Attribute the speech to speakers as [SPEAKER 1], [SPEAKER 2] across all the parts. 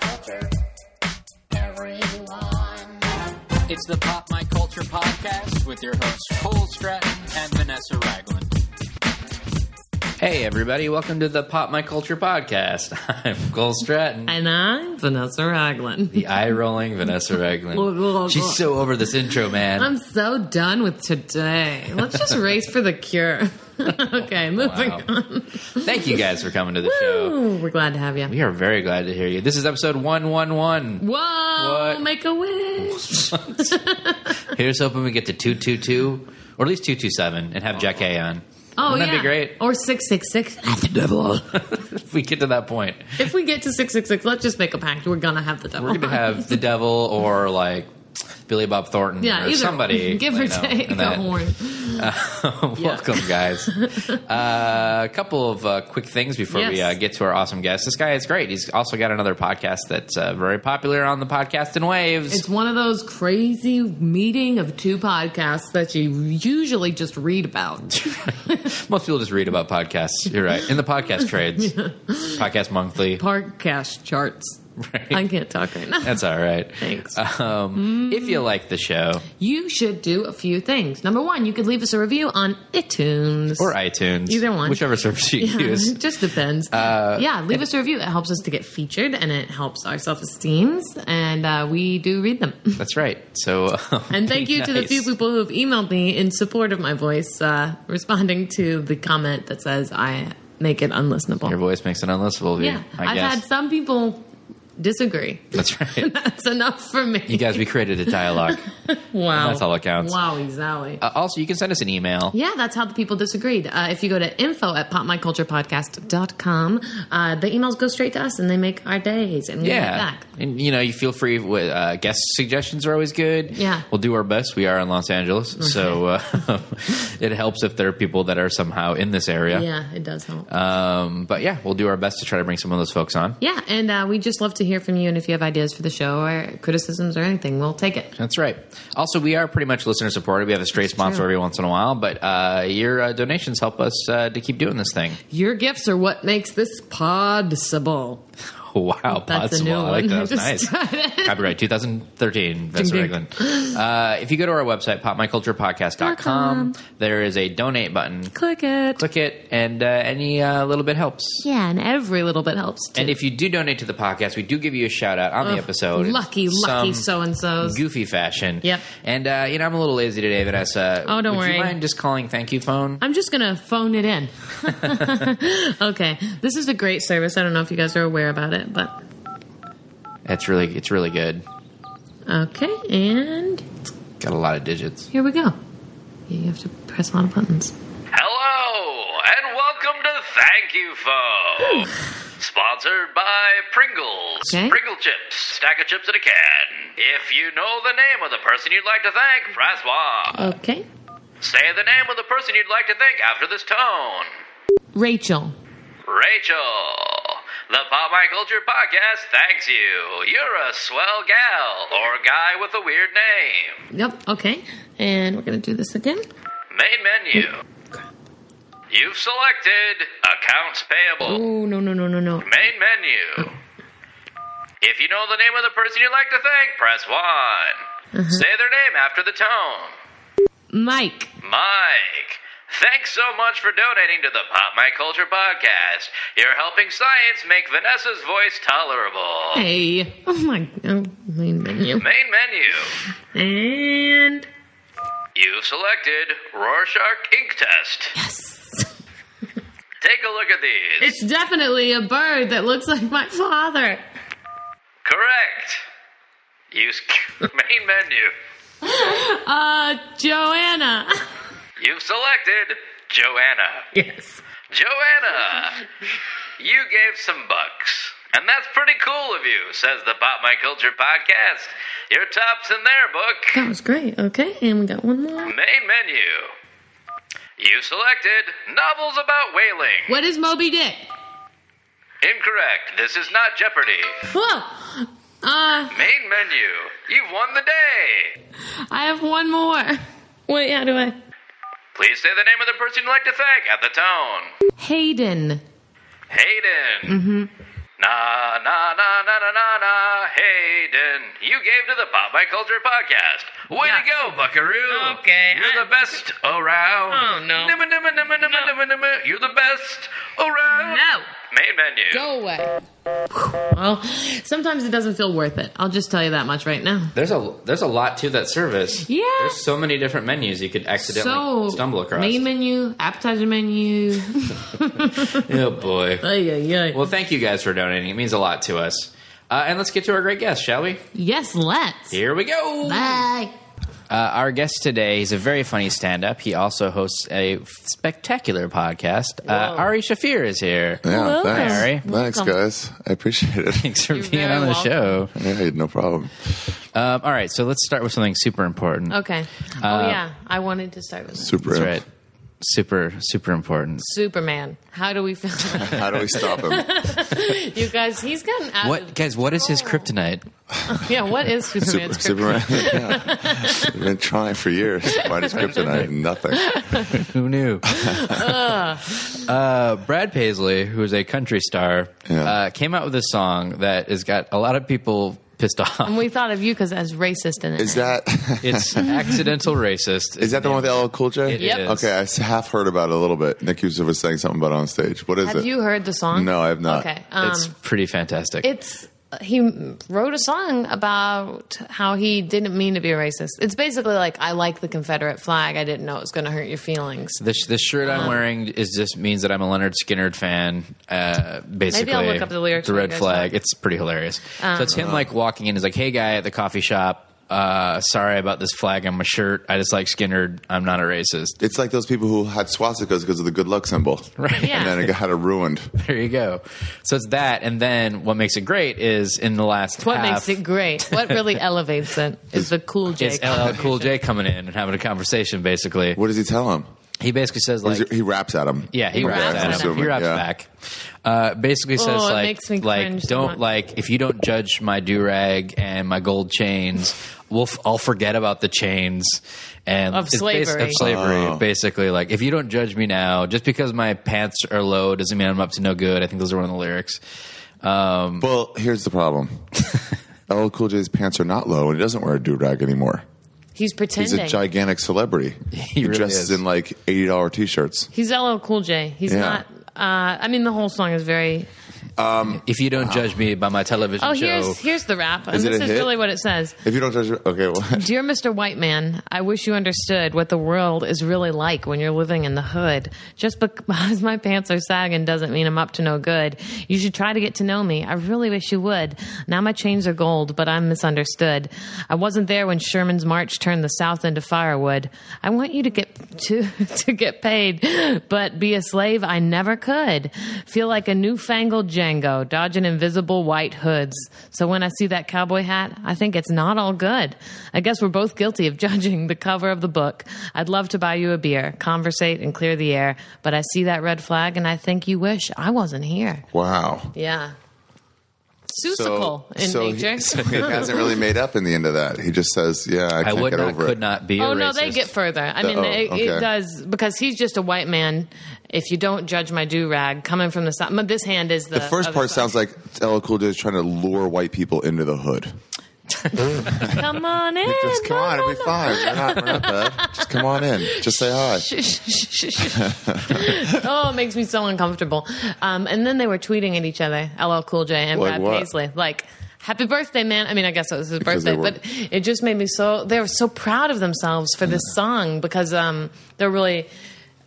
[SPEAKER 1] Culture. Everyone. It's the Pop My Culture podcast with your hosts Cole Stratton and Vanessa Ragland.
[SPEAKER 2] Hey, everybody, welcome to the Pop My Culture Podcast. I'm Cole Stratton.
[SPEAKER 3] And I'm Vanessa Ragland.
[SPEAKER 2] the eye rolling Vanessa
[SPEAKER 3] Look,
[SPEAKER 2] Ragland.
[SPEAKER 3] look,
[SPEAKER 2] She's
[SPEAKER 3] look.
[SPEAKER 2] so over this intro, man.
[SPEAKER 3] I'm so done with today. Let's just race for the cure. okay, moving
[SPEAKER 2] Wow.
[SPEAKER 3] on.
[SPEAKER 2] Thank you guys for coming to the show.
[SPEAKER 3] Woo, we're glad to have you.
[SPEAKER 2] We are very glad to hear you. This is episode 111.
[SPEAKER 3] Whoa,
[SPEAKER 2] What?
[SPEAKER 3] make a wish.
[SPEAKER 2] Here's hoping we get to 222 or at least 227 and have Jack A on.
[SPEAKER 3] Oh,
[SPEAKER 2] Wouldn't
[SPEAKER 3] yeah.
[SPEAKER 2] that be great?
[SPEAKER 3] Or 666.
[SPEAKER 2] The devil. if we get to that point,
[SPEAKER 3] if we get to 666, let's just make a pact. We're going to have the devil.
[SPEAKER 2] we're going to have the devil or like Billy Bob Thornton
[SPEAKER 3] yeah,
[SPEAKER 2] or
[SPEAKER 3] either.
[SPEAKER 2] somebody.
[SPEAKER 3] Give
[SPEAKER 2] you
[SPEAKER 3] or
[SPEAKER 2] know,
[SPEAKER 3] take
[SPEAKER 2] in
[SPEAKER 3] the
[SPEAKER 2] that.
[SPEAKER 3] horn.
[SPEAKER 2] Welcome, guys. uh, a couple of uh, quick things before we uh,
[SPEAKER 3] Yes.
[SPEAKER 2] get to our awesome guest. This guy is great. He's also got another podcast that's uh, very popular on the podcast and waves.
[SPEAKER 3] It's one of those crazy meeting of two podcasts that you usually just read about.
[SPEAKER 2] Most people just read about podcasts. You're right. In the podcast trades, podcast monthly.
[SPEAKER 3] Podcast charts. I
[SPEAKER 2] Right.
[SPEAKER 3] can't talk right now.
[SPEAKER 2] That's all right.
[SPEAKER 3] Thanks. Mm.
[SPEAKER 2] Um, If you like the show
[SPEAKER 3] you should do a few things. Number one, you could leave us a review on iTunes
[SPEAKER 2] or iTunes,
[SPEAKER 3] Either one.
[SPEAKER 2] whichever service you use.
[SPEAKER 3] It just depends.
[SPEAKER 2] Uh,
[SPEAKER 3] yeah, leave us a review. It helps us to get featured, and it helps our self esteems. And uh, we do read them.
[SPEAKER 2] That's right. So, um,
[SPEAKER 3] And thank
[SPEAKER 2] be
[SPEAKER 3] you to the
[SPEAKER 2] nice.
[SPEAKER 3] few people who have emailed me in support of my voice, uh, responding to the comment that says I make it unlistenable.
[SPEAKER 2] Your voice makes it unlistenable.
[SPEAKER 3] yeah,
[SPEAKER 2] I
[SPEAKER 3] I've
[SPEAKER 2] guess
[SPEAKER 3] had some people disagree.
[SPEAKER 2] that's right.
[SPEAKER 3] That's enough for me.
[SPEAKER 2] You guys, we created a dialogue.
[SPEAKER 3] wow,
[SPEAKER 2] that's all that counts.
[SPEAKER 3] Wow, exactly.
[SPEAKER 2] Uh, also, you can send us an email.
[SPEAKER 3] Yeah, that's how the people disagreed. Uh, if you go to info at popmyculturepodcast.com, uh, the emails go straight to us and they make our days and we yeah.
[SPEAKER 2] Yeah,
[SPEAKER 3] back.
[SPEAKER 2] and you know, you feel free. With, uh, guest suggestions are always good.
[SPEAKER 3] Yeah.
[SPEAKER 2] we'll do our best. We are in Los Angeles, so uh, it helps if there are people that are somehow in this area.
[SPEAKER 3] Yeah, it does help.
[SPEAKER 2] Um, but yeah, we'll do our best to try to bring some of those folks on.
[SPEAKER 3] yeah, and uh, we just love to hear from you. And if you have ideas for the show or criticisms or anything, we'll take it.
[SPEAKER 2] That's right. Also, we are pretty much listener supported. We have a stray sponsor
[SPEAKER 3] true.
[SPEAKER 2] every once in a while, but uh, your uh, donations help us uh, to keep doing this thing.
[SPEAKER 3] Your gifts are what makes this possible.
[SPEAKER 2] Wow,
[SPEAKER 3] That's
[SPEAKER 2] possible.
[SPEAKER 3] a new
[SPEAKER 2] I like
[SPEAKER 3] one.
[SPEAKER 2] that.
[SPEAKER 3] I
[SPEAKER 2] That's
[SPEAKER 3] just
[SPEAKER 2] nice.
[SPEAKER 3] tried it.
[SPEAKER 2] Copyright 2013, Vanessa
[SPEAKER 3] ding.
[SPEAKER 2] Ragland. Uh, if you go to our website, popmyculturepodcast.com, there is a donate button.
[SPEAKER 3] Click it.
[SPEAKER 2] Click it, and uh, any uh, little bit helps.
[SPEAKER 3] Yeah, and every little bit helps. Too.
[SPEAKER 2] And if you do donate to the podcast, we do give you a shout out on the episode.
[SPEAKER 3] Lucky,
[SPEAKER 2] Some
[SPEAKER 3] lucky so and so's.
[SPEAKER 2] Goofy fashion.
[SPEAKER 3] Yep.
[SPEAKER 2] And, uh, you know, I'm a little lazy today, Vanessa.
[SPEAKER 3] Oh, don't
[SPEAKER 2] Would you
[SPEAKER 3] worry.
[SPEAKER 2] mind just calling thank you phone?
[SPEAKER 3] I'm just going to phone it in. okay. This is a great service. I don't know if you guys are aware about it, but
[SPEAKER 2] That's really, it's really good.
[SPEAKER 3] okay. And
[SPEAKER 2] Got a lot of digits.
[SPEAKER 3] here we go. You have to press a lot of buttons.
[SPEAKER 4] Hello, and welcome to Thank You Phone. Sponsored by Pringles.
[SPEAKER 3] Okay.
[SPEAKER 4] Pringle chips, stack of chips in a can. If you know the name of the person you'd like to thank, press one.
[SPEAKER 3] Okay.
[SPEAKER 4] Say the name of the person you'd like to thank after this tone.
[SPEAKER 3] Rachel.
[SPEAKER 4] Rachel. The Pop My Culture Podcast thanks you. You're a swell gal or guy with a weird name.
[SPEAKER 3] Yep. Okay. And we're going to do this again.
[SPEAKER 4] Main menu. You've selected accounts payable.
[SPEAKER 3] Oh, no, no, no, no, no.
[SPEAKER 4] Main menu. If you know the name of the person you'd like to thank, press one.
[SPEAKER 3] Uh-huh.
[SPEAKER 4] Say their name after the tone.
[SPEAKER 3] Mike.
[SPEAKER 4] Mike. Thanks so much for donating to the Pop My Culture podcast. You're helping science make Vanessa's voice tolerable.
[SPEAKER 3] Hey. Oh, my. Oh, main menu.
[SPEAKER 4] Main menu.
[SPEAKER 3] And.
[SPEAKER 4] You've selected Rorschach ink test.
[SPEAKER 3] Yes.
[SPEAKER 4] Take a look at these.
[SPEAKER 3] It's definitely a bird that looks like my father.
[SPEAKER 4] Correct. Use main menu.
[SPEAKER 3] Uh, Joanna.
[SPEAKER 4] You've selected Joanna.
[SPEAKER 3] Yes.
[SPEAKER 4] Joanna, you gave some bucks. And that's pretty cool of you, says the Pop My Culture podcast. Your top's in their book.
[SPEAKER 3] That was great. Okay. And we got one more.
[SPEAKER 4] Main menu. You selected novels about whaling.
[SPEAKER 3] What is Moby Dick?
[SPEAKER 4] Incorrect. This is not Jeopardy.
[SPEAKER 3] Whoa. Uh,
[SPEAKER 4] Main menu. You've won the day.
[SPEAKER 3] I have one more. Wait, how do I?
[SPEAKER 4] Please say the name of the person you'd like to thank at the tone.
[SPEAKER 3] Hayden.
[SPEAKER 4] Hayden. Mm-hmm. Na na na na na na na the Pop My Culture Podcast. Way
[SPEAKER 5] Yeah.
[SPEAKER 4] to go, Buckaroo!
[SPEAKER 5] Okay,
[SPEAKER 4] you're
[SPEAKER 5] I-
[SPEAKER 4] the best around.
[SPEAKER 5] Oh, no.
[SPEAKER 4] Nimma, nimma, nimma, nimma, nimma, nimma. You're the best around.
[SPEAKER 5] No.
[SPEAKER 4] Main menu.
[SPEAKER 3] Go away. Well, sometimes it doesn't feel worth it. I'll just tell you that much right now.
[SPEAKER 2] There's a there's a lot to that service.
[SPEAKER 3] Yeah.
[SPEAKER 2] There's so many different menus you could accidentally
[SPEAKER 3] So,
[SPEAKER 2] stumble across.
[SPEAKER 3] main menu, appetizer menu.
[SPEAKER 2] oh boy.
[SPEAKER 3] Ay, ay, ay.
[SPEAKER 2] Well, thank you guys for donating. It means a lot to us. Uh, and let's get to our great guest, shall we?
[SPEAKER 3] yes, let's.
[SPEAKER 2] Here we go.
[SPEAKER 3] Bye.
[SPEAKER 2] Uh, our guest today is a very funny stand-up. He also hosts a f- spectacular podcast. Uh, Ari Shafir is here.
[SPEAKER 6] Yeah,
[SPEAKER 3] Hello.
[SPEAKER 6] thanks.
[SPEAKER 2] Harry.
[SPEAKER 6] Thanks,
[SPEAKER 3] Welcome.
[SPEAKER 6] guys. I appreciate it.
[SPEAKER 2] Thanks for
[SPEAKER 3] You're
[SPEAKER 2] being
[SPEAKER 3] very
[SPEAKER 2] on the
[SPEAKER 3] welcome.
[SPEAKER 2] show.
[SPEAKER 6] Hey, no problem.
[SPEAKER 2] Um, all right, so let's start with something super important.
[SPEAKER 3] Okay.
[SPEAKER 2] Uh,
[SPEAKER 3] oh, yeah. I wanted to start with
[SPEAKER 6] Super.
[SPEAKER 2] That's right. Super, super important.
[SPEAKER 3] Superman. How do we feel? about
[SPEAKER 6] uh, How do we stop him?
[SPEAKER 3] it? you guys, he's gotten out
[SPEAKER 2] What
[SPEAKER 3] of.
[SPEAKER 2] guys? What is his kryptonite?
[SPEAKER 3] Yeah, what is
[SPEAKER 6] Super,
[SPEAKER 3] Superman's
[SPEAKER 6] Superman. yeah. We've been trying for years to find his kryptonite. Nothing.
[SPEAKER 2] Who knew? uh, Brad Paisley, who is a country star,
[SPEAKER 6] Yeah.
[SPEAKER 2] uh, came out with a song that has got a lot of people pissed
[SPEAKER 3] And
[SPEAKER 2] off.
[SPEAKER 3] we thought of you because that's racist in it.
[SPEAKER 6] Is that
[SPEAKER 2] It's accidental racist.
[SPEAKER 6] is that the one with LL Cool J?
[SPEAKER 2] It
[SPEAKER 3] Yep.
[SPEAKER 2] is.
[SPEAKER 6] Okay, I s- half heard about it a little bit. Nick Yusuf was saying something about it on stage. What is
[SPEAKER 3] have
[SPEAKER 6] it?
[SPEAKER 3] you heard the song?
[SPEAKER 6] No, I have not.
[SPEAKER 3] Okay. Um,
[SPEAKER 2] it's pretty fantastic.
[SPEAKER 3] it's he wrote a song about how he didn't mean to be racist. It's basically like I like the Confederate flag. I didn't know it was going to hurt your feelings.
[SPEAKER 2] This the shirt
[SPEAKER 3] Uh-huh.
[SPEAKER 2] I'm wearing is just means that I'm a Leonard Skinner fan. Uh, basically,
[SPEAKER 3] look up the lyrics when
[SPEAKER 2] red
[SPEAKER 3] you guys Uh-huh.
[SPEAKER 2] flag. It's pretty hilarious. so it's him like walking in. He's like, "Hey, guy at the coffee shop. Uh, sorry about this flag on my shirt. I just like Skinner. I'm not a racist."
[SPEAKER 6] It's like those people who had swastikas because of the good luck symbol,
[SPEAKER 2] Right.
[SPEAKER 3] Yeah.
[SPEAKER 6] and then it got it ruined.
[SPEAKER 2] There you go. So it's that, and then what makes it great is in the last
[SPEAKER 3] What
[SPEAKER 2] half
[SPEAKER 3] makes it great? What really elevates it is the cool J.
[SPEAKER 2] is LL Cool J coming in and having a conversation. Basically,
[SPEAKER 6] What does he tell him?
[SPEAKER 2] he basically says
[SPEAKER 6] What is
[SPEAKER 2] like,
[SPEAKER 6] it- he raps at him.
[SPEAKER 2] Yeah, he
[SPEAKER 6] Okay,
[SPEAKER 2] raps
[SPEAKER 6] I'm
[SPEAKER 2] at him.
[SPEAKER 6] assuming,
[SPEAKER 2] He raps
[SPEAKER 6] yeah.
[SPEAKER 2] back. Uh, basically says
[SPEAKER 3] Oh, it
[SPEAKER 2] like,
[SPEAKER 3] makes me
[SPEAKER 2] like
[SPEAKER 3] cringe so
[SPEAKER 2] don't
[SPEAKER 3] much.
[SPEAKER 2] like if you don't judge my do rag and my gold chains, we'll f- I'll forget about the chains and
[SPEAKER 3] Of
[SPEAKER 2] it's bas-
[SPEAKER 3] slavery.
[SPEAKER 2] of slavery,
[SPEAKER 6] Oh.
[SPEAKER 2] basically like if you don't judge me now, just because my pants are low doesn't mean I'm up to no good. I think those are one of the lyrics. Um,
[SPEAKER 6] Well, here's the problem. LL Cool J's pants are not low, and he doesn't wear a do rag anymore.
[SPEAKER 3] He's
[SPEAKER 6] He's
[SPEAKER 3] pretending.
[SPEAKER 6] a gigantic celebrity. He,
[SPEAKER 2] really is.
[SPEAKER 6] dresses in like eighty dollar t shirts.
[SPEAKER 3] He's LL Cool J. He's
[SPEAKER 6] Yeah.
[SPEAKER 3] not. Uh, I mean, the whole song is very.
[SPEAKER 2] if you don't judge me by my television
[SPEAKER 3] Oh,
[SPEAKER 2] show,
[SPEAKER 3] here's here's the rap, and
[SPEAKER 6] Is it
[SPEAKER 3] this
[SPEAKER 6] a
[SPEAKER 3] is
[SPEAKER 6] hit?
[SPEAKER 3] really what it says.
[SPEAKER 6] If you don't judge, okay, well,
[SPEAKER 3] Dear Mr. White Man, I wish you understood what the world is really like when you're living in the hood. Just because my pants are sagging doesn't mean I'm up to no good. You should try to get to know me. I really wish you would. Now my chains are gold, but I'm misunderstood. I wasn't there when Sherman's march turned the South into firewood. I want you to get to to get paid, but be a slave I never could. Feel like a newfangled Django dodging invisible white hoods. So when I see that cowboy hat, I think it's not all good. I guess we're both guilty of judging the cover of the book. I'd love to buy you a beer, conversate, and clear the air, but I see that red flag and I think you wish I wasn't here.
[SPEAKER 6] wow.
[SPEAKER 3] Yeah.
[SPEAKER 6] So,
[SPEAKER 3] Susical in
[SPEAKER 6] so
[SPEAKER 3] nature.
[SPEAKER 6] He, so he hasn't really made up in the end of that. He just says, "Yeah, I
[SPEAKER 2] I
[SPEAKER 6] can't
[SPEAKER 2] would
[SPEAKER 6] get
[SPEAKER 2] not
[SPEAKER 6] over
[SPEAKER 2] could
[SPEAKER 6] it."
[SPEAKER 2] not be. a
[SPEAKER 3] Oh no, they
[SPEAKER 2] racist.
[SPEAKER 3] get further. I mean,
[SPEAKER 6] oh,
[SPEAKER 3] it, it
[SPEAKER 6] okay.
[SPEAKER 3] does because he's just a white man. If you don't judge my do rag coming from the side, but this hand is the,
[SPEAKER 6] The first
[SPEAKER 3] other
[SPEAKER 6] part
[SPEAKER 3] side.
[SPEAKER 6] sounds like LL Cool J is trying to lure white people into the hood.
[SPEAKER 3] Come on in,
[SPEAKER 6] Just come on, it'll be fine. We're not, we're not bad. Just come on in. Just say hi.
[SPEAKER 3] oh, it makes me so uncomfortable. Um, and then they were tweeting at each other, LL Cool J and
[SPEAKER 6] Like
[SPEAKER 3] Brad
[SPEAKER 6] what?
[SPEAKER 3] Paisley, like. Happy birthday, man! I mean, I guess it was his
[SPEAKER 6] Because
[SPEAKER 3] birthday,
[SPEAKER 6] they were-
[SPEAKER 3] but it just made me so. They were so proud of themselves for this song because um, they're really.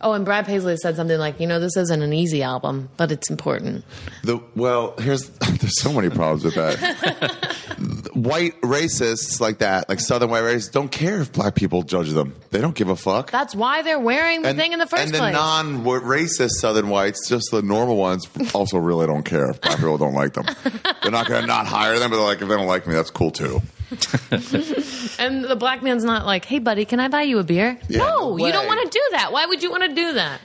[SPEAKER 3] Oh, and Brad Paisley said something like, "You know, this isn't an easy album, but it's important."
[SPEAKER 6] The well, here's there's so many problems with that. white racists like that, like southern white racists, don't care if black people judge them. They don't give a fuck.
[SPEAKER 3] That's why they're wearing the thing in the first
[SPEAKER 6] and the
[SPEAKER 3] place.
[SPEAKER 6] non-racist Southern whites, just the normal ones, also really don't care if black people don't like them. They're not going to not hire them, but they're like, if they don't like me, that's cool too.
[SPEAKER 3] and the black man's not like, "Hey, buddy, can I buy you a beer?"
[SPEAKER 6] Yeah,
[SPEAKER 3] no,
[SPEAKER 6] no
[SPEAKER 3] you don't
[SPEAKER 6] way.
[SPEAKER 3] want to do that. Why would you want to do that?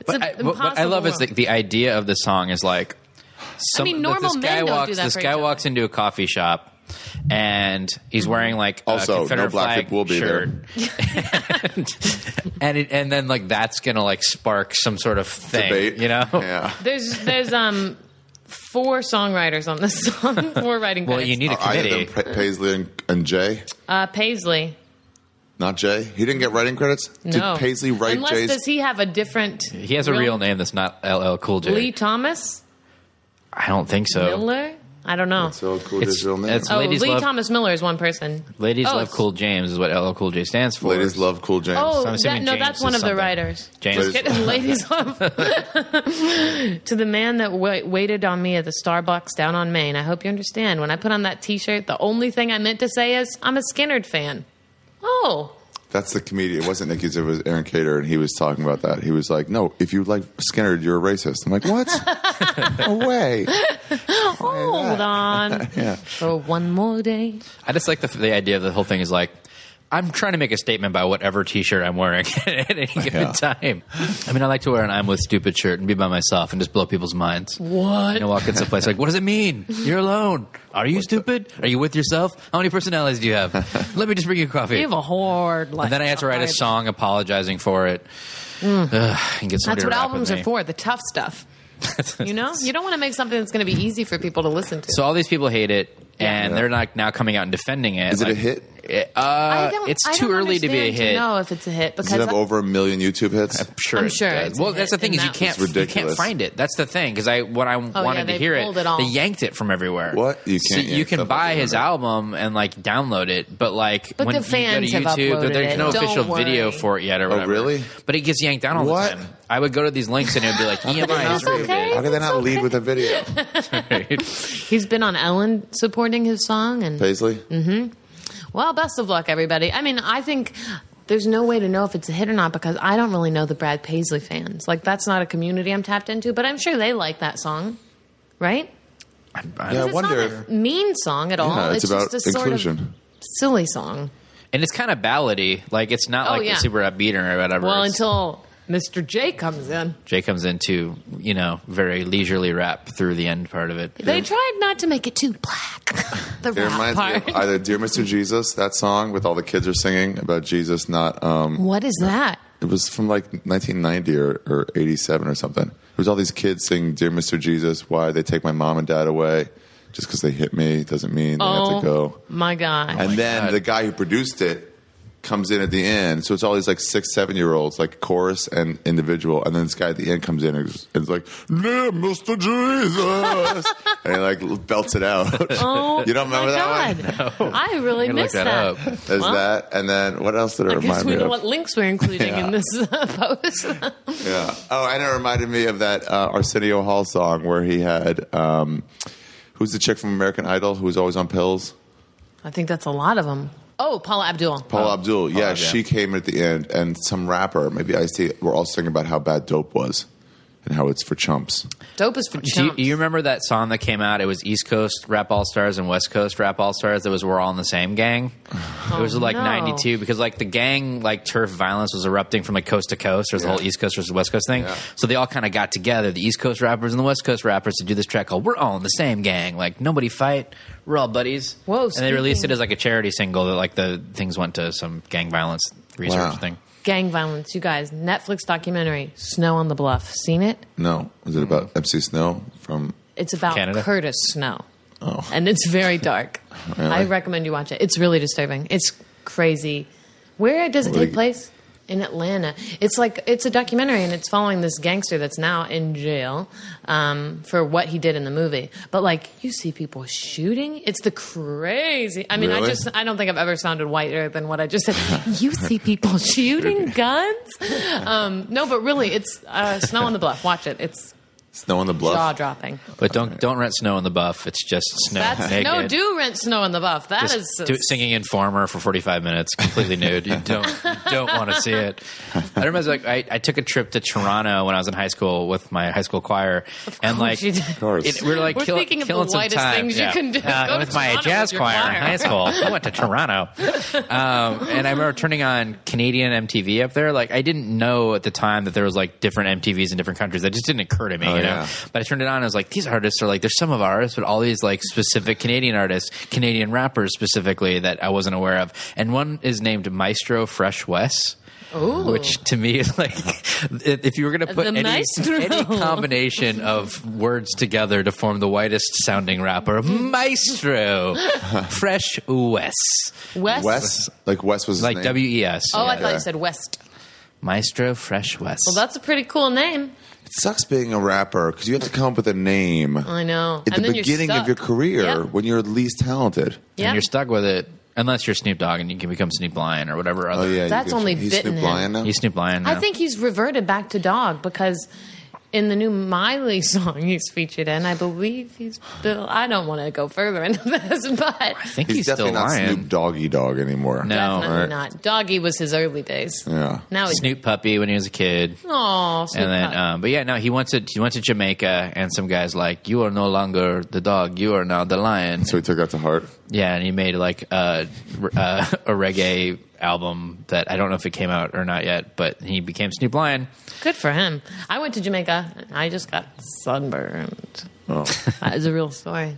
[SPEAKER 3] It's
[SPEAKER 2] But
[SPEAKER 3] an
[SPEAKER 2] I, what- what I
[SPEAKER 3] impossible
[SPEAKER 2] love is the,
[SPEAKER 3] world.
[SPEAKER 2] the idea of the song is like, some,
[SPEAKER 3] mean,
[SPEAKER 2] that
[SPEAKER 3] normal
[SPEAKER 2] this
[SPEAKER 3] men
[SPEAKER 2] guy
[SPEAKER 3] don't do
[SPEAKER 2] walks,
[SPEAKER 3] that
[SPEAKER 2] this
[SPEAKER 3] for
[SPEAKER 2] guy
[SPEAKER 3] each other. Mm-hmm.
[SPEAKER 2] walks into a coffee shop, and he's wearing like
[SPEAKER 6] Also,
[SPEAKER 2] a
[SPEAKER 6] no
[SPEAKER 2] Confederate
[SPEAKER 6] black
[SPEAKER 2] flag
[SPEAKER 6] people will be
[SPEAKER 2] shirt, and and, it, and then like that's gonna like spark some sort of thing,
[SPEAKER 6] Debate.
[SPEAKER 2] you know?
[SPEAKER 6] Yeah.
[SPEAKER 3] there's there's um. four songwriters on this song, four writing
[SPEAKER 2] Well,
[SPEAKER 3] credits.
[SPEAKER 2] you need a
[SPEAKER 6] I had them
[SPEAKER 2] committee.
[SPEAKER 6] Pa- Paisley and, and Jay.
[SPEAKER 3] uh, Paisley.
[SPEAKER 6] Not Jay. He didn't get writing credits.
[SPEAKER 3] No.
[SPEAKER 6] Did Paisley write
[SPEAKER 3] Unless
[SPEAKER 6] Jay's?
[SPEAKER 3] does he have a different?
[SPEAKER 2] He has a real name that's not LL Cool J.
[SPEAKER 3] Lee Thomas
[SPEAKER 2] I don't think so.
[SPEAKER 3] Miller. I don't know.
[SPEAKER 6] so cool.
[SPEAKER 2] It's-
[SPEAKER 6] his real name.
[SPEAKER 2] it's-
[SPEAKER 3] Oh,
[SPEAKER 2] Ladies
[SPEAKER 3] Lee
[SPEAKER 2] love-
[SPEAKER 3] Thomas Miller is one person.
[SPEAKER 2] Ladies
[SPEAKER 3] Oh,
[SPEAKER 2] love
[SPEAKER 3] it's-
[SPEAKER 2] Cool James is what LL Cool J stands for.
[SPEAKER 6] Ladies love Cool James.
[SPEAKER 3] Oh,
[SPEAKER 2] So I'm
[SPEAKER 3] that,
[SPEAKER 2] assuming
[SPEAKER 3] no,
[SPEAKER 2] James
[SPEAKER 3] that's
[SPEAKER 2] is
[SPEAKER 3] one of the
[SPEAKER 2] something.
[SPEAKER 3] writers.
[SPEAKER 2] James.
[SPEAKER 3] Just kidding. Ladies love. to the man that wa waited on me at the Starbucks down on Main. I hope you understand. When I put on that T-shirt, the only thing I meant to say is I'm a Skinnerd fan. Oh,
[SPEAKER 6] That's the comedian. It wasn't Nicky. It was Aaron Cater, and he was talking about that. He was like, "No, if you like Skinner, you're a racist." I'm like, "What? no way."
[SPEAKER 3] hold on
[SPEAKER 6] Yeah.
[SPEAKER 3] for one more day.
[SPEAKER 2] I just like the, the idea of the whole thing is like, I'm trying to make a statement by whatever T-shirt I'm wearing at any given
[SPEAKER 6] Yeah.
[SPEAKER 2] time. I mean, I like to wear an "I'm with stupid" shirt and be by myself and just blow people's minds.
[SPEAKER 3] What?
[SPEAKER 2] You know, walk into a place like, what does it mean? You're alone. Are you stupid? Are you with yourself? How many personalities do you have? Let me just bring you coffee.
[SPEAKER 3] You have a hard life.
[SPEAKER 2] and then I have to write a song apologizing for it. Ugh, and get somebody
[SPEAKER 3] Mm. That's
[SPEAKER 2] to
[SPEAKER 3] what
[SPEAKER 2] rap with
[SPEAKER 3] albums are
[SPEAKER 2] me.
[SPEAKER 3] for, the tough stuff. you know? You don't want to make something that's going to be easy for people to listen to.
[SPEAKER 2] So all these people hate it, and they're not now coming out and defending it.
[SPEAKER 6] Is it a
[SPEAKER 2] Like,
[SPEAKER 6] hit?
[SPEAKER 2] it- uh, it's too early to be a hit.
[SPEAKER 3] No, if it's a hit because
[SPEAKER 6] Does it have
[SPEAKER 3] I-
[SPEAKER 6] over a million YouTube hits?
[SPEAKER 2] Sure,
[SPEAKER 3] I'm
[SPEAKER 2] it
[SPEAKER 3] sure
[SPEAKER 2] does.
[SPEAKER 3] it's a
[SPEAKER 2] Well, that's the
[SPEAKER 3] hit,
[SPEAKER 2] thing
[SPEAKER 3] and
[SPEAKER 2] is you
[SPEAKER 3] that Oh,
[SPEAKER 2] can't
[SPEAKER 6] was- It's
[SPEAKER 2] you can't
[SPEAKER 6] ridiculous.
[SPEAKER 2] find it. That's the thing because I when I wanted to
[SPEAKER 3] they
[SPEAKER 2] hear
[SPEAKER 3] pulled
[SPEAKER 2] it,
[SPEAKER 3] it all.
[SPEAKER 2] they yanked it from everywhere.
[SPEAKER 6] What? You
[SPEAKER 2] So
[SPEAKER 6] can't
[SPEAKER 2] you
[SPEAKER 6] yank
[SPEAKER 2] can
[SPEAKER 6] stuff
[SPEAKER 2] buy
[SPEAKER 6] off the
[SPEAKER 2] his
[SPEAKER 6] internet.
[SPEAKER 2] album and like download it, but like
[SPEAKER 3] But
[SPEAKER 2] when
[SPEAKER 3] the
[SPEAKER 2] you
[SPEAKER 3] fans
[SPEAKER 2] go
[SPEAKER 3] have
[SPEAKER 2] to YouTube,
[SPEAKER 3] uploaded
[SPEAKER 2] there's
[SPEAKER 3] it.
[SPEAKER 2] no
[SPEAKER 3] Don't
[SPEAKER 2] official video
[SPEAKER 3] worry.
[SPEAKER 2] for it yet or
[SPEAKER 6] Oh,
[SPEAKER 2] whatever.
[SPEAKER 6] really?
[SPEAKER 2] But it gets yanked down all
[SPEAKER 6] What?
[SPEAKER 2] the time. I would go to these links and it'd be like EMI is
[SPEAKER 6] It's
[SPEAKER 3] okay.
[SPEAKER 6] How did they not lead with a video?
[SPEAKER 2] rated.
[SPEAKER 3] he's been on Ellen supporting his song, and
[SPEAKER 6] Paisley.
[SPEAKER 3] well, best of luck, everybody. I mean, I think. There's no way to know if it's a hit or not because I don't really know the Brad Paisley fans. Like, that's not a community I'm tapped into, but I'm sure they like that song, right?
[SPEAKER 2] I-
[SPEAKER 6] Yeah, I
[SPEAKER 3] It's
[SPEAKER 6] wonder.
[SPEAKER 3] not a mean song at all.
[SPEAKER 6] yeah, it's, about
[SPEAKER 3] just a
[SPEAKER 6] inclusion.
[SPEAKER 3] sort of silly song.
[SPEAKER 2] and it's kind of ballady. Like it's not
[SPEAKER 3] Oh,
[SPEAKER 2] like
[SPEAKER 3] yeah.
[SPEAKER 2] a super upbeat or whatever.
[SPEAKER 3] Well,
[SPEAKER 2] It's-
[SPEAKER 3] until Mr. J comes in.
[SPEAKER 2] Jay comes into you know very leisurely rap through the end part of it.
[SPEAKER 3] They tried not to make it too black. The
[SPEAKER 6] It
[SPEAKER 3] rap
[SPEAKER 6] reminds me
[SPEAKER 3] part.
[SPEAKER 6] of either "Dear Mr. Jesus" that song with all the kids are singing about Jesus. Not um,
[SPEAKER 3] What is that?
[SPEAKER 6] it was from like 1990 or, or 87 or something. It was all these kids singing "Dear Mr. Jesus," why they take my mom and dad away just because they hit me doesn't mean they have to go.
[SPEAKER 3] Oh my god!
[SPEAKER 6] and then
[SPEAKER 2] God.
[SPEAKER 6] the guy who produced it comes in at the end. So it's all these like six, seven year olds, like chorus and individual. And then this guy at the end comes in and is is like, "Dear Mr. Jesus. and he like belts it out.
[SPEAKER 3] oh,
[SPEAKER 6] you don't remember
[SPEAKER 3] my
[SPEAKER 6] that one?
[SPEAKER 3] god. I really
[SPEAKER 2] You
[SPEAKER 3] missed
[SPEAKER 2] gotta
[SPEAKER 3] that.
[SPEAKER 2] look that
[SPEAKER 6] There's
[SPEAKER 3] Well,
[SPEAKER 6] that. And then what else did it
[SPEAKER 3] I guess
[SPEAKER 6] remind
[SPEAKER 3] we
[SPEAKER 6] me
[SPEAKER 3] know
[SPEAKER 6] of?
[SPEAKER 3] what links we're including in
[SPEAKER 6] Yeah.
[SPEAKER 3] this uh, post.
[SPEAKER 6] Yeah. Oh, and it reminded me of that uh, Arsenio Hall song where he had, um, who's the chick from American Idol who was always on pills?
[SPEAKER 3] I think that's a lot of them. Oh, Paula Abdul.
[SPEAKER 6] Paul Abdul. Yeah,
[SPEAKER 2] Abdul.
[SPEAKER 6] she came at the end, and some rapper, maybe Ice T, were all singing about how bad dope was and how it's for chumps.
[SPEAKER 3] Dope is for
[SPEAKER 2] Do you,
[SPEAKER 3] chumps.
[SPEAKER 2] you remember that song that came out? It was East Coast Rap All Stars and West Coast Rap All Stars. That was we're all in the same gang. it was like
[SPEAKER 3] Oh, no.
[SPEAKER 2] '92 because like the gang like turf violence was erupting from like coast to coast. There's was the whole East Coast versus West Coast thing. So they all kind of got together, the East Coast rappers and the West Coast rappers, to do this track called "We're All in the Same Gang." Like nobody fight, we're all buddies.
[SPEAKER 3] Whoa,
[SPEAKER 2] And they released it
[SPEAKER 3] speaking-
[SPEAKER 2] as like a charity single. That like the things went to some gang violence research
[SPEAKER 6] Wow.
[SPEAKER 2] thing.
[SPEAKER 3] Gang violence, you guys. Netflix documentary, Snow on the Bluff. Seen it?
[SPEAKER 6] No, was it about MC Snow from? oh,
[SPEAKER 3] It's about
[SPEAKER 2] Canada?
[SPEAKER 3] Curtis Snow. And it's very dark. I recommend you watch it. It's really disturbing. It's crazy. Where does it
[SPEAKER 6] What do
[SPEAKER 3] take
[SPEAKER 6] you-
[SPEAKER 3] place? In Atlanta. It's like it's a documentary and it's following this gangster that's now in jail um, for what he did in the movie. But like you see people shooting. It's the crazy I mean I
[SPEAKER 6] Really?
[SPEAKER 3] just I don't think I've ever sounded whiter than what I just said. you see people shooting guns? Um, no, but really it's uh, Snow on the Bluff. Watch it. It's
[SPEAKER 6] Snow on the Bluff.
[SPEAKER 3] jaw dropping.
[SPEAKER 2] But don't don't rent snow in the buff. It's just snow.
[SPEAKER 3] That's
[SPEAKER 2] naked.
[SPEAKER 3] no do rent snow in the buff. That is
[SPEAKER 2] just do it singing Informer for 45 minutes, completely nude. You don't you don't want to see it. I remember like I, I took a trip to Toronto when I was in high school with my high school choir, and like
[SPEAKER 3] you did.
[SPEAKER 6] course.
[SPEAKER 2] it- we were like
[SPEAKER 3] We're
[SPEAKER 2] kill,
[SPEAKER 3] thinking of the
[SPEAKER 2] killing some
[SPEAKER 3] whitest
[SPEAKER 2] time.
[SPEAKER 3] things you can do.
[SPEAKER 2] Uh,
[SPEAKER 3] Go to
[SPEAKER 2] with my
[SPEAKER 3] Toronto
[SPEAKER 2] jazz
[SPEAKER 3] with your
[SPEAKER 2] choir in
[SPEAKER 3] choir.
[SPEAKER 2] high school. I went to Toronto, um, and I remember turning on Canadian MTV up there. Like I didn't know at the time that there was like different MTVs in different countries. That just didn't occur to me, you know.
[SPEAKER 6] Oh, yeah.
[SPEAKER 2] But I turned it on. and I was like, these artists are like, there's some of our artists, but all these like specific Canadian artists, Canadian rappers specifically that I wasn't aware of. And one is named Maestro Fresh Wes.
[SPEAKER 3] Ooh.
[SPEAKER 2] which to me is like if if you were going to put
[SPEAKER 3] The
[SPEAKER 2] any,
[SPEAKER 3] maestro.
[SPEAKER 2] any combination of words together to form the whitest sounding rapper, maestro, fresh Wes,
[SPEAKER 3] West.
[SPEAKER 6] Wes, like Wes was his
[SPEAKER 2] like
[SPEAKER 6] name.
[SPEAKER 2] W E S,
[SPEAKER 3] Oh, I
[SPEAKER 6] Yeah.
[SPEAKER 3] thought you said West.
[SPEAKER 2] maestro, fresh Wes.
[SPEAKER 3] Well, that's a pretty cool name.
[SPEAKER 6] It sucks being a rapper because you have to come up with a name
[SPEAKER 3] I know.
[SPEAKER 6] at
[SPEAKER 3] Mm. and
[SPEAKER 6] the
[SPEAKER 3] then you're
[SPEAKER 6] beginning of
[SPEAKER 3] stuck.
[SPEAKER 6] your career
[SPEAKER 3] Yep.
[SPEAKER 6] when you're least talented.
[SPEAKER 2] and
[SPEAKER 3] Yep.
[SPEAKER 2] you're stuck with it unless you're Snoop Dogg and you can become Snoop Lion or whatever.
[SPEAKER 6] Oh
[SPEAKER 2] Other,
[SPEAKER 6] yeah, you
[SPEAKER 3] That's
[SPEAKER 6] could-
[SPEAKER 3] only
[SPEAKER 6] he's
[SPEAKER 3] bitten
[SPEAKER 6] Snoop
[SPEAKER 3] him.
[SPEAKER 6] Lion now.
[SPEAKER 2] you Snoop Lion.
[SPEAKER 3] I
[SPEAKER 2] now.
[SPEAKER 3] think he's reverted back to dog because in the new Miley song he's featured in, I believe he's Bill. I don't want to go further into this, but
[SPEAKER 2] I think
[SPEAKER 6] he's,
[SPEAKER 2] he's, still
[SPEAKER 6] definitely not
[SPEAKER 2] Lion.
[SPEAKER 6] Snoop Doggy Dog anymore.
[SPEAKER 2] No.
[SPEAKER 3] definitely
[SPEAKER 2] right.
[SPEAKER 3] not. Doggy was his early days.
[SPEAKER 6] Oh, Yeah.
[SPEAKER 3] Now he's
[SPEAKER 2] Snoop Puppy when he was a kid.
[SPEAKER 3] Aw, Snoop
[SPEAKER 2] and then
[SPEAKER 3] Dogg.
[SPEAKER 2] um, but yeah no he went to he went to jamaica and some guys like you are no longer the dog you are now the lion
[SPEAKER 6] So he took that to heart.
[SPEAKER 2] yeah and he made like a, uh a reggae album that i don't know if it came out or not yet but he became snoop lion
[SPEAKER 3] Good for him. I went to Jamaica. and I just got sunburned.
[SPEAKER 6] Oh,
[SPEAKER 3] That is a real story.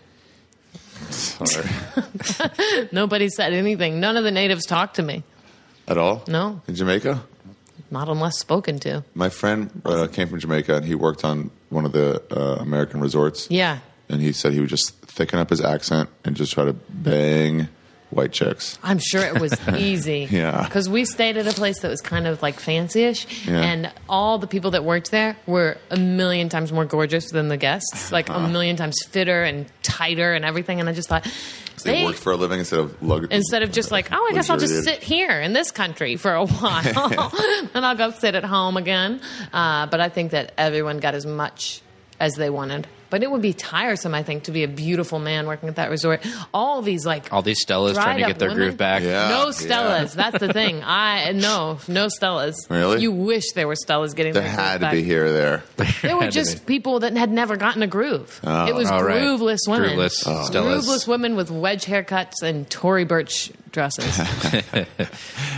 [SPEAKER 6] sorry.
[SPEAKER 3] Nobody said anything. None of the natives talked to me.
[SPEAKER 6] At all?
[SPEAKER 3] No.
[SPEAKER 6] In Jamaica?
[SPEAKER 3] Not unless spoken to.
[SPEAKER 6] My friend uh, came from Jamaica and he worked on one of the uh, American resorts.
[SPEAKER 3] Yeah.
[SPEAKER 6] And he said he would just thicken up his accent and just try to bang white chicks.
[SPEAKER 3] I'm sure it was easy.
[SPEAKER 6] Yeah.
[SPEAKER 3] Because we stayed at a place that was kind of like fancy ish,
[SPEAKER 6] Yeah.
[SPEAKER 3] and all the people that worked there were a million times more gorgeous than the guests, like
[SPEAKER 6] Uh-huh.
[SPEAKER 3] a million times fitter and tighter and everything. And I just thought,
[SPEAKER 6] They,
[SPEAKER 3] they-
[SPEAKER 6] worked for a living instead of luggage.
[SPEAKER 3] instead of just like, oh, I guess I'll just
[SPEAKER 6] Luxuriated.
[SPEAKER 3] sit here in this country for a while and I'll go sit at home again. Uh, but I think that everyone got as much as they wanted. But it would be tiresome, I think, to be a beautiful man working at that resort. All these like
[SPEAKER 2] all these stellas
[SPEAKER 3] Dried
[SPEAKER 2] trying to
[SPEAKER 3] up
[SPEAKER 2] get their
[SPEAKER 3] women?
[SPEAKER 2] groove back
[SPEAKER 6] Yeah.
[SPEAKER 3] no Stellas. That's the thing. I no, no Stellas.
[SPEAKER 6] Really?
[SPEAKER 3] You wish there were Stellas getting
[SPEAKER 6] There
[SPEAKER 3] their
[SPEAKER 6] had
[SPEAKER 3] groove
[SPEAKER 6] to be
[SPEAKER 3] back.
[SPEAKER 6] here or there.
[SPEAKER 3] There were just people that had never gotten a groove. it was
[SPEAKER 2] Oh, right.
[SPEAKER 3] grooveless women.
[SPEAKER 2] Grooveless Oh. Stellas.
[SPEAKER 3] Grooveless women with wedge haircuts and Tory Burch dresses.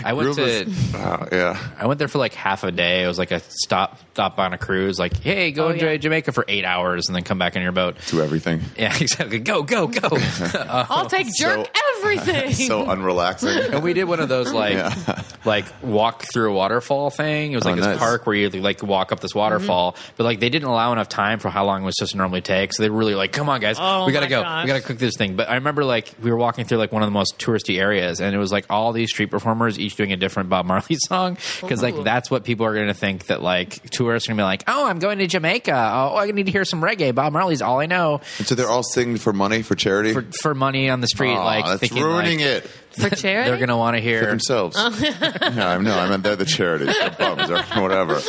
[SPEAKER 2] i went
[SPEAKER 6] Rumors-
[SPEAKER 2] to
[SPEAKER 6] wow, yeah.
[SPEAKER 2] I went there for like half a day. It was like a stop stop on a cruise. Like, hey, go
[SPEAKER 3] Oh,
[SPEAKER 2] enjoy
[SPEAKER 3] yeah.
[SPEAKER 2] Jamaica for eight hours and then come back on your boat.
[SPEAKER 6] Do everything.
[SPEAKER 2] Yeah, exactly. Go, go, go.
[SPEAKER 3] I'll take jerk everything.
[SPEAKER 6] So unrelaxing.
[SPEAKER 2] And we did one of those like like walk through a waterfall thing. It was like
[SPEAKER 6] Oh,
[SPEAKER 2] this
[SPEAKER 6] nice.
[SPEAKER 2] park where you like walk up this waterfall,
[SPEAKER 3] Mm-hmm.
[SPEAKER 2] but like they didn't allow enough time for how long it was supposed to normally take. So they were really like, come on guys,
[SPEAKER 3] Oh,
[SPEAKER 2] we gotta
[SPEAKER 3] my
[SPEAKER 2] go,
[SPEAKER 3] gosh.
[SPEAKER 2] we gotta cook this thing. But I remember like we were walking through like one of the most touristy areas, and it was like all these street performers each doing a different Bob Marley song because
[SPEAKER 3] Ooh.
[SPEAKER 2] like that's what people are gonna think that like tourists are gonna be like, oh, I'm going to Jamaica. Oh, I need to hear some reggae. Bob Marley's all I know
[SPEAKER 6] And so they're all singing for money, for charity.
[SPEAKER 2] for, for money on the street.
[SPEAKER 6] Aw,
[SPEAKER 2] like
[SPEAKER 6] that's
[SPEAKER 2] thinking,
[SPEAKER 6] ruining
[SPEAKER 2] like,
[SPEAKER 6] it
[SPEAKER 3] for charity.
[SPEAKER 2] They're gonna want to
[SPEAKER 6] for
[SPEAKER 2] hear
[SPEAKER 6] themselves. yeah, I know. I meant they're the charity. They're bums or whatever.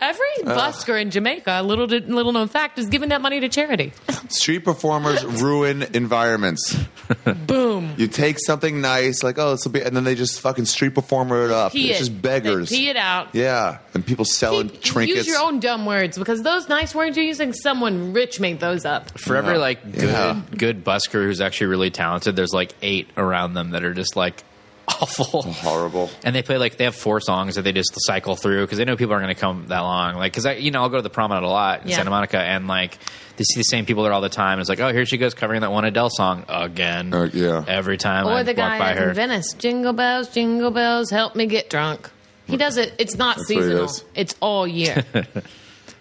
[SPEAKER 3] Every
[SPEAKER 6] Uh.
[SPEAKER 3] busker in Jamaica, little did- little known fact, is giving that money to charity.
[SPEAKER 6] Uh, Street performers ruin environments.
[SPEAKER 3] Boom.
[SPEAKER 6] You take something nice, like oh, this will be, and then they just fucking street performer it up.
[SPEAKER 3] Pee
[SPEAKER 6] it's
[SPEAKER 3] it.
[SPEAKER 6] just beggars.
[SPEAKER 3] They pee it out.
[SPEAKER 6] Yeah, and people selling
[SPEAKER 3] Keep-
[SPEAKER 6] trinkets.
[SPEAKER 3] Use your own dumb words because those nice words you're using, someone rich made those up.
[SPEAKER 2] Forever,
[SPEAKER 6] Yeah.
[SPEAKER 2] like good,
[SPEAKER 6] Yeah.
[SPEAKER 2] good busker who's actually really talented. There's like eight around them that are just like awful.
[SPEAKER 6] Horrible.
[SPEAKER 2] And they play like they have four songs that they just cycle through because they know people aren't going to come that long. Like because I, you know, I'll go to the promenade a lot in
[SPEAKER 3] Yeah.
[SPEAKER 2] Santa Monica, and like they see the same people there all the time. It's like, oh, here she goes covering that one Adele song again.
[SPEAKER 6] Uh, yeah.
[SPEAKER 2] every time I
[SPEAKER 3] Or the
[SPEAKER 2] walk
[SPEAKER 3] guy
[SPEAKER 2] by
[SPEAKER 3] that's
[SPEAKER 2] her.
[SPEAKER 3] in Venice, jingle bells, jingle bells, help me get drunk. He does it. It's not
[SPEAKER 6] That's what he
[SPEAKER 3] seasonal.
[SPEAKER 6] does.
[SPEAKER 3] It's all year.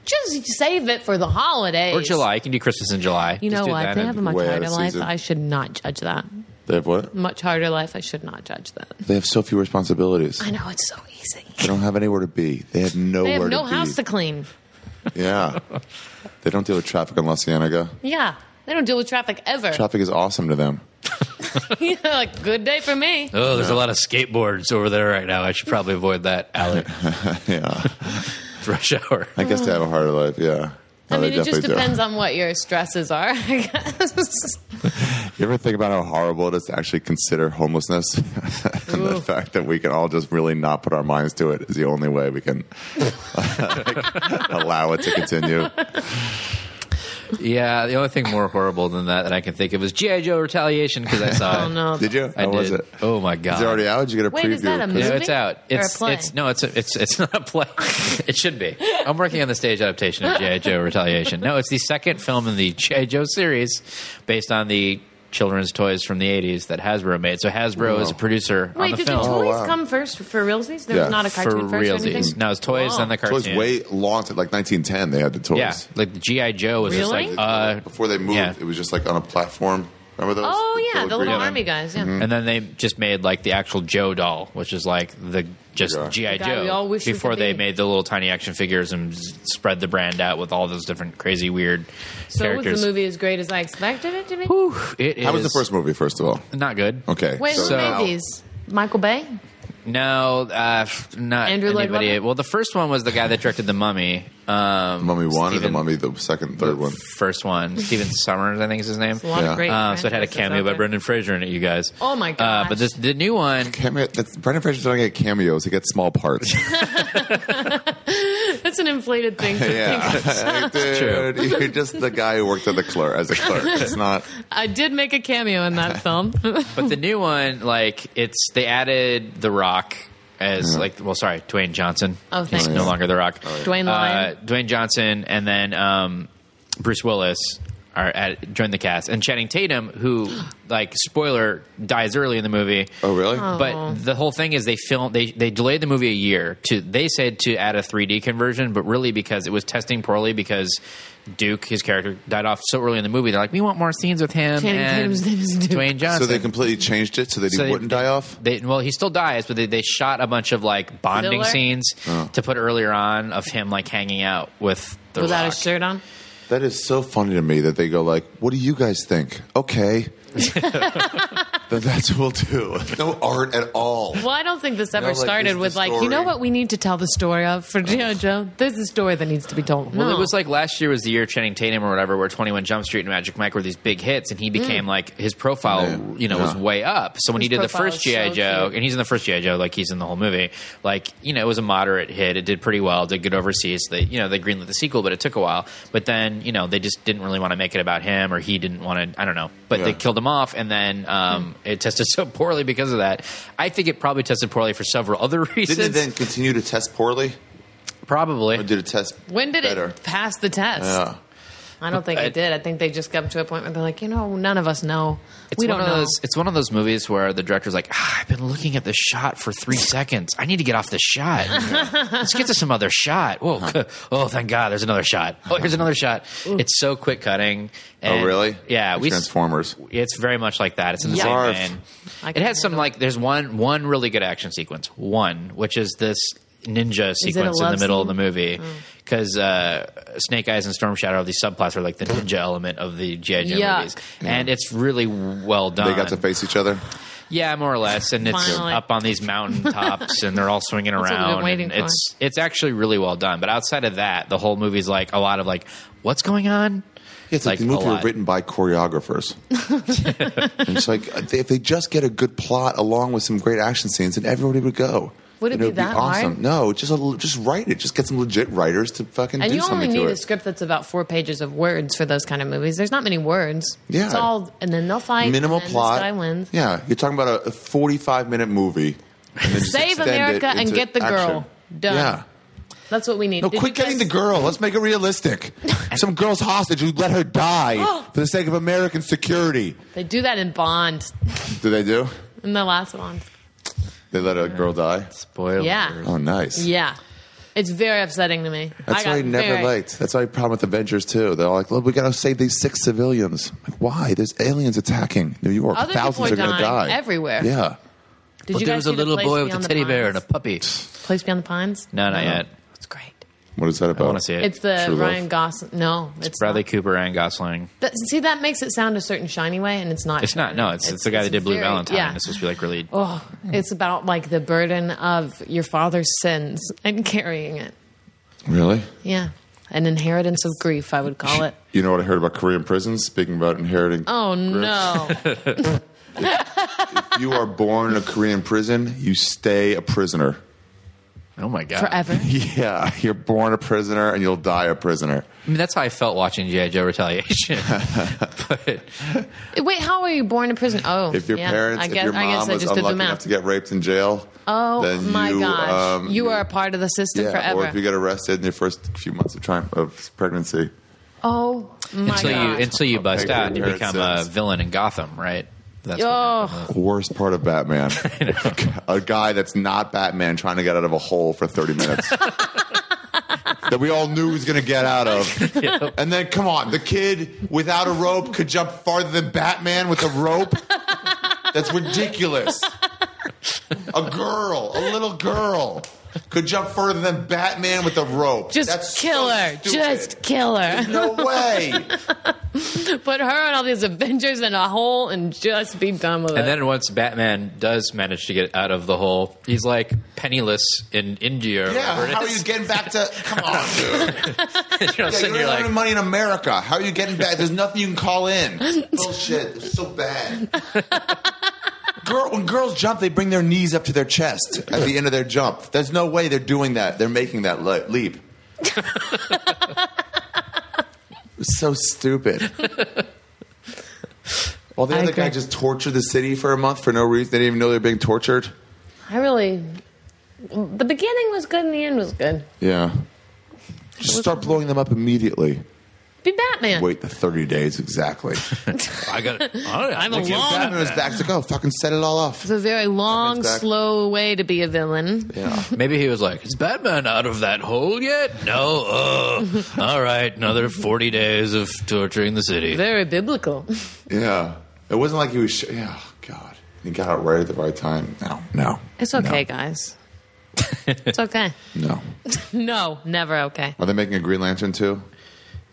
[SPEAKER 3] Just save it for the holidays
[SPEAKER 2] or July, you can do Christmas in July.
[SPEAKER 3] You
[SPEAKER 2] Just
[SPEAKER 3] know
[SPEAKER 2] do
[SPEAKER 3] what?
[SPEAKER 2] that
[SPEAKER 3] They
[SPEAKER 2] and-
[SPEAKER 3] have a much
[SPEAKER 6] way out of
[SPEAKER 3] harder life.
[SPEAKER 6] season.
[SPEAKER 3] I should not judge that.
[SPEAKER 6] They have what?
[SPEAKER 3] Much harder life. I should not judge that.
[SPEAKER 6] They have so few responsibilities.
[SPEAKER 3] I know it's so easy.
[SPEAKER 6] They don't have anywhere to be. They have
[SPEAKER 3] They
[SPEAKER 6] nowhere
[SPEAKER 3] have
[SPEAKER 6] to
[SPEAKER 3] no
[SPEAKER 6] be.
[SPEAKER 3] house to clean.
[SPEAKER 6] yeah, they don't deal with traffic in La Cienega.
[SPEAKER 3] Yeah, they don't deal with traffic ever.
[SPEAKER 6] Traffic is awesome to them.
[SPEAKER 3] yeah, like good day for me.
[SPEAKER 2] Oh, there's a lot of skateboards over there right now. I should probably avoid that alley.
[SPEAKER 6] Yeah,
[SPEAKER 2] rush hour.
[SPEAKER 6] I guess they have a harder life. Yeah. No,
[SPEAKER 3] I mean,
[SPEAKER 6] they
[SPEAKER 3] it just
[SPEAKER 6] definitely do.
[SPEAKER 3] depends on what your stresses are. I guess.
[SPEAKER 6] You ever think about how horrible it is to actually consider homelessness? and the fact that we can all just really not put our minds to it is the only way we can like, allow it to continue.
[SPEAKER 2] Yeah, the only thing more horrible than that that I can think of is GI Joe Retaliation because I saw.
[SPEAKER 3] Oh
[SPEAKER 2] it.
[SPEAKER 3] no!
[SPEAKER 6] Did you?
[SPEAKER 2] I
[SPEAKER 6] How was
[SPEAKER 2] did.
[SPEAKER 6] it?
[SPEAKER 2] Oh my god!
[SPEAKER 6] Is it already out? Did you get a
[SPEAKER 3] Wait,
[SPEAKER 6] preview?
[SPEAKER 3] is that a
[SPEAKER 6] Because-
[SPEAKER 2] no,
[SPEAKER 3] movie?
[SPEAKER 2] it's out.
[SPEAKER 3] Or a
[SPEAKER 2] It's
[SPEAKER 3] play?
[SPEAKER 2] it's no, it's a, it's it's not a play. it should be. I'm working on the stage adaptation of GI Joe Retaliation. No, it's the second film in the GI Joe series, based on the children's toys from the 80s that Hasbro made. So Hasbro is a producer on
[SPEAKER 3] Wait,
[SPEAKER 2] the
[SPEAKER 3] did
[SPEAKER 2] film.
[SPEAKER 3] the toys
[SPEAKER 6] Oh, wow.
[SPEAKER 3] come first for realsies? There
[SPEAKER 6] Yeah.
[SPEAKER 3] was not a
[SPEAKER 2] for
[SPEAKER 3] cartoon first or
[SPEAKER 2] realsies.
[SPEAKER 3] anything?
[SPEAKER 2] No, it's toys
[SPEAKER 3] Wow.
[SPEAKER 2] and the
[SPEAKER 6] It
[SPEAKER 2] cartoon.
[SPEAKER 6] was way long, to- like 1910. They had the toys.
[SPEAKER 2] Yeah, like the GI Joe was just
[SPEAKER 3] Really?
[SPEAKER 2] like, uh,
[SPEAKER 6] Before they moved,
[SPEAKER 2] yeah.
[SPEAKER 6] it was just like on a platform. Remember those?
[SPEAKER 3] Oh, yeah, the little
[SPEAKER 6] green-
[SPEAKER 3] army guys, yeah.
[SPEAKER 6] Mm-hmm.
[SPEAKER 2] and then they just made like the actual Joe doll, which is like the just
[SPEAKER 6] Yeah.
[SPEAKER 2] GI
[SPEAKER 3] The guy we
[SPEAKER 2] Joe.
[SPEAKER 3] all wish we
[SPEAKER 2] before
[SPEAKER 3] could
[SPEAKER 2] they
[SPEAKER 3] be.
[SPEAKER 2] made the little tiny action figures and s- spread the brand out with all those different crazy weird
[SPEAKER 3] So
[SPEAKER 2] characters.
[SPEAKER 3] was the movie as great as I expected it to be?
[SPEAKER 2] Whew, it
[SPEAKER 6] How was
[SPEAKER 2] is
[SPEAKER 6] the first Oh. movie? First of all,
[SPEAKER 2] Not good.
[SPEAKER 6] okay.
[SPEAKER 3] Wait, who
[SPEAKER 2] So-
[SPEAKER 3] made these? Michael Bay?
[SPEAKER 2] No, uh, f- not
[SPEAKER 3] Andrew Lloyd
[SPEAKER 2] anybody.
[SPEAKER 3] Webber?
[SPEAKER 2] well, the first one was the guy that directed the Mummy. Um,
[SPEAKER 6] Mummy one and the
[SPEAKER 2] Steven-
[SPEAKER 6] Mummy the second, third one.
[SPEAKER 2] First one, Steven Summers, I think is his name.
[SPEAKER 3] A lot
[SPEAKER 6] Yeah.
[SPEAKER 3] of great.
[SPEAKER 2] Uh, so it had a
[SPEAKER 3] franchises
[SPEAKER 2] cameo
[SPEAKER 3] out
[SPEAKER 2] by
[SPEAKER 3] there.
[SPEAKER 2] Brendan Fraser in it, you guys.
[SPEAKER 3] Oh, my
[SPEAKER 2] Uh,
[SPEAKER 3] gosh.
[SPEAKER 2] but this the new one.
[SPEAKER 6] Cameo. That's Brendan Fraser doesn't get cameos. He gets small parts.
[SPEAKER 3] That's an inflated thing. To think.
[SPEAKER 6] yeah, dude, you're just the guy who worked at the clerk as a clerk. It's not.
[SPEAKER 3] I did make a cameo in that film.
[SPEAKER 2] But the new one, like it's they added The Rock as like well, sorry, Dwayne Johnson.
[SPEAKER 3] Oh,
[SPEAKER 2] He's
[SPEAKER 3] thanks.
[SPEAKER 2] no longer The Rock.
[SPEAKER 6] Oh,
[SPEAKER 3] Dwayne Lyon.
[SPEAKER 2] Uh, Dwayne Johnson, and then um, Bruce Willis are at, joined the cast, and Channing Tatum, who like spoiler dies early in the movie.
[SPEAKER 6] Oh, really?
[SPEAKER 2] But the whole thing is they filmed they they delayed the movie a year to they said to add a 3D conversion, but really because it was testing poorly because Duke his character died off so early in the movie. They're like, we want more scenes with him
[SPEAKER 3] Channing
[SPEAKER 2] and
[SPEAKER 3] Tatum's name is Duke.
[SPEAKER 2] Dwayne Johnson.
[SPEAKER 6] So they completely changed it so that he
[SPEAKER 2] So they-
[SPEAKER 6] wouldn't die off.
[SPEAKER 2] They, well, he still dies, but they, they shot a bunch of like bonding
[SPEAKER 3] Filler?
[SPEAKER 2] scenes to put earlier on of him like hanging out with the
[SPEAKER 3] Without
[SPEAKER 2] Rock.
[SPEAKER 3] a shirt on?
[SPEAKER 6] That is so funny to me that they go like, "What do you guys think?" Okay, then that's what we'll do. No art at all.
[SPEAKER 3] Well, I don't think this ever
[SPEAKER 6] like, this
[SPEAKER 3] started
[SPEAKER 6] is the
[SPEAKER 3] with like, you know
[SPEAKER 6] story. Oh.
[SPEAKER 3] what we need to tell the story of for G.I. Joe? There's a story that needs to be told.
[SPEAKER 2] Well,
[SPEAKER 3] no.
[SPEAKER 2] it was like last year was the year Channing Tatum or whatever, where Twenty One Jump Street and Magic Mike were these big hits, and he became like his profile,
[SPEAKER 6] Yeah.
[SPEAKER 2] you know, was
[SPEAKER 6] Yeah.
[SPEAKER 2] way up. So when
[SPEAKER 3] Mm. His
[SPEAKER 2] he did the
[SPEAKER 3] profile
[SPEAKER 2] first
[SPEAKER 3] is
[SPEAKER 2] GI
[SPEAKER 3] so
[SPEAKER 2] Joe,
[SPEAKER 3] cute.
[SPEAKER 2] and he's in the first GI Joe, like he's in the whole movie, like you know, it was a moderate hit. It did pretty well, did good overseas. They you know they greenlit the sequel, but it took a while. But then you know they just didn't really want to make it about him, or he didn't want to. I don't know, but they
[SPEAKER 6] Yeah.
[SPEAKER 2] killed him off, and then um,
[SPEAKER 3] Hmm.
[SPEAKER 2] it tested so poorly because of that. I think it probably tested poorly for several other reasons.
[SPEAKER 6] Didn't it then continue to test poorly,
[SPEAKER 2] probably
[SPEAKER 6] or did it test?
[SPEAKER 3] when did
[SPEAKER 6] better?
[SPEAKER 3] it pass the test?
[SPEAKER 6] Yeah.
[SPEAKER 3] I don't think it did. I think they just got to a point where they're like, you know, none of us know.
[SPEAKER 2] It's
[SPEAKER 3] we
[SPEAKER 2] one of
[SPEAKER 3] don't know.
[SPEAKER 2] those. It's one of those movies where the director's like, ah, "I've been looking at this shot for three seconds. I need to get off this shot. Let's get to some other shot." Whoa! Oh, thank God, there's another shot. Oh, here's another shot. It's so quick cutting.
[SPEAKER 6] Oh,
[SPEAKER 2] and-
[SPEAKER 6] really?
[SPEAKER 2] Yeah,
[SPEAKER 6] The
[SPEAKER 2] we. s-
[SPEAKER 6] Transformers.
[SPEAKER 2] It's very much like that. It's in the
[SPEAKER 3] Yeah.
[SPEAKER 6] Barf.
[SPEAKER 2] same vein.
[SPEAKER 3] I
[SPEAKER 2] It
[SPEAKER 3] can
[SPEAKER 2] has some
[SPEAKER 3] handle
[SPEAKER 2] like. There's one one really good action sequence. One, which is this ninja
[SPEAKER 3] it a
[SPEAKER 2] sequence in the
[SPEAKER 3] love
[SPEAKER 2] middle of
[SPEAKER 3] scene?
[SPEAKER 2] the
[SPEAKER 3] Oh.
[SPEAKER 2] movie. Because uh, Snake Eyes and Storm Shadow are these subplots are like the ninja element of the G.I. Joe
[SPEAKER 3] Yuck.
[SPEAKER 2] movies. And it's really well done.
[SPEAKER 6] They got to face each other.
[SPEAKER 2] Yeah, more or less, and it's
[SPEAKER 3] Finally.
[SPEAKER 2] up on these mountain tops, and they're all swinging
[SPEAKER 3] That's what we've been
[SPEAKER 2] around.
[SPEAKER 3] waiting
[SPEAKER 2] and
[SPEAKER 3] for.
[SPEAKER 2] it's it's actually really well done. But outside of that, the whole movie's like a lot of like, what's going on?
[SPEAKER 6] It's
[SPEAKER 2] Like,
[SPEAKER 6] like, the
[SPEAKER 2] a
[SPEAKER 6] movie were
[SPEAKER 2] lot.
[SPEAKER 6] written by choreographers. And it's like if they just get a good plot along with some great action scenes, then everybody would go.
[SPEAKER 3] Would it
[SPEAKER 6] And
[SPEAKER 3] be
[SPEAKER 6] would
[SPEAKER 3] that
[SPEAKER 6] awesome?
[SPEAKER 3] hard?
[SPEAKER 6] No, just a, just write it. Just get some legit writers to fucking
[SPEAKER 3] And
[SPEAKER 6] do
[SPEAKER 3] you only
[SPEAKER 6] something to
[SPEAKER 3] need
[SPEAKER 6] it.
[SPEAKER 3] a script that's about four pages of words for those kind of movies. There's not many words.
[SPEAKER 6] Yeah.
[SPEAKER 3] It's all, and then they'll fight.
[SPEAKER 6] Minimal
[SPEAKER 3] and then
[SPEAKER 6] plot.
[SPEAKER 3] This guy wins.
[SPEAKER 6] Yeah, you're talking about a, a 45 minute movie. and then just
[SPEAKER 3] Save
[SPEAKER 6] extend it
[SPEAKER 3] America and
[SPEAKER 6] into
[SPEAKER 3] get the girl.
[SPEAKER 6] action.
[SPEAKER 3] Done.
[SPEAKER 6] Yeah.
[SPEAKER 3] That's what we need.
[SPEAKER 6] No,
[SPEAKER 3] Did
[SPEAKER 6] quit
[SPEAKER 3] you guys-
[SPEAKER 6] getting the girl. Let's make it realistic. Some girl's hostage. You let her die for the sake of American security.
[SPEAKER 3] They do that in Bond,
[SPEAKER 6] Do they do?
[SPEAKER 3] in the last Bond.
[SPEAKER 6] They let a girl die.
[SPEAKER 2] Spoiler.
[SPEAKER 3] Yeah.
[SPEAKER 6] Oh, nice.
[SPEAKER 3] Yeah. It's very upsetting to me.
[SPEAKER 6] That's
[SPEAKER 3] got
[SPEAKER 6] what I never
[SPEAKER 3] very-
[SPEAKER 6] liked. That's why I had a problem with Avengers too. They're like, "Look, we got to save these six civilians." Like, why? There's aliens attacking New York.
[SPEAKER 3] Other people
[SPEAKER 6] Thousands
[SPEAKER 3] are
[SPEAKER 6] are going to
[SPEAKER 3] dying
[SPEAKER 6] die
[SPEAKER 3] everywhere.
[SPEAKER 6] Yeah,
[SPEAKER 3] Did
[SPEAKER 2] But
[SPEAKER 3] you
[SPEAKER 2] there was
[SPEAKER 3] guys
[SPEAKER 2] a
[SPEAKER 3] see the
[SPEAKER 2] little
[SPEAKER 3] Place
[SPEAKER 2] boy with a
[SPEAKER 3] Beyond the
[SPEAKER 2] teddy bear and
[SPEAKER 3] Pines?
[SPEAKER 2] a puppy.
[SPEAKER 3] Place Beyond the Pines?
[SPEAKER 2] No, not yet.
[SPEAKER 3] It's great.
[SPEAKER 6] what is that
[SPEAKER 2] I
[SPEAKER 6] about?
[SPEAKER 2] want to see it.
[SPEAKER 3] It's the
[SPEAKER 6] True Love.
[SPEAKER 3] Ryan Gosling. No, it's,
[SPEAKER 2] Bradley
[SPEAKER 3] not.
[SPEAKER 2] Cooper and Gosling.
[SPEAKER 3] That- see, that makes it sound a certain shiny way, and it's not.
[SPEAKER 2] It's not. No, it's it's, the guy that did Blue
[SPEAKER 3] very-
[SPEAKER 2] Valentine.
[SPEAKER 3] Yeah.
[SPEAKER 2] It's supposed to be like really.
[SPEAKER 3] oh, it's about like the burden of your father's sins and carrying it.
[SPEAKER 6] Really?
[SPEAKER 3] Yeah, an inheritance of grief, I would call it.
[SPEAKER 6] You know what I heard about Korean prisons? Speaking about inheriting.
[SPEAKER 3] Oh no!
[SPEAKER 6] You are born in a Korean prison. You stay a prisoner.
[SPEAKER 2] Oh my god.
[SPEAKER 3] Forever.
[SPEAKER 6] Yeah, you're born a prisoner and you'll die a prisoner.
[SPEAKER 2] I mean, that's how I felt watching GI Joe Retaliation. but
[SPEAKER 3] Oh Wait, how are you born in prison? Oh,
[SPEAKER 6] If your
[SPEAKER 3] yeah,
[SPEAKER 6] parents,
[SPEAKER 3] I
[SPEAKER 6] if
[SPEAKER 3] guess,
[SPEAKER 6] your
[SPEAKER 3] I guess
[SPEAKER 6] mom
[SPEAKER 3] I
[SPEAKER 6] was
[SPEAKER 3] just did
[SPEAKER 6] unlucky
[SPEAKER 3] the
[SPEAKER 6] enough
[SPEAKER 3] math.
[SPEAKER 6] to get raped in jail,
[SPEAKER 3] oh
[SPEAKER 6] then
[SPEAKER 3] my
[SPEAKER 6] you,
[SPEAKER 3] gosh!
[SPEAKER 6] um,
[SPEAKER 3] you are a part of the system
[SPEAKER 6] yeah,
[SPEAKER 3] forever.
[SPEAKER 6] Or if you get arrested in your first few months of, tri- of pregnancy,
[SPEAKER 3] Oh my
[SPEAKER 2] until you
[SPEAKER 3] god!
[SPEAKER 2] until you bust
[SPEAKER 6] Okay,
[SPEAKER 2] out and you
[SPEAKER 6] where it
[SPEAKER 2] become
[SPEAKER 6] says-
[SPEAKER 2] a villain in Gotham, right? That's what
[SPEAKER 3] oh,
[SPEAKER 6] Worst part of Batman. a guy that's not Batman trying to get out of a hole for 30 minutes. that we all knew he was going to get out of. And then, come on, the kid without a rope could jump farther than Batman with a rope? That's ridiculous. A girl, a little girl, could jump further than Batman with a rope.
[SPEAKER 3] just
[SPEAKER 6] That's
[SPEAKER 3] kill
[SPEAKER 6] so
[SPEAKER 3] her!
[SPEAKER 6] stupid.
[SPEAKER 3] Just kill her!
[SPEAKER 6] No way.
[SPEAKER 3] Put her and all these Avengers in a hole and just be done with it.
[SPEAKER 2] And then once Batman does manage to get out of the hole, he's like penniless in India. Or
[SPEAKER 6] Yeah,
[SPEAKER 2] wherever
[SPEAKER 6] how are
[SPEAKER 2] it
[SPEAKER 6] you
[SPEAKER 2] is.
[SPEAKER 6] getting back to? Come on, dude.
[SPEAKER 2] you know,
[SPEAKER 6] Yeah,
[SPEAKER 2] sitting
[SPEAKER 6] you
[SPEAKER 2] here
[SPEAKER 6] don't have
[SPEAKER 2] like,
[SPEAKER 6] any money in America. How are you getting back? There's nothing you can call in. Bullshit. It's so bad. Girl, when girls jump, they bring their knees up to their chest at the end of their jump. There's no way they're doing that. They're making that le- leap. It's so stupid. Well, the
[SPEAKER 3] I
[SPEAKER 6] other guy
[SPEAKER 3] agree.
[SPEAKER 6] just tortured the city for a month for no reason. They didn't even know they were being tortured.
[SPEAKER 3] I really. The beginning was good and the end was good.
[SPEAKER 6] Yeah. Just start blowing them up immediately.
[SPEAKER 3] Be Batman.
[SPEAKER 6] Wait the 30 days exactly.
[SPEAKER 2] I got.
[SPEAKER 3] I'm
[SPEAKER 2] I'm
[SPEAKER 3] a long-
[SPEAKER 6] Batman was back to go. Fucking set it all off.
[SPEAKER 3] It's a very long,
[SPEAKER 6] Batman's back.
[SPEAKER 3] slow way to be a villain.
[SPEAKER 6] Yeah.
[SPEAKER 2] Maybe he was like, "Is Batman out of that hole yet? No. Uh, all right, another forty days of torturing the city.
[SPEAKER 3] Very biblical.
[SPEAKER 6] Yeah. It wasn't like he was. Sh- yeah. oh, God. He got out right at the right time. No. No.
[SPEAKER 3] It's okay, guys. It's okay.
[SPEAKER 6] No.
[SPEAKER 3] No, never okay.
[SPEAKER 6] Are they making a Green Lantern too?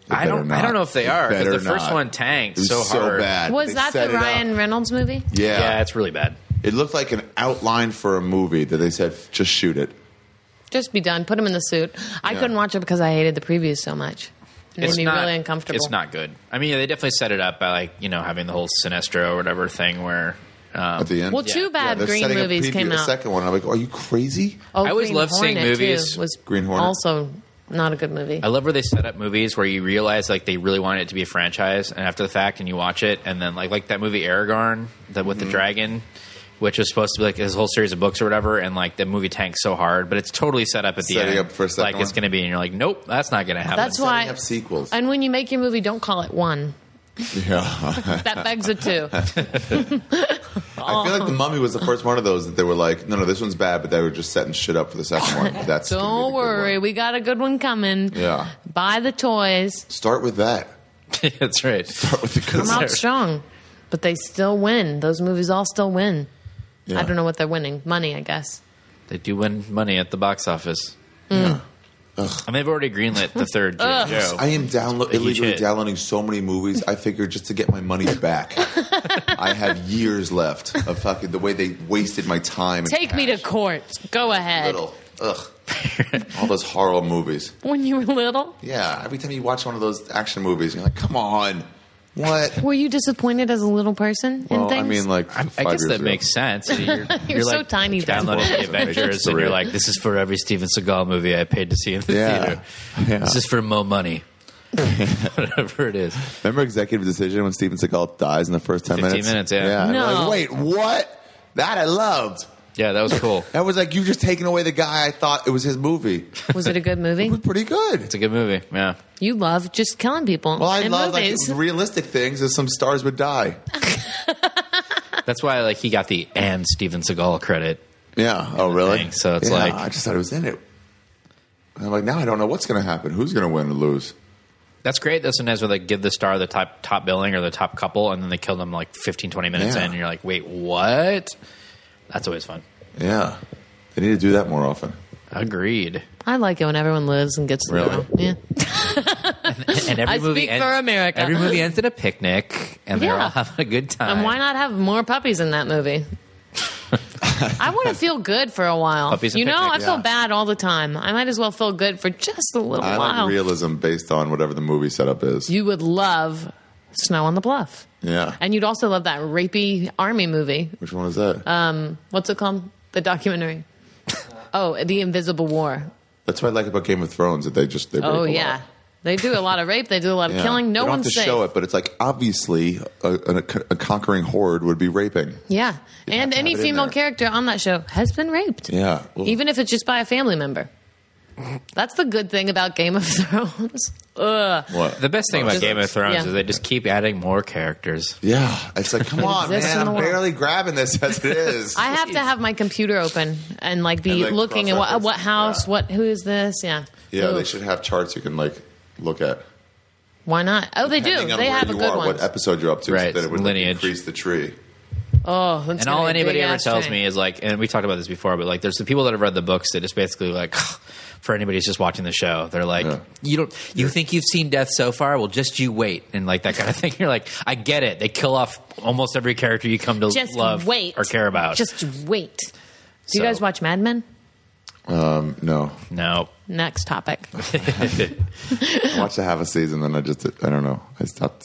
[SPEAKER 6] They
[SPEAKER 2] I
[SPEAKER 6] better
[SPEAKER 2] don't. I
[SPEAKER 6] not.
[SPEAKER 2] don't know if they are
[SPEAKER 6] better
[SPEAKER 2] because the first
[SPEAKER 6] not.
[SPEAKER 2] one tanked
[SPEAKER 6] It was
[SPEAKER 2] so hard.
[SPEAKER 6] bad.
[SPEAKER 3] Was
[SPEAKER 6] They
[SPEAKER 3] that
[SPEAKER 6] set
[SPEAKER 3] the
[SPEAKER 6] it up.
[SPEAKER 3] Ryan Reynolds movie?
[SPEAKER 6] Yeah.
[SPEAKER 2] Yeah, it's really bad.
[SPEAKER 6] It looked like an outline for a movie that they said, just shoot it.
[SPEAKER 3] Just be done. Put him in the suit. I
[SPEAKER 6] Yeah.
[SPEAKER 3] couldn't watch it because I hated the previews so much. It made
[SPEAKER 2] It's
[SPEAKER 3] me
[SPEAKER 2] not-
[SPEAKER 3] really uncomfortable.
[SPEAKER 2] It's not good. I mean, yeah, they definitely set it up by like you know having the whole Sinestro or whatever thing where. Um,
[SPEAKER 6] At the end.
[SPEAKER 3] Well, too bad
[SPEAKER 6] They're
[SPEAKER 3] Green
[SPEAKER 6] setting a
[SPEAKER 3] movies
[SPEAKER 6] preview
[SPEAKER 3] came
[SPEAKER 6] of the
[SPEAKER 3] out.
[SPEAKER 6] second one. I'm like, are you crazy?
[SPEAKER 3] Oh,
[SPEAKER 2] I always
[SPEAKER 3] Green
[SPEAKER 2] loved seeing
[SPEAKER 3] Hornet,
[SPEAKER 2] movies.
[SPEAKER 3] Too, was
[SPEAKER 6] Green Hornet.
[SPEAKER 3] also not a good movie.
[SPEAKER 2] I love where they set up movies where you realize like they really wanted it to be a franchise, and after the fact, and you watch it, and then like like that movie Aragorn, the with
[SPEAKER 6] Mm-hmm.
[SPEAKER 2] the dragon, which was supposed to be like his whole series of books or whatever, and like the movie tanks so hard, but it's totally set up at the end,
[SPEAKER 6] Setting up for a second
[SPEAKER 2] like it's
[SPEAKER 6] one.
[SPEAKER 2] going to be, and you're like, nope, that's not going to happen.
[SPEAKER 3] That's why.
[SPEAKER 6] Setting up sequels.
[SPEAKER 3] And when you make your movie, don't call it one.
[SPEAKER 6] yeah.
[SPEAKER 3] That begs a two.
[SPEAKER 6] I feel
[SPEAKER 3] Oh.
[SPEAKER 6] like the Mummy was the first one of those that they were like, no, no, this one's bad, but they were just setting shit up for the second one. That's gonna be the
[SPEAKER 3] Don't
[SPEAKER 6] good
[SPEAKER 3] worry,
[SPEAKER 6] one.
[SPEAKER 3] we got a good one coming.
[SPEAKER 6] Yeah.
[SPEAKER 3] Buy the toys.
[SPEAKER 6] Start with that.
[SPEAKER 2] that's right.
[SPEAKER 6] Start with the good
[SPEAKER 3] Come
[SPEAKER 6] one.
[SPEAKER 3] out strong, but they still win. Those movies all still win.
[SPEAKER 6] Yeah.
[SPEAKER 3] I don't know what they're winning. Money, I guess.
[SPEAKER 2] They do win money at the box office. And they've already greenlit the third G.I. Joe.
[SPEAKER 6] I am download-
[SPEAKER 2] a huge
[SPEAKER 6] illegally
[SPEAKER 2] hit.
[SPEAKER 6] downloading so many movies. I figured just to get my money back. I have years left of fucking the way they wasted my time. and
[SPEAKER 3] Take me to
[SPEAKER 6] cash.
[SPEAKER 3] court. Go ahead.
[SPEAKER 6] little. Ugh. All those horror movies.
[SPEAKER 3] When you were little,
[SPEAKER 6] Yeah, every time you watch one of those action movies, you're like, come on. What?
[SPEAKER 3] were you disappointed as a little person in
[SPEAKER 6] Well, I
[SPEAKER 3] things?
[SPEAKER 6] mean, like, five
[SPEAKER 2] I guess
[SPEAKER 6] years
[SPEAKER 2] that
[SPEAKER 6] ago.
[SPEAKER 2] makes sense. You're,
[SPEAKER 3] You're so tiny then.
[SPEAKER 2] Downloading the
[SPEAKER 6] Transformers and
[SPEAKER 2] Avengers,
[SPEAKER 6] Matrix
[SPEAKER 2] and you're
[SPEAKER 6] three.
[SPEAKER 2] like, "This is for every Steven Seagal movie I paid to see in the
[SPEAKER 6] Yeah.
[SPEAKER 2] theater.
[SPEAKER 6] Yeah.
[SPEAKER 2] This is for Mo money, whatever it is."
[SPEAKER 6] Remember Executive Decision when Steven Seagal dies in the first 10
[SPEAKER 2] 15
[SPEAKER 6] minutes?
[SPEAKER 2] minutes, yeah.
[SPEAKER 6] and you're
[SPEAKER 3] No.
[SPEAKER 6] Like, Wait, what? That I loved.
[SPEAKER 2] Yeah, that was cool.
[SPEAKER 6] That was like you just taking away the guy I thought it was his movie. It
[SPEAKER 3] was it a good movie?
[SPEAKER 6] was pretty good.
[SPEAKER 2] It's a good movie. Yeah,
[SPEAKER 3] You love just killing people
[SPEAKER 6] Well, I
[SPEAKER 3] in
[SPEAKER 6] love
[SPEAKER 3] movies.
[SPEAKER 6] like realistic things is some stars would die.
[SPEAKER 2] that's why like he got the and Steven Seagal credit.
[SPEAKER 6] Yeah. Oh, really?
[SPEAKER 2] thing, so it's
[SPEAKER 6] Yeah,
[SPEAKER 2] like-
[SPEAKER 6] I just thought it was in it. And I'm like, now I don't know what's going to happen. Who's going to win or lose?
[SPEAKER 2] That's great. That's sometimes where they give the star the top top billing or the top couple, and then they kill them like 15, 20 minutes
[SPEAKER 6] Yeah.
[SPEAKER 2] in, and you're like, "Wait, what?" That's always fun.
[SPEAKER 6] Yeah. They need to do that more often.
[SPEAKER 2] Agreed.
[SPEAKER 3] I like it when everyone lives and gets to
[SPEAKER 6] Really?
[SPEAKER 3] know. Yeah.
[SPEAKER 2] And every
[SPEAKER 3] I
[SPEAKER 2] movie
[SPEAKER 3] speak
[SPEAKER 2] ends,
[SPEAKER 3] for America.
[SPEAKER 2] Every movie ends at a picnic, and they're
[SPEAKER 3] Yeah.
[SPEAKER 2] all having a good time.
[SPEAKER 3] And why not have more puppies in that movie? I want to feel good for a while.
[SPEAKER 2] Puppies and
[SPEAKER 3] you know,
[SPEAKER 2] picnic,
[SPEAKER 3] I feel
[SPEAKER 6] yeah.
[SPEAKER 3] bad all the time. I might as well feel good for just a little
[SPEAKER 6] I
[SPEAKER 3] while.
[SPEAKER 6] like realism based on whatever the movie setup is.
[SPEAKER 3] Oh, you would love Snow on the Bluff.
[SPEAKER 6] yeah.
[SPEAKER 3] And you'd also love that rapey army movie. Um,
[SPEAKER 6] Which one is that?
[SPEAKER 3] Uh, What's it called? The documentary. oh, The Invisible War.
[SPEAKER 6] That's what I like about Game of Thrones that they just they rape a
[SPEAKER 3] Oh,
[SPEAKER 6] lot.
[SPEAKER 3] yeah. They do a lot of rape. They do a lot of
[SPEAKER 6] Yeah.
[SPEAKER 3] killing. No
[SPEAKER 6] they don't
[SPEAKER 3] one's
[SPEAKER 6] have to
[SPEAKER 3] safe.
[SPEAKER 6] show it, but it's like obviously a, a, a conquering horde would be raping.
[SPEAKER 3] Yeah. And
[SPEAKER 6] to
[SPEAKER 3] any
[SPEAKER 6] have it in
[SPEAKER 3] female
[SPEAKER 6] there.
[SPEAKER 3] character on that show has been raped.
[SPEAKER 6] Yeah, Well,
[SPEAKER 3] Even if it's just by a family member. That's the good thing about Game of Thrones. Ugh.
[SPEAKER 6] What?
[SPEAKER 2] The best thing about
[SPEAKER 3] Just-
[SPEAKER 2] Game of Thrones
[SPEAKER 3] yeah.
[SPEAKER 2] is they just keep adding more characters.
[SPEAKER 6] yeah, it's like come on,
[SPEAKER 3] exists
[SPEAKER 6] man,
[SPEAKER 3] in the
[SPEAKER 6] I'm
[SPEAKER 3] world.
[SPEAKER 6] barely grabbing this as it is.
[SPEAKER 3] I have to have my computer open and like be
[SPEAKER 6] And, like,
[SPEAKER 3] looking at what,
[SPEAKER 6] cross-reference.
[SPEAKER 3] what house,
[SPEAKER 6] Yeah.
[SPEAKER 3] what who is this? Yeah.
[SPEAKER 6] yeah, they
[SPEAKER 3] Oof.
[SPEAKER 6] should have charts you can like look at.
[SPEAKER 3] Why not? Oh, they do.
[SPEAKER 6] Depending on
[SPEAKER 3] They
[SPEAKER 6] where
[SPEAKER 3] have a
[SPEAKER 6] you
[SPEAKER 3] good
[SPEAKER 6] are,
[SPEAKER 3] one.
[SPEAKER 6] What episode you're up to?
[SPEAKER 2] Right,
[SPEAKER 6] So that it would like,
[SPEAKER 2] lineage.
[SPEAKER 6] increase the tree.
[SPEAKER 3] oh, that's
[SPEAKER 2] And
[SPEAKER 3] gonna
[SPEAKER 2] all
[SPEAKER 3] be a
[SPEAKER 2] anybody
[SPEAKER 3] big
[SPEAKER 2] ever
[SPEAKER 3] ass
[SPEAKER 2] tells
[SPEAKER 3] thing.
[SPEAKER 2] me is like, and we talked about this before, but like, there's the people that have read the books that just basically like, for anybody who's just watching the show, they're like,
[SPEAKER 6] Yeah.
[SPEAKER 2] you don't, you think you've seen death so far? Well, just you wait, and like that kind of thing. You're like, I get it. They kill off almost every character you come to
[SPEAKER 3] just
[SPEAKER 2] love
[SPEAKER 3] wait
[SPEAKER 2] or care about.
[SPEAKER 3] Just wait. Do you
[SPEAKER 2] So-
[SPEAKER 3] guys watch Mad Men?
[SPEAKER 6] Um, No,
[SPEAKER 2] no,
[SPEAKER 3] Next topic.
[SPEAKER 6] I watched a half a season, then I just I don't know. I stopped.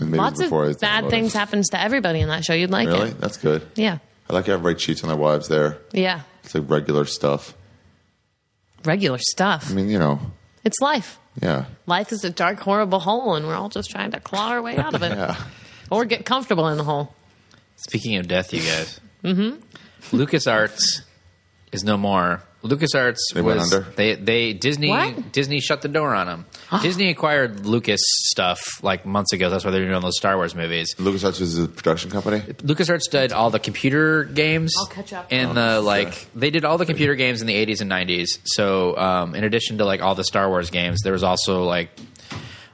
[SPEAKER 6] Maybe
[SPEAKER 3] Lots
[SPEAKER 6] before I
[SPEAKER 3] of bad
[SPEAKER 6] downloaded.
[SPEAKER 3] things happens to everybody in that show. You'd like
[SPEAKER 6] Really,
[SPEAKER 3] it.
[SPEAKER 6] that's good.
[SPEAKER 3] Yeah.
[SPEAKER 6] I like how everybody cheats on their wives there.
[SPEAKER 3] Yeah.
[SPEAKER 6] It's like regular stuff.
[SPEAKER 3] Regular stuff.
[SPEAKER 6] I mean, you know,
[SPEAKER 3] It's life.
[SPEAKER 6] yeah,
[SPEAKER 3] Life is a dark, horrible hole, and we're all just trying to claw our way out of it
[SPEAKER 6] yeah.
[SPEAKER 3] or get comfortable in the hole.
[SPEAKER 2] Speaking of death, you guys. mm-hmm. LucasArts is no more. LucasArts
[SPEAKER 6] They
[SPEAKER 2] was
[SPEAKER 6] went under?
[SPEAKER 2] they they Disney
[SPEAKER 3] What?
[SPEAKER 2] Disney shut the door on them. Disney acquired Lucas stuff like months ago. That's why they're doing those Star Wars movies.
[SPEAKER 6] LucasArts is a production company.
[SPEAKER 2] LucasArts did all the computer games.
[SPEAKER 3] I'll catch up.
[SPEAKER 2] And the like, they did all the computer games in the 80s and 90s. So, um, in addition to like all the Star Wars games, there was also like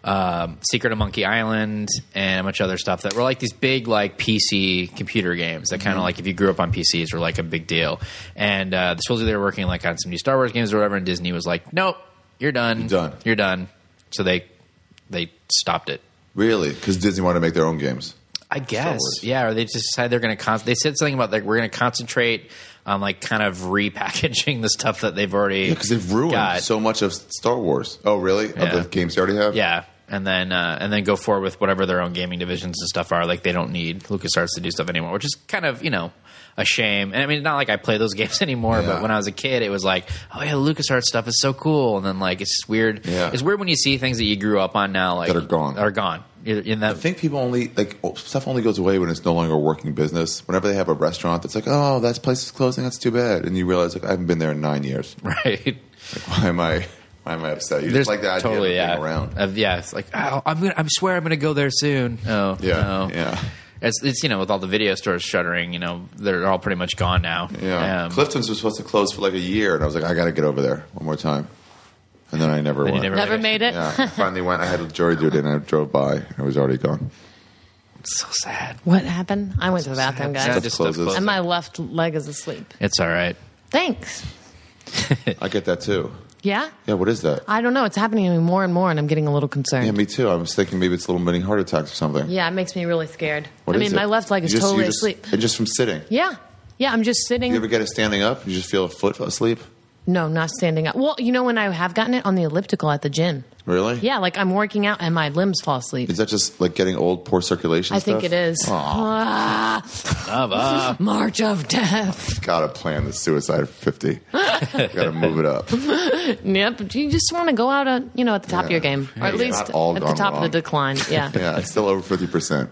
[SPEAKER 2] um, Secret of Monkey Island and a bunch of other stuff that were like these big like PC computer games that kind of like if you grew up on PCs were like a big deal. And uh, supposedly they were working like on some new Star Wars games or whatever, and Disney was like, "Nope, you're done. You're
[SPEAKER 6] done.
[SPEAKER 2] You're done." So they they stopped it.
[SPEAKER 6] Really? Because Disney wanted to make their own games.
[SPEAKER 2] I guess,
[SPEAKER 6] Wars.
[SPEAKER 2] yeah. Or they just decided they're going to. Con- they said something about like we're going to concentrate on like kind of repackaging the stuff that they've already
[SPEAKER 6] Because they've ruined
[SPEAKER 2] got.
[SPEAKER 6] so much of Star Wars. Oh, really?
[SPEAKER 2] Yeah.
[SPEAKER 6] Of the games they already have?
[SPEAKER 2] yeah, and then uh, and then go forward with whatever their own gaming divisions and stuff are. Like they don't need LucasArts to do stuff anymore, which is kind of you know a shame. And I mean, not like I play those games anymore,
[SPEAKER 6] Yeah.
[SPEAKER 2] but when I was a kid, it was like, oh yeah, LucasArts stuff is so cool. And then like it's just weird.
[SPEAKER 6] Yeah.
[SPEAKER 2] It's weird when you see things that you grew up on now, like
[SPEAKER 6] That are gone.
[SPEAKER 2] are gone. You're- In that
[SPEAKER 6] I think people only, like, oh, stuff only goes away when it's no longer a working business. Whenever they have a restaurant that's like, oh, that place is closing, that's too bad. And you realize, like, I haven't been there in nine years.
[SPEAKER 2] right.
[SPEAKER 6] Like, why am I, why am I upset? You
[SPEAKER 2] There's
[SPEAKER 6] just like the idea
[SPEAKER 2] totally,
[SPEAKER 6] of it
[SPEAKER 2] yeah.
[SPEAKER 6] being around.
[SPEAKER 2] Of- yeah, it's like oh, I'm gonna, I'm swear I'm gonna go there soon. Oh,
[SPEAKER 6] Yeah,
[SPEAKER 2] no.
[SPEAKER 6] yeah.
[SPEAKER 2] It's, it's you know with all the video stores shuttering, you know they're all pretty much gone now.
[SPEAKER 6] Yeah.
[SPEAKER 2] Um,
[SPEAKER 6] Clifton's was supposed to close for like a year, and I was like, I got to get over there one more time. And then I never
[SPEAKER 2] Then you
[SPEAKER 6] went.
[SPEAKER 2] never-
[SPEAKER 3] Never
[SPEAKER 2] Right.
[SPEAKER 3] made it.
[SPEAKER 6] yeah, I finally went. I had a jury duty, and I drove by, and it was already gone.
[SPEAKER 2] it's so sad.
[SPEAKER 3] What happened? I went to the bathroom,
[SPEAKER 2] Yeah,
[SPEAKER 3] guys.
[SPEAKER 2] just
[SPEAKER 6] closes.
[SPEAKER 2] stuff closes.
[SPEAKER 3] And my left leg is asleep.
[SPEAKER 2] It's all right.
[SPEAKER 3] Thanks.
[SPEAKER 6] I get that too.
[SPEAKER 3] Yeah?
[SPEAKER 6] Yeah, what is that?
[SPEAKER 3] I don't know. It's happening to me more and more, and I'm getting a little concerned.
[SPEAKER 6] Yeah, me too. I was thinking maybe it's little mini heart attacks or something.
[SPEAKER 3] Yeah, it makes me really scared.
[SPEAKER 6] What
[SPEAKER 3] I
[SPEAKER 6] is
[SPEAKER 3] mean,
[SPEAKER 6] it?
[SPEAKER 3] my left leg
[SPEAKER 6] You
[SPEAKER 3] is
[SPEAKER 6] just- you
[SPEAKER 3] totally
[SPEAKER 6] just-
[SPEAKER 3] asleep.
[SPEAKER 6] And just from sitting.
[SPEAKER 3] Yeah. Yeah, I'm just sitting.
[SPEAKER 6] You ever get it standing up? You just feel a foot asleep?
[SPEAKER 3] no, not standing up. Well, you know when I have gotten it on the elliptical at the gym.
[SPEAKER 6] Really?
[SPEAKER 3] Yeah, like I'm working out and my limbs fall asleep.
[SPEAKER 6] Is that just like getting old, poor circulation?
[SPEAKER 3] I think it is. Ah,
[SPEAKER 2] Love up.
[SPEAKER 3] March of Death.
[SPEAKER 6] Gotta plan the suicide 50. Gotta move it up.
[SPEAKER 3] Yep. You just want to go out, on, you know, at the top of your game, or at
[SPEAKER 6] It's
[SPEAKER 3] least
[SPEAKER 6] not
[SPEAKER 3] at
[SPEAKER 6] all
[SPEAKER 3] the
[SPEAKER 6] gone
[SPEAKER 3] top of
[SPEAKER 6] wrong.
[SPEAKER 3] the decline. Yeah.
[SPEAKER 6] Yeah, it's still over 50%.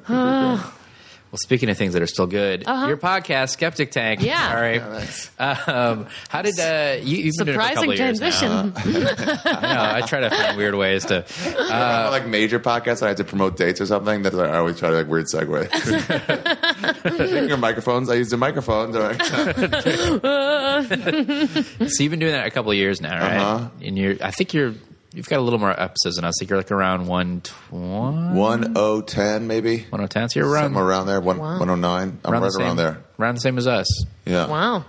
[SPEAKER 2] Well, speaking of things that are still good,
[SPEAKER 3] Uh-huh.
[SPEAKER 2] your podcast, Skeptic Tank.
[SPEAKER 3] Yeah.
[SPEAKER 2] Sorry.
[SPEAKER 6] Yeah, thanks.
[SPEAKER 2] Um, how did uh, you? You've been doing it for a
[SPEAKER 3] Surprising
[SPEAKER 2] couple of years now.
[SPEAKER 3] transition.
[SPEAKER 2] I know, I try to find weird ways to.
[SPEAKER 6] I'm on, like major podcasts, I have to promote dates or something. That's why I always try to like weird segue. Speaking of microphones, I used a microphone. during-
[SPEAKER 2] So you've been doing that a couple of years now, right?
[SPEAKER 6] Uh-huh.
[SPEAKER 2] And you're, I think you're, you've got a little more episodes than us. I think you're like around one twenty,
[SPEAKER 6] 1010 maybe?
[SPEAKER 2] one oh ten. So you're around,
[SPEAKER 6] Somewhere around there, one,
[SPEAKER 3] Wow.
[SPEAKER 6] 109. I'm right
[SPEAKER 2] same,
[SPEAKER 6] around there.
[SPEAKER 2] around the same as us.
[SPEAKER 6] Yeah.
[SPEAKER 3] Wow.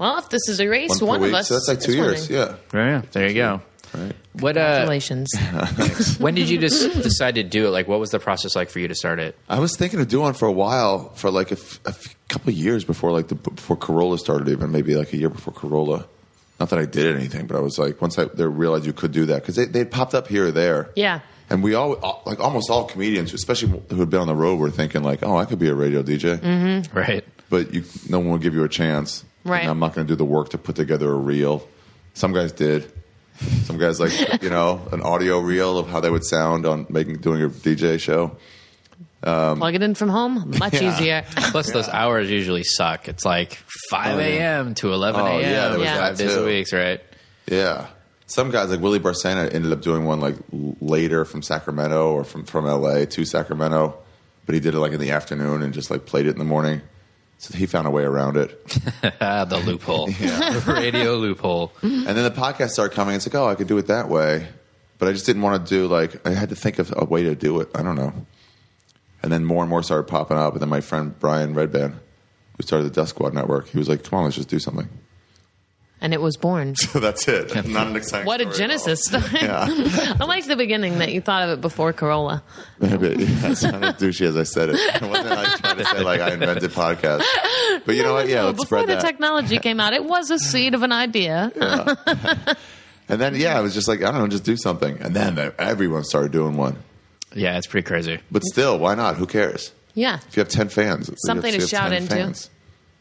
[SPEAKER 3] Well, if this is a race,
[SPEAKER 6] One per
[SPEAKER 3] one, of
[SPEAKER 6] week.
[SPEAKER 3] us.
[SPEAKER 6] So that's like two
[SPEAKER 3] is
[SPEAKER 6] years.
[SPEAKER 3] winning.
[SPEAKER 6] Yeah.
[SPEAKER 2] Yeah, there you go.
[SPEAKER 6] Right.
[SPEAKER 2] What? Uh,
[SPEAKER 3] Congratulations.
[SPEAKER 2] when did you just decide to do it? Like, what was the process like for you to start it?
[SPEAKER 6] I was thinking of doing one for a while, for like a, f- a f- couple of years before like the before Corolla started, even maybe like a year before Corolla. Not that I did anything, but I was like, once I they realized you could do that because they they popped up here or there.
[SPEAKER 3] Yeah.
[SPEAKER 6] And we all all- like almost all comedians, especially who had been on the road, were thinking like, "Oh, I could be a radio DJ,"
[SPEAKER 2] Right.
[SPEAKER 6] but you, no one would give you a chance.
[SPEAKER 3] Right.
[SPEAKER 6] And I'm not going to do the work to put together a reel. Some guys did. Some guys like you know an audio reel of how they would sound on making doing a DJ show.
[SPEAKER 3] Plug it in from home. Much
[SPEAKER 6] Um, Yeah.
[SPEAKER 3] easier.
[SPEAKER 2] Plus, those hours usually suck. It's like five a.m. to eleven
[SPEAKER 6] Oh,
[SPEAKER 2] a.m.
[SPEAKER 6] yeah, there
[SPEAKER 3] was
[SPEAKER 2] five
[SPEAKER 6] that
[SPEAKER 2] days a
[SPEAKER 6] too.
[SPEAKER 2] week, right?
[SPEAKER 6] Yeah. some guys like Willie Barcena ended up doing one like l- later from Sacramento or from from LA to Sacramento, but he did it like in the afternoon and just like played it in the morning. So he found a way around it.
[SPEAKER 2] Ah, the loophole. The radio loophole.
[SPEAKER 6] And then the podcast started coming. It's like, oh, I could do it that way, but I just didn't want to do like I had to think of a way to do it. I don't know. And then more and more started popping up. And then my friend Brian Redband, who started the Dust Squad Network, he was like, "Come on, let's just do something."
[SPEAKER 3] and it was born.
[SPEAKER 6] So that's it. Not an exciting.
[SPEAKER 3] What a
[SPEAKER 6] story at all.
[SPEAKER 3] genesis story! I like the beginning that you thought of it before Corolla.
[SPEAKER 6] Maybe. Yeah, it sounded douchey as I said it. It wasn't like trying to say like I invented podcasts. But you know what? Yeah,
[SPEAKER 3] No,
[SPEAKER 6] let's
[SPEAKER 3] before
[SPEAKER 6] spread
[SPEAKER 3] the
[SPEAKER 6] that.
[SPEAKER 3] technology came out, it was a seed of an idea.
[SPEAKER 6] and then yeah, I was just like, I don't know, just do something. And then everyone started doing one.
[SPEAKER 2] Yeah, it's pretty crazy.
[SPEAKER 6] But still, why not? Who cares?
[SPEAKER 3] yeah,
[SPEAKER 6] If you have ten fans, you
[SPEAKER 3] Something
[SPEAKER 6] have-
[SPEAKER 3] to
[SPEAKER 6] you have
[SPEAKER 3] shout
[SPEAKER 6] 10
[SPEAKER 3] into.
[SPEAKER 6] fans.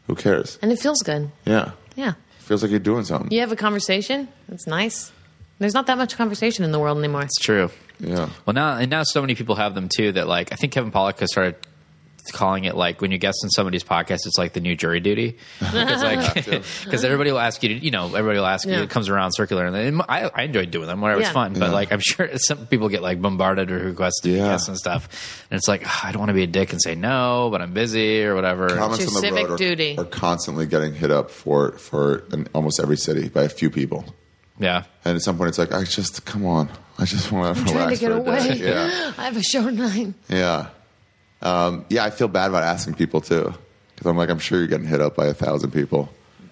[SPEAKER 6] Who cares?
[SPEAKER 3] and it feels good.
[SPEAKER 6] Yeah,
[SPEAKER 3] Yeah,
[SPEAKER 6] feels like you're doing something.
[SPEAKER 3] you have a conversation. That's nice. There's not that much conversation in the world anymore.
[SPEAKER 2] It's true.
[SPEAKER 6] Yeah.
[SPEAKER 2] Well, now and now so many people have them too. That like I think Kevin Pollak has started calling it like when you're guesting somebody's podcast, it's like the new jury duty because everybody will ask you, to, you know, everybody will ask you.
[SPEAKER 3] Yeah.
[SPEAKER 2] It comes around circular, and, then I, I enjoyed doing them. Whatever, it's
[SPEAKER 3] Yeah.
[SPEAKER 2] fun. But
[SPEAKER 6] Yeah.
[SPEAKER 2] like I'm sure some people get like bombarded or requested
[SPEAKER 6] Yeah.
[SPEAKER 2] guests and stuff, and it's like "Ah, I don't want to be a dick and say no, but I'm busy or whatever.
[SPEAKER 6] Comments
[SPEAKER 3] It's
[SPEAKER 6] on
[SPEAKER 3] your
[SPEAKER 6] the
[SPEAKER 3] civic
[SPEAKER 6] road are,
[SPEAKER 3] duty.
[SPEAKER 6] are constantly getting hit up for for in almost every city by a few people.
[SPEAKER 2] yeah,
[SPEAKER 6] And at some point, it's like, I just come on, I just want to relax
[SPEAKER 3] Trying to get
[SPEAKER 6] for a day.
[SPEAKER 3] away.
[SPEAKER 6] Yeah.
[SPEAKER 3] I have a show tonight.
[SPEAKER 6] Yeah. Um, yeah, I feel bad about asking people too. Because I'm like, I'm sure you're getting hit up by a thousand people.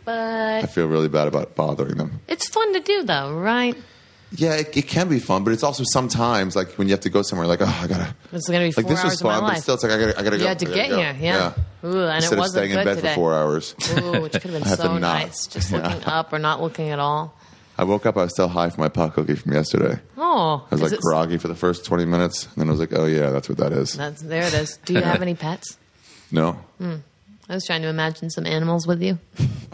[SPEAKER 6] I
[SPEAKER 3] But
[SPEAKER 6] feel really bad about bothering them.
[SPEAKER 3] it's fun to do, though, right?
[SPEAKER 6] Yeah, it, it can be fun, but it's also sometimes like when you have to go somewhere, like, oh, I gotta.
[SPEAKER 3] It's going to be four
[SPEAKER 6] Like, this
[SPEAKER 3] hours
[SPEAKER 6] was
[SPEAKER 3] of my
[SPEAKER 6] fun, but
[SPEAKER 3] life.
[SPEAKER 6] still, it's like, I gotta, I gotta
[SPEAKER 3] you
[SPEAKER 6] go.
[SPEAKER 3] had to
[SPEAKER 6] I gotta
[SPEAKER 3] get
[SPEAKER 6] go.
[SPEAKER 3] here, yeah. Ooh, and
[SPEAKER 6] Instead
[SPEAKER 3] it
[SPEAKER 6] of
[SPEAKER 3] wasn't
[SPEAKER 6] staying
[SPEAKER 3] good
[SPEAKER 6] in bed
[SPEAKER 3] today.
[SPEAKER 6] for four hours.
[SPEAKER 3] Ooh, which could have been
[SPEAKER 6] I have to
[SPEAKER 3] so
[SPEAKER 6] not.
[SPEAKER 3] nice, just
[SPEAKER 6] Yeah.
[SPEAKER 3] looking up or not looking at all.
[SPEAKER 6] I woke up, I was still high from my pot cookie from yesterday.
[SPEAKER 3] Oh,
[SPEAKER 6] I was
[SPEAKER 3] is
[SPEAKER 6] like
[SPEAKER 3] it-
[SPEAKER 6] groggy for the first 20 minutes, and then I was like, oh, yeah, that's what that is.
[SPEAKER 3] That's there it is. Do you have any pets?
[SPEAKER 6] No.
[SPEAKER 3] Mm. I was trying to imagine some animals with you.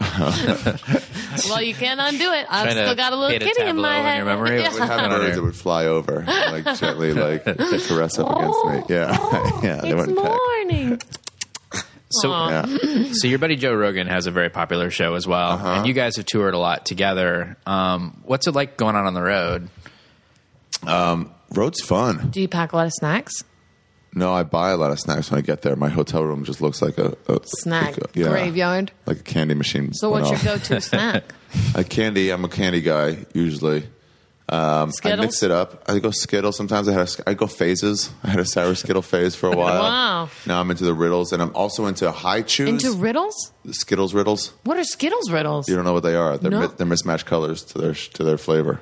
[SPEAKER 3] well, you can't undo it. I've
[SPEAKER 2] Trying to
[SPEAKER 3] still got a little
[SPEAKER 2] hit a
[SPEAKER 3] kitty in my
[SPEAKER 2] tableau in
[SPEAKER 3] head.
[SPEAKER 2] your memory.
[SPEAKER 6] I would
[SPEAKER 3] Yeah.
[SPEAKER 6] have
[SPEAKER 2] on
[SPEAKER 6] birds
[SPEAKER 2] here.
[SPEAKER 6] that would fly over, and, like gently, like caress up against me. Yeah, yeah, they
[SPEAKER 3] It's
[SPEAKER 6] wouldn't peck.
[SPEAKER 3] morning.
[SPEAKER 2] so.
[SPEAKER 3] Aw.
[SPEAKER 6] Yeah.
[SPEAKER 2] So your buddy Joe Rogan has a very popular show as well,
[SPEAKER 6] Uh-huh.
[SPEAKER 2] and you guys have toured a lot together. Um, what's it like going on on the road?
[SPEAKER 6] Road's fun.
[SPEAKER 3] Do you pack a lot of snacks?
[SPEAKER 6] No, I buy a lot of snacks when I get there. My hotel room just looks like a, a
[SPEAKER 3] Snack
[SPEAKER 6] like a- yeah,
[SPEAKER 3] graveyard.
[SPEAKER 6] like a candy machine.
[SPEAKER 3] So, what's
[SPEAKER 6] went
[SPEAKER 3] your
[SPEAKER 6] off.
[SPEAKER 3] go-to snack?
[SPEAKER 6] A candy. I'm a candy guy usually.
[SPEAKER 3] Skittles.
[SPEAKER 6] I mix it up. I go Skittle. Sometimes I had a, I go phases. I had a sour Skittle phase for a while.
[SPEAKER 3] Wow.
[SPEAKER 6] Now I'm into the riddles, and I'm also into high chews.
[SPEAKER 3] Into riddles?
[SPEAKER 6] Skittles riddles.
[SPEAKER 3] What are Skittles riddles?
[SPEAKER 6] You don't know what they are. They're
[SPEAKER 3] No.
[SPEAKER 6] mi- they're mismatched colors to their to their flavor.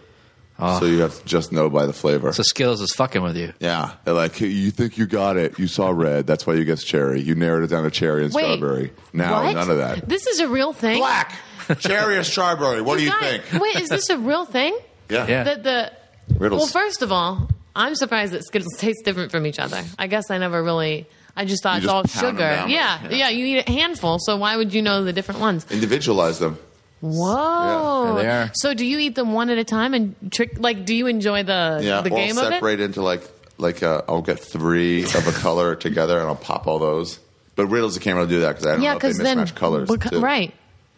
[SPEAKER 6] So you have to just know by the flavor.
[SPEAKER 2] So Skills is fucking with you.
[SPEAKER 6] Yeah, they're like "Hey, you think you got it. You saw red. That's why you guessed cherry. You narrowed it down to cherry and
[SPEAKER 3] Wait,
[SPEAKER 6] strawberry. Now
[SPEAKER 3] what?
[SPEAKER 6] none of that.
[SPEAKER 3] This is a real thing.
[SPEAKER 6] Black cherry or strawberry. What do you
[SPEAKER 3] Guys,
[SPEAKER 6] think?
[SPEAKER 3] Wait, is this a real thing?
[SPEAKER 6] Yeah,
[SPEAKER 2] Yeah.
[SPEAKER 3] That the
[SPEAKER 6] riddles.
[SPEAKER 3] well, first of all, I'm surprised that Skittles taste different from each other. I guess I never really. I just thought
[SPEAKER 6] You
[SPEAKER 3] it's all
[SPEAKER 6] just pound
[SPEAKER 3] sugar.
[SPEAKER 6] them down.
[SPEAKER 3] Yeah, yeah,
[SPEAKER 6] Yeah.
[SPEAKER 3] You eat a handful, so why would you know the different ones?
[SPEAKER 6] Individualize them.
[SPEAKER 3] Whoa!
[SPEAKER 2] There they are.
[SPEAKER 3] So do you eat them one at a time and trick? Like, do you enjoy the
[SPEAKER 6] Yeah,
[SPEAKER 3] the
[SPEAKER 6] well,
[SPEAKER 3] game of it?
[SPEAKER 6] separate into like like uh, I'll get three of a color together and I'll pop all those. But riddles, you can't really do that because I don't
[SPEAKER 3] Yeah,
[SPEAKER 6] know if they
[SPEAKER 3] because
[SPEAKER 6] mismatch
[SPEAKER 3] then
[SPEAKER 6] colors.
[SPEAKER 3] beca-
[SPEAKER 6] too.
[SPEAKER 3] right.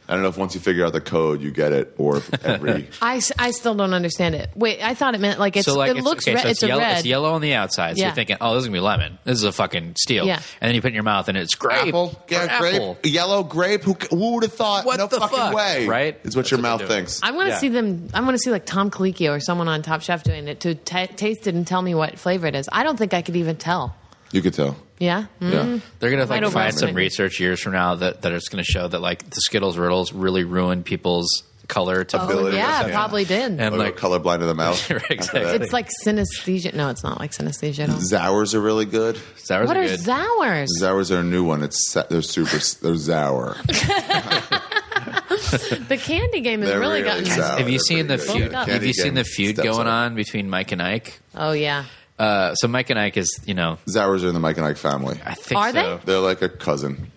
[SPEAKER 6] I don't know if once you figure out the code, you get it, or if every.
[SPEAKER 3] I, s- I still don't understand it. Wait, I thought it meant like it's
[SPEAKER 2] so like
[SPEAKER 3] it looks
[SPEAKER 2] okay,
[SPEAKER 3] red.
[SPEAKER 2] so
[SPEAKER 3] it's,
[SPEAKER 2] it's,
[SPEAKER 3] a
[SPEAKER 2] yellow,
[SPEAKER 3] red.
[SPEAKER 2] it's yellow on the outside. So
[SPEAKER 3] Yeah.
[SPEAKER 2] you're thinking, oh, this is gonna be lemon. This is a fucking steal.
[SPEAKER 3] Yeah.
[SPEAKER 2] And then you put it in your mouth and it's grape.
[SPEAKER 6] Yeah,
[SPEAKER 2] or
[SPEAKER 6] grape.
[SPEAKER 2] apple.
[SPEAKER 6] Yellow grape. Who, who would have thought?
[SPEAKER 2] What
[SPEAKER 6] no
[SPEAKER 2] the
[SPEAKER 6] fucking
[SPEAKER 2] fuck?
[SPEAKER 6] way.
[SPEAKER 2] Right?
[SPEAKER 6] It's what
[SPEAKER 2] That's
[SPEAKER 6] your
[SPEAKER 2] what
[SPEAKER 6] mouth
[SPEAKER 2] they're doing.
[SPEAKER 6] thinks.
[SPEAKER 3] I want to
[SPEAKER 2] Yeah.
[SPEAKER 3] see them. I want to see like Tom Colicchio or someone on Top Chef doing it to t- taste it and tell me what flavor it is. I don't think I could even tell.
[SPEAKER 6] You could tell.
[SPEAKER 3] Yeah. Mm.
[SPEAKER 6] Yeah.
[SPEAKER 2] They're gonna like
[SPEAKER 3] Might
[SPEAKER 2] find
[SPEAKER 3] overestimate
[SPEAKER 2] some
[SPEAKER 3] me.
[SPEAKER 2] research years from now that that it's gonna show that like the Skittles riddles really ruined people's color to
[SPEAKER 6] Ability.
[SPEAKER 3] Oh, yeah,
[SPEAKER 6] Yeah.
[SPEAKER 3] probably did.
[SPEAKER 2] And
[SPEAKER 6] Or
[SPEAKER 2] like,
[SPEAKER 6] colorblind of the mouth.
[SPEAKER 2] exactly.
[SPEAKER 3] it's like synesthesia. No, it's not like synesthesia at all.
[SPEAKER 6] Zours are really good.
[SPEAKER 2] sours
[SPEAKER 3] What
[SPEAKER 2] are
[SPEAKER 3] are
[SPEAKER 2] good.
[SPEAKER 3] Zowers?
[SPEAKER 6] Zours are a new one. It's sa- they're super. They're sour.
[SPEAKER 3] The candy game has
[SPEAKER 6] They're
[SPEAKER 3] really, gotten.
[SPEAKER 6] really sour.
[SPEAKER 2] Have you
[SPEAKER 6] They're
[SPEAKER 2] seen the
[SPEAKER 6] pretty good.
[SPEAKER 2] feud?
[SPEAKER 6] Yeah,
[SPEAKER 2] Have
[SPEAKER 6] candy
[SPEAKER 2] you seen
[SPEAKER 6] game
[SPEAKER 2] the feud
[SPEAKER 6] steps
[SPEAKER 2] going
[SPEAKER 6] up.
[SPEAKER 2] on between Mike and Ike?
[SPEAKER 3] Oh yeah.
[SPEAKER 2] Uh, so Mike and Ike is, you know,
[SPEAKER 6] Zours are in the Mike and Ike family.
[SPEAKER 2] I think
[SPEAKER 3] Are
[SPEAKER 2] so.
[SPEAKER 6] They're like a cousin.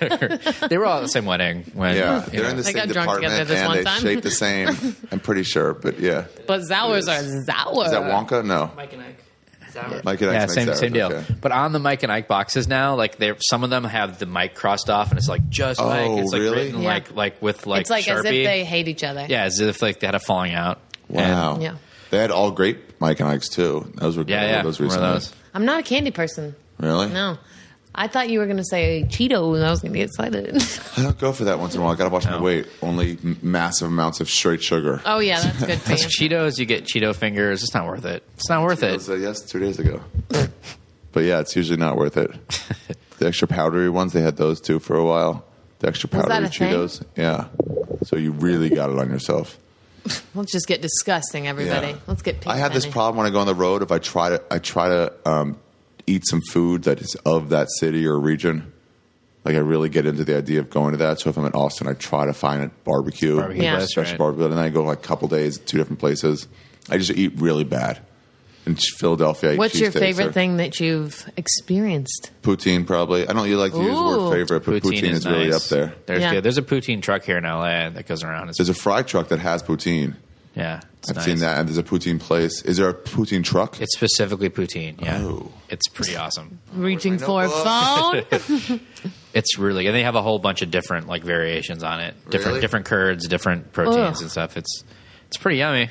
[SPEAKER 2] they? were all at the same wedding when
[SPEAKER 6] Yeah,
[SPEAKER 2] you
[SPEAKER 6] they're
[SPEAKER 2] know.
[SPEAKER 6] in
[SPEAKER 3] They
[SPEAKER 6] the same
[SPEAKER 3] got drunk
[SPEAKER 6] department
[SPEAKER 3] together this
[SPEAKER 6] and
[SPEAKER 3] one
[SPEAKER 6] they
[SPEAKER 3] time.
[SPEAKER 6] shape the same. I'm pretty sure, but yeah.
[SPEAKER 3] But Zowers
[SPEAKER 6] Yes.
[SPEAKER 3] are Zower.
[SPEAKER 6] Is that Wonka? No,
[SPEAKER 5] Uh, Mike and Ike. Is that right?
[SPEAKER 6] Mike and Ike.
[SPEAKER 2] yeah,
[SPEAKER 6] make
[SPEAKER 2] same
[SPEAKER 6] sours,
[SPEAKER 2] same deal.
[SPEAKER 6] okay.
[SPEAKER 2] But on the Mike and Ike boxes now, like they are some of them have the Mike crossed off, and it's like just
[SPEAKER 6] Oh,
[SPEAKER 2] Mike. It's like
[SPEAKER 6] really?
[SPEAKER 2] written
[SPEAKER 3] Yeah.
[SPEAKER 2] like like with like
[SPEAKER 3] it's like
[SPEAKER 2] Sharpie.
[SPEAKER 3] as if they hate each other.
[SPEAKER 2] yeah, as if like they had a falling out.
[SPEAKER 6] Wow.
[SPEAKER 3] Yeah.
[SPEAKER 6] They had all grape Mike and Ike's too. Those were
[SPEAKER 2] yeah, yeah.
[SPEAKER 6] Those
[SPEAKER 2] One of
[SPEAKER 6] recently.
[SPEAKER 2] those.
[SPEAKER 3] I'm not a candy person.
[SPEAKER 6] Really?
[SPEAKER 3] No. I thought you were going to say Cheeto and I was going to get excited.
[SPEAKER 6] I don't go for that once in a while. I gotta watch my
[SPEAKER 2] No.
[SPEAKER 6] weight. Only m- massive amounts of straight sugar.
[SPEAKER 3] oh, yeah, that's good for you.
[SPEAKER 2] Cheetos, you get Cheeto fingers. It's not worth it. It's not worth
[SPEAKER 6] It
[SPEAKER 2] it.
[SPEAKER 6] was, uh, yes, two days ago. but yeah, it's usually not worth it. the extra powdery ones, they had those too for a while. The extra
[SPEAKER 3] Was that
[SPEAKER 6] powdery
[SPEAKER 3] a thing?
[SPEAKER 6] Cheetos. Yeah. So you really got it on yourself.
[SPEAKER 3] Let's just get disgusting, everybody.
[SPEAKER 6] Yeah.
[SPEAKER 3] Let's get pink
[SPEAKER 6] I have this
[SPEAKER 3] penny.
[SPEAKER 6] problem when I go on the road if I try to I try to um, eat some food that is of that city or region. Like I really get into the idea of going to that. So if I'm in Austin, I try to find a barbecue,
[SPEAKER 2] Barbecue
[SPEAKER 3] Yeah.
[SPEAKER 2] place,
[SPEAKER 6] special
[SPEAKER 2] right.
[SPEAKER 6] barbecue, and then I go like a couple days, two different places. I just eat really bad. In Philadelphia, I eat
[SPEAKER 3] What's your
[SPEAKER 6] cheesesteaks
[SPEAKER 3] favorite
[SPEAKER 6] or
[SPEAKER 3] thing that you've experienced?
[SPEAKER 6] Poutine, probably. I don't you like to use the
[SPEAKER 3] Ooh.
[SPEAKER 6] word favorite, but poutine, is, really
[SPEAKER 2] nice.
[SPEAKER 6] up there.
[SPEAKER 2] There's
[SPEAKER 3] Yeah.
[SPEAKER 2] good. There's a poutine truck here in LA that goes around. It's,
[SPEAKER 6] There's a fry truck that has poutine.
[SPEAKER 2] yeah, it's
[SPEAKER 6] I've
[SPEAKER 2] nice.
[SPEAKER 6] seen that, and there's a poutine place. Is there a poutine truck?
[SPEAKER 2] It's specifically poutine. Yeah,
[SPEAKER 6] Oh.
[SPEAKER 2] it's pretty awesome.
[SPEAKER 3] Reaching for a phone?
[SPEAKER 2] It's really, and they have a whole bunch of different like variations on it. Different
[SPEAKER 6] Really?
[SPEAKER 2] different curds, different proteins
[SPEAKER 3] Ugh.
[SPEAKER 2] and stuff. It's it's pretty yummy.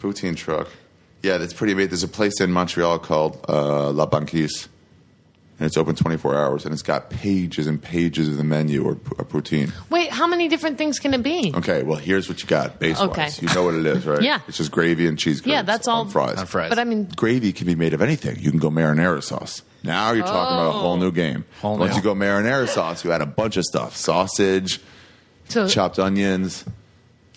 [SPEAKER 6] Poutine truck. Yeah, that's pretty amazing. There's a place in Montreal called uh, La Banquise, and it's open 24 hours, and it's got pages and pages of the menu or p- a poutine.
[SPEAKER 3] Wait, how many different things can it be?
[SPEAKER 6] Okay, well, here's what you got base wise.
[SPEAKER 3] Okay.
[SPEAKER 6] You know what it is, right?
[SPEAKER 3] Yeah.
[SPEAKER 6] It's just gravy and cheese curds.
[SPEAKER 3] Yeah, that's all-
[SPEAKER 6] on fries.
[SPEAKER 2] On fries.
[SPEAKER 3] But I mean,
[SPEAKER 6] Gravy can be made of anything. You can go marinara sauce. Now you're talking
[SPEAKER 3] Oh.
[SPEAKER 6] about a whole new game.
[SPEAKER 2] Whole
[SPEAKER 6] Once
[SPEAKER 2] new.
[SPEAKER 6] you go marinara sauce, you add a bunch of stuff sausage,
[SPEAKER 3] so,
[SPEAKER 6] chopped onions.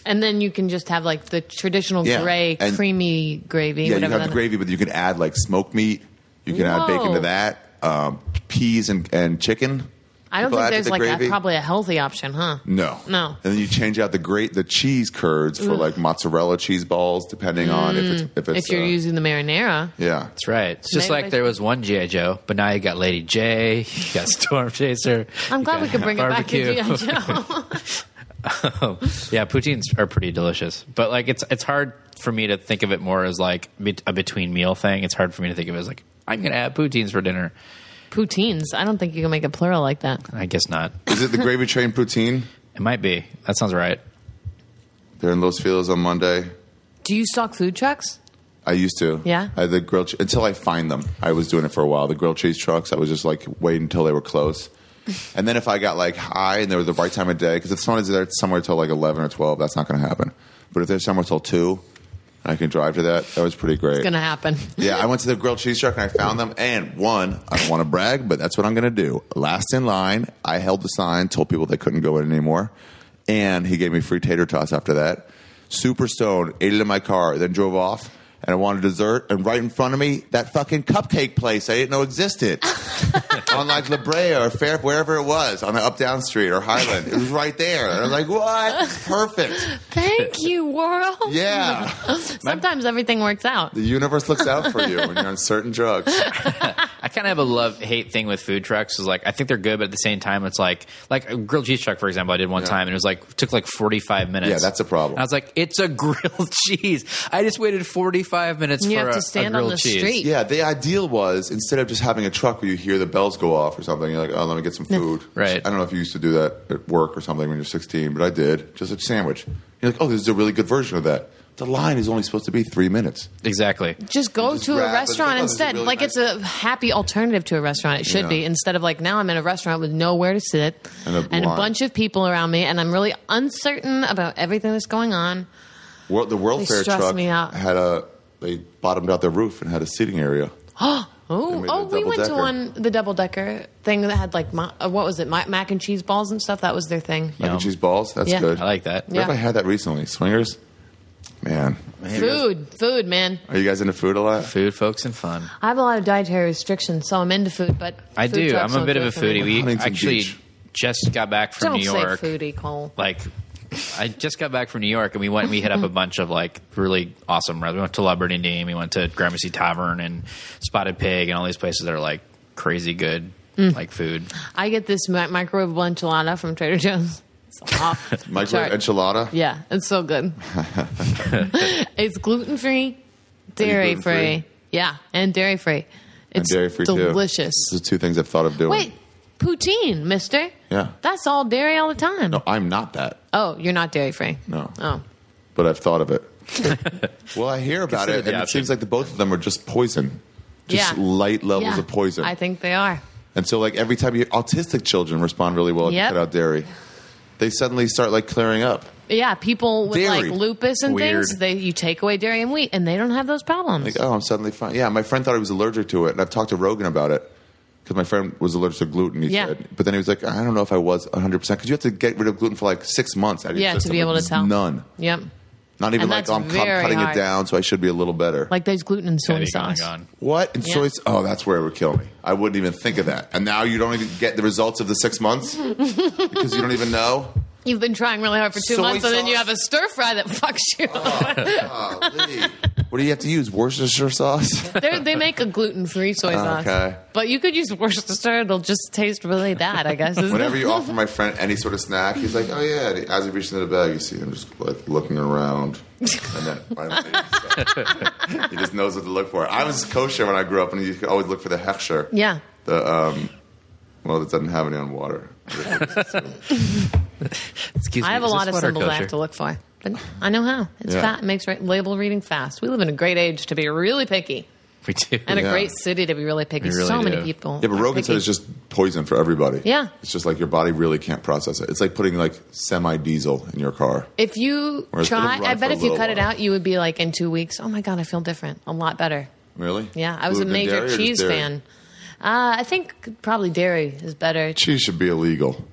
[SPEAKER 3] and then you can just have like the traditional
[SPEAKER 6] Yeah,
[SPEAKER 3] gray,
[SPEAKER 6] and-
[SPEAKER 3] creamy gravy,
[SPEAKER 6] Yeah, you
[SPEAKER 3] whatever
[SPEAKER 6] have the
[SPEAKER 3] that-
[SPEAKER 6] gravy, but you can add like smoked meat. You can add bacon
[SPEAKER 3] Whoa.
[SPEAKER 6] to that. Um, peas and, and chicken.
[SPEAKER 3] I don't
[SPEAKER 6] People add
[SPEAKER 3] think
[SPEAKER 6] to
[SPEAKER 3] there's
[SPEAKER 6] the
[SPEAKER 3] like a,
[SPEAKER 6] gravy.
[SPEAKER 3] probably a healthy option, huh?
[SPEAKER 6] No,
[SPEAKER 3] No.
[SPEAKER 6] And then you change out the great the cheese curds for like mozzarella cheese balls, depending on if it's if it's
[SPEAKER 3] Mm. If you're
[SPEAKER 6] uh,
[SPEAKER 3] using the marinara.
[SPEAKER 6] yeah.
[SPEAKER 2] That's right. It's just
[SPEAKER 3] Maybe I
[SPEAKER 2] like there was one GI Joe, but now you got Lady J, you got Storm Chaser.
[SPEAKER 3] I'm
[SPEAKER 2] you
[SPEAKER 3] glad
[SPEAKER 2] got
[SPEAKER 3] we could bring
[SPEAKER 2] barbecue.
[SPEAKER 3] it back to G.I. Joe.
[SPEAKER 2] yeah, poutines are pretty delicious, but like it's it's hard for me to think of it more as like bet- a between meal thing. It's hard for me to think of it as like I'm gonna have poutines for dinner.
[SPEAKER 3] Poutines. I don't think you can make a plural like that.
[SPEAKER 2] I guess not.
[SPEAKER 6] Is it the gravy train poutine?
[SPEAKER 2] It might be. That sounds right.
[SPEAKER 6] They're in Los Feliz on Monday.
[SPEAKER 3] Do you stock food trucks?
[SPEAKER 6] I used to.
[SPEAKER 3] Yeah?
[SPEAKER 6] I had the grilled che- until I find them. I was doing it for a while. The grilled cheese trucks. I was just like waiting until they were close. And then if I got like high and they were the right time of day, because if someone's there somewhere till like eleven or twelve, that's not going to happen. But if they're somewhere till two, and I can drive to that. That was pretty great.
[SPEAKER 3] Gonna happen.
[SPEAKER 6] yeah, I went to the grilled cheese truck and I found them. And one, I don't want to brag, but that's what I'm going to do. Last in line, I held the sign, told people they couldn't go in anymore, and he gave me free tater tots after that. Super stoned, ate it in my car, then drove off. And I wanted dessert, and right in front of me, that fucking cupcake place I didn't know existed on like La Brea or Fair, wherever it was, on the up down street or Highland. It was right there. And I was like, what? It's perfect.
[SPEAKER 3] Thank you, world.
[SPEAKER 6] Yeah.
[SPEAKER 3] Sometimes everything works out.
[SPEAKER 6] The universe looks out for you when you're on certain drugs.
[SPEAKER 2] I kind of have a love hate thing with food trucks. Is like I think they're good, but at the same time, it's like like a grilled cheese truck, for example. I did one time, and it was like took like forty five minutes.
[SPEAKER 6] Yeah, that's a problem.
[SPEAKER 2] And I was like, it's a grilled cheese. I just waited forty five minutes
[SPEAKER 3] You
[SPEAKER 2] for
[SPEAKER 3] have
[SPEAKER 2] a,
[SPEAKER 3] to
[SPEAKER 2] a
[SPEAKER 3] stand on
[SPEAKER 2] grilled
[SPEAKER 3] the
[SPEAKER 2] cheese.
[SPEAKER 3] street.
[SPEAKER 6] Yeah, the ideal was instead of just having a truck where you hear the bells go off or something, you're like, oh, let me get some food.
[SPEAKER 2] Right.
[SPEAKER 6] I don't know if you used to do that at work or something when you're 16, but I did. Just a sandwich. You're like, oh, this is a really good version of that. The line is only supposed to be three minutes.
[SPEAKER 2] Exactly.
[SPEAKER 3] Just go
[SPEAKER 6] Just
[SPEAKER 3] to a
[SPEAKER 6] grab it.
[SPEAKER 3] restaurant
[SPEAKER 6] Oh, this is
[SPEAKER 3] instead.
[SPEAKER 6] really
[SPEAKER 3] like it's
[SPEAKER 6] nice.
[SPEAKER 3] a happy alternative to a restaurant. It should
[SPEAKER 6] Yeah.
[SPEAKER 3] be instead of like now I'm in a restaurant with nowhere to sit
[SPEAKER 6] And a line.
[SPEAKER 3] bunch of people around me, and I'm really uncertain about everything that's going on.
[SPEAKER 6] Wor- the World
[SPEAKER 3] They
[SPEAKER 6] Fair
[SPEAKER 3] stress
[SPEAKER 6] truck
[SPEAKER 3] me out.
[SPEAKER 6] had a, they bottomed out their roof and had a seating area.
[SPEAKER 3] Oh,
[SPEAKER 6] made
[SPEAKER 3] oh,
[SPEAKER 6] the
[SPEAKER 3] we went to
[SPEAKER 6] double-decker.
[SPEAKER 3] one the double decker thing that had like ma- uh, what was it, ma- mac and cheese balls and stuff. That was their thing.
[SPEAKER 6] Mac
[SPEAKER 2] Yum.
[SPEAKER 6] and cheese balls, that's
[SPEAKER 3] Yeah.
[SPEAKER 6] good.
[SPEAKER 2] I like that.
[SPEAKER 6] Where
[SPEAKER 3] Yeah.
[SPEAKER 6] have I had that recently? Swingers? Man.
[SPEAKER 3] Food, food, man.
[SPEAKER 6] Are you guys into food a lot?
[SPEAKER 2] Food, folks, and fun.
[SPEAKER 3] I have a lot of dietary restrictions, so I'm into food. But
[SPEAKER 2] I
[SPEAKER 3] food
[SPEAKER 2] do.
[SPEAKER 3] trucks
[SPEAKER 2] I'm a
[SPEAKER 3] don't
[SPEAKER 2] bit
[SPEAKER 3] do
[SPEAKER 2] of a
[SPEAKER 3] it for me.
[SPEAKER 2] foodie. We
[SPEAKER 6] Huntington
[SPEAKER 2] actually
[SPEAKER 6] Beach.
[SPEAKER 2] just got back from
[SPEAKER 3] Don't
[SPEAKER 2] New
[SPEAKER 3] say
[SPEAKER 2] York.
[SPEAKER 3] foodie, Cole.
[SPEAKER 2] like I just got back from New York and we went and we hit up a bunch of like really awesome restaurants. We went to La Bernardine, we went to Gramercy Tavern and Spotted Pig and all these places that are like crazy good
[SPEAKER 3] Mm.
[SPEAKER 2] like food.
[SPEAKER 3] I get this mi- microwave enchilada from Trader Joe's. It's off.
[SPEAKER 6] Microwave
[SPEAKER 3] Sorry.
[SPEAKER 6] enchilada?
[SPEAKER 3] Yeah, it's so good. it's gluten free, dairy free.
[SPEAKER 6] gluten-free?
[SPEAKER 3] Yeah, and dairy free. It's
[SPEAKER 6] dairy-free, too.
[SPEAKER 3] delicious.
[SPEAKER 6] Those are two things I've thought of doing.
[SPEAKER 3] Wait, poutine, mister.
[SPEAKER 6] Yeah.
[SPEAKER 3] That's all dairy all the time.
[SPEAKER 6] No, I'm not that,
[SPEAKER 3] Oh, you're not dairy free.
[SPEAKER 6] No.
[SPEAKER 3] Oh.
[SPEAKER 6] but I've thought of it. Well, I hear about
[SPEAKER 2] Consider
[SPEAKER 6] it,
[SPEAKER 2] the
[SPEAKER 6] and it
[SPEAKER 2] option.
[SPEAKER 6] seems like the both of them are just poison, just
[SPEAKER 3] Yeah.
[SPEAKER 6] light levels
[SPEAKER 3] Yeah,
[SPEAKER 6] of poison.
[SPEAKER 3] I think they are.
[SPEAKER 6] And so, like every time you autistic children respond really well
[SPEAKER 3] Yep.
[SPEAKER 6] to cut out dairy, they suddenly start like clearing up.
[SPEAKER 3] Yeah, people with like
[SPEAKER 6] Dairy.
[SPEAKER 3] lupus and
[SPEAKER 2] Weird.
[SPEAKER 3] things, they you take away dairy and wheat, and they don't have those problems.
[SPEAKER 6] Like, oh, I'm suddenly fine. Yeah, my friend thought I was allergic to it, and I've talked to Rogan about it because my friend was allergic to gluten. He
[SPEAKER 3] Yeah.
[SPEAKER 6] said, but then he was like, I don't know if I was 100 percent because you have to get rid of gluten for like six months. Out of your
[SPEAKER 3] yeah, to
[SPEAKER 6] system.
[SPEAKER 3] be able to
[SPEAKER 6] It's
[SPEAKER 3] tell.
[SPEAKER 6] none.
[SPEAKER 3] Yep.
[SPEAKER 6] Not even
[SPEAKER 3] And
[SPEAKER 6] like
[SPEAKER 3] that's
[SPEAKER 6] oh, I'm cu-
[SPEAKER 3] very
[SPEAKER 6] cutting
[SPEAKER 3] hard.
[SPEAKER 6] it down, so I should be a little better.
[SPEAKER 3] Like there's gluten in soy
[SPEAKER 2] Gotta be gone,
[SPEAKER 3] sauce.
[SPEAKER 2] gone.
[SPEAKER 6] What? And
[SPEAKER 3] Yeah.
[SPEAKER 6] soy sauce? Oh, that's where it would kill me. I wouldn't even think of that. And now you don't even get the results of the six months because you don't even know.
[SPEAKER 3] You've been trying really hard for two
[SPEAKER 6] Soy
[SPEAKER 3] months, and then you
[SPEAKER 6] sauce.
[SPEAKER 3] have a stir fry that fucks you. up.
[SPEAKER 6] Golly. What do you have to use? Worcestershire sauce?
[SPEAKER 3] They're- they make a gluten free soy sauce,
[SPEAKER 6] Okay.
[SPEAKER 3] but you could use Worcestershire; it'll just taste really bad. I guess. isn't
[SPEAKER 6] Whenever
[SPEAKER 3] it?
[SPEAKER 6] you offer my friend any sort of snack, he's like, "Oh yeah." And As he reaches into the bag, you see him just like looking around, and then finally, he just knows what to look for. I was kosher when I grew up, and you could always look for the hechsher.
[SPEAKER 3] Yeah.
[SPEAKER 6] The um, well, that doesn't have any on water.
[SPEAKER 2] Excuse me.
[SPEAKER 3] I have a
[SPEAKER 2] is
[SPEAKER 3] lot
[SPEAKER 2] this
[SPEAKER 3] of
[SPEAKER 2] water
[SPEAKER 3] symbols I have
[SPEAKER 2] kosher?
[SPEAKER 3] to look for, but I know how. It's
[SPEAKER 6] Yeah.
[SPEAKER 3] fat. It makes right, label reading fast. We live in a great age to be really picky,
[SPEAKER 2] We do.
[SPEAKER 3] and
[SPEAKER 6] Yeah.
[SPEAKER 3] a great city to be really picky.
[SPEAKER 2] We really
[SPEAKER 3] so many
[SPEAKER 2] do.
[SPEAKER 3] people.
[SPEAKER 6] Yeah, but
[SPEAKER 3] are
[SPEAKER 6] Rogan said
[SPEAKER 3] picky.
[SPEAKER 6] it's just poison for everybody.
[SPEAKER 3] Yeah.
[SPEAKER 6] It's just like your body really can't process it. It's like putting like semi diesel in your car.
[SPEAKER 3] If you
[SPEAKER 6] Or it's gonna
[SPEAKER 3] try,
[SPEAKER 6] run
[SPEAKER 3] I
[SPEAKER 6] for
[SPEAKER 3] bet
[SPEAKER 6] a
[SPEAKER 3] if you
[SPEAKER 6] little
[SPEAKER 3] cut it
[SPEAKER 6] while.
[SPEAKER 3] out, you would be like in two weeks. Oh my god, I feel different. A lot better.
[SPEAKER 6] Really?
[SPEAKER 3] Yeah, I was
[SPEAKER 6] Gluten
[SPEAKER 3] a
[SPEAKER 6] and dairy
[SPEAKER 3] major
[SPEAKER 6] or just
[SPEAKER 3] cheese
[SPEAKER 6] dairy?
[SPEAKER 3] fan. Uh, I think probably dairy is better.
[SPEAKER 6] Cheese should be illegal.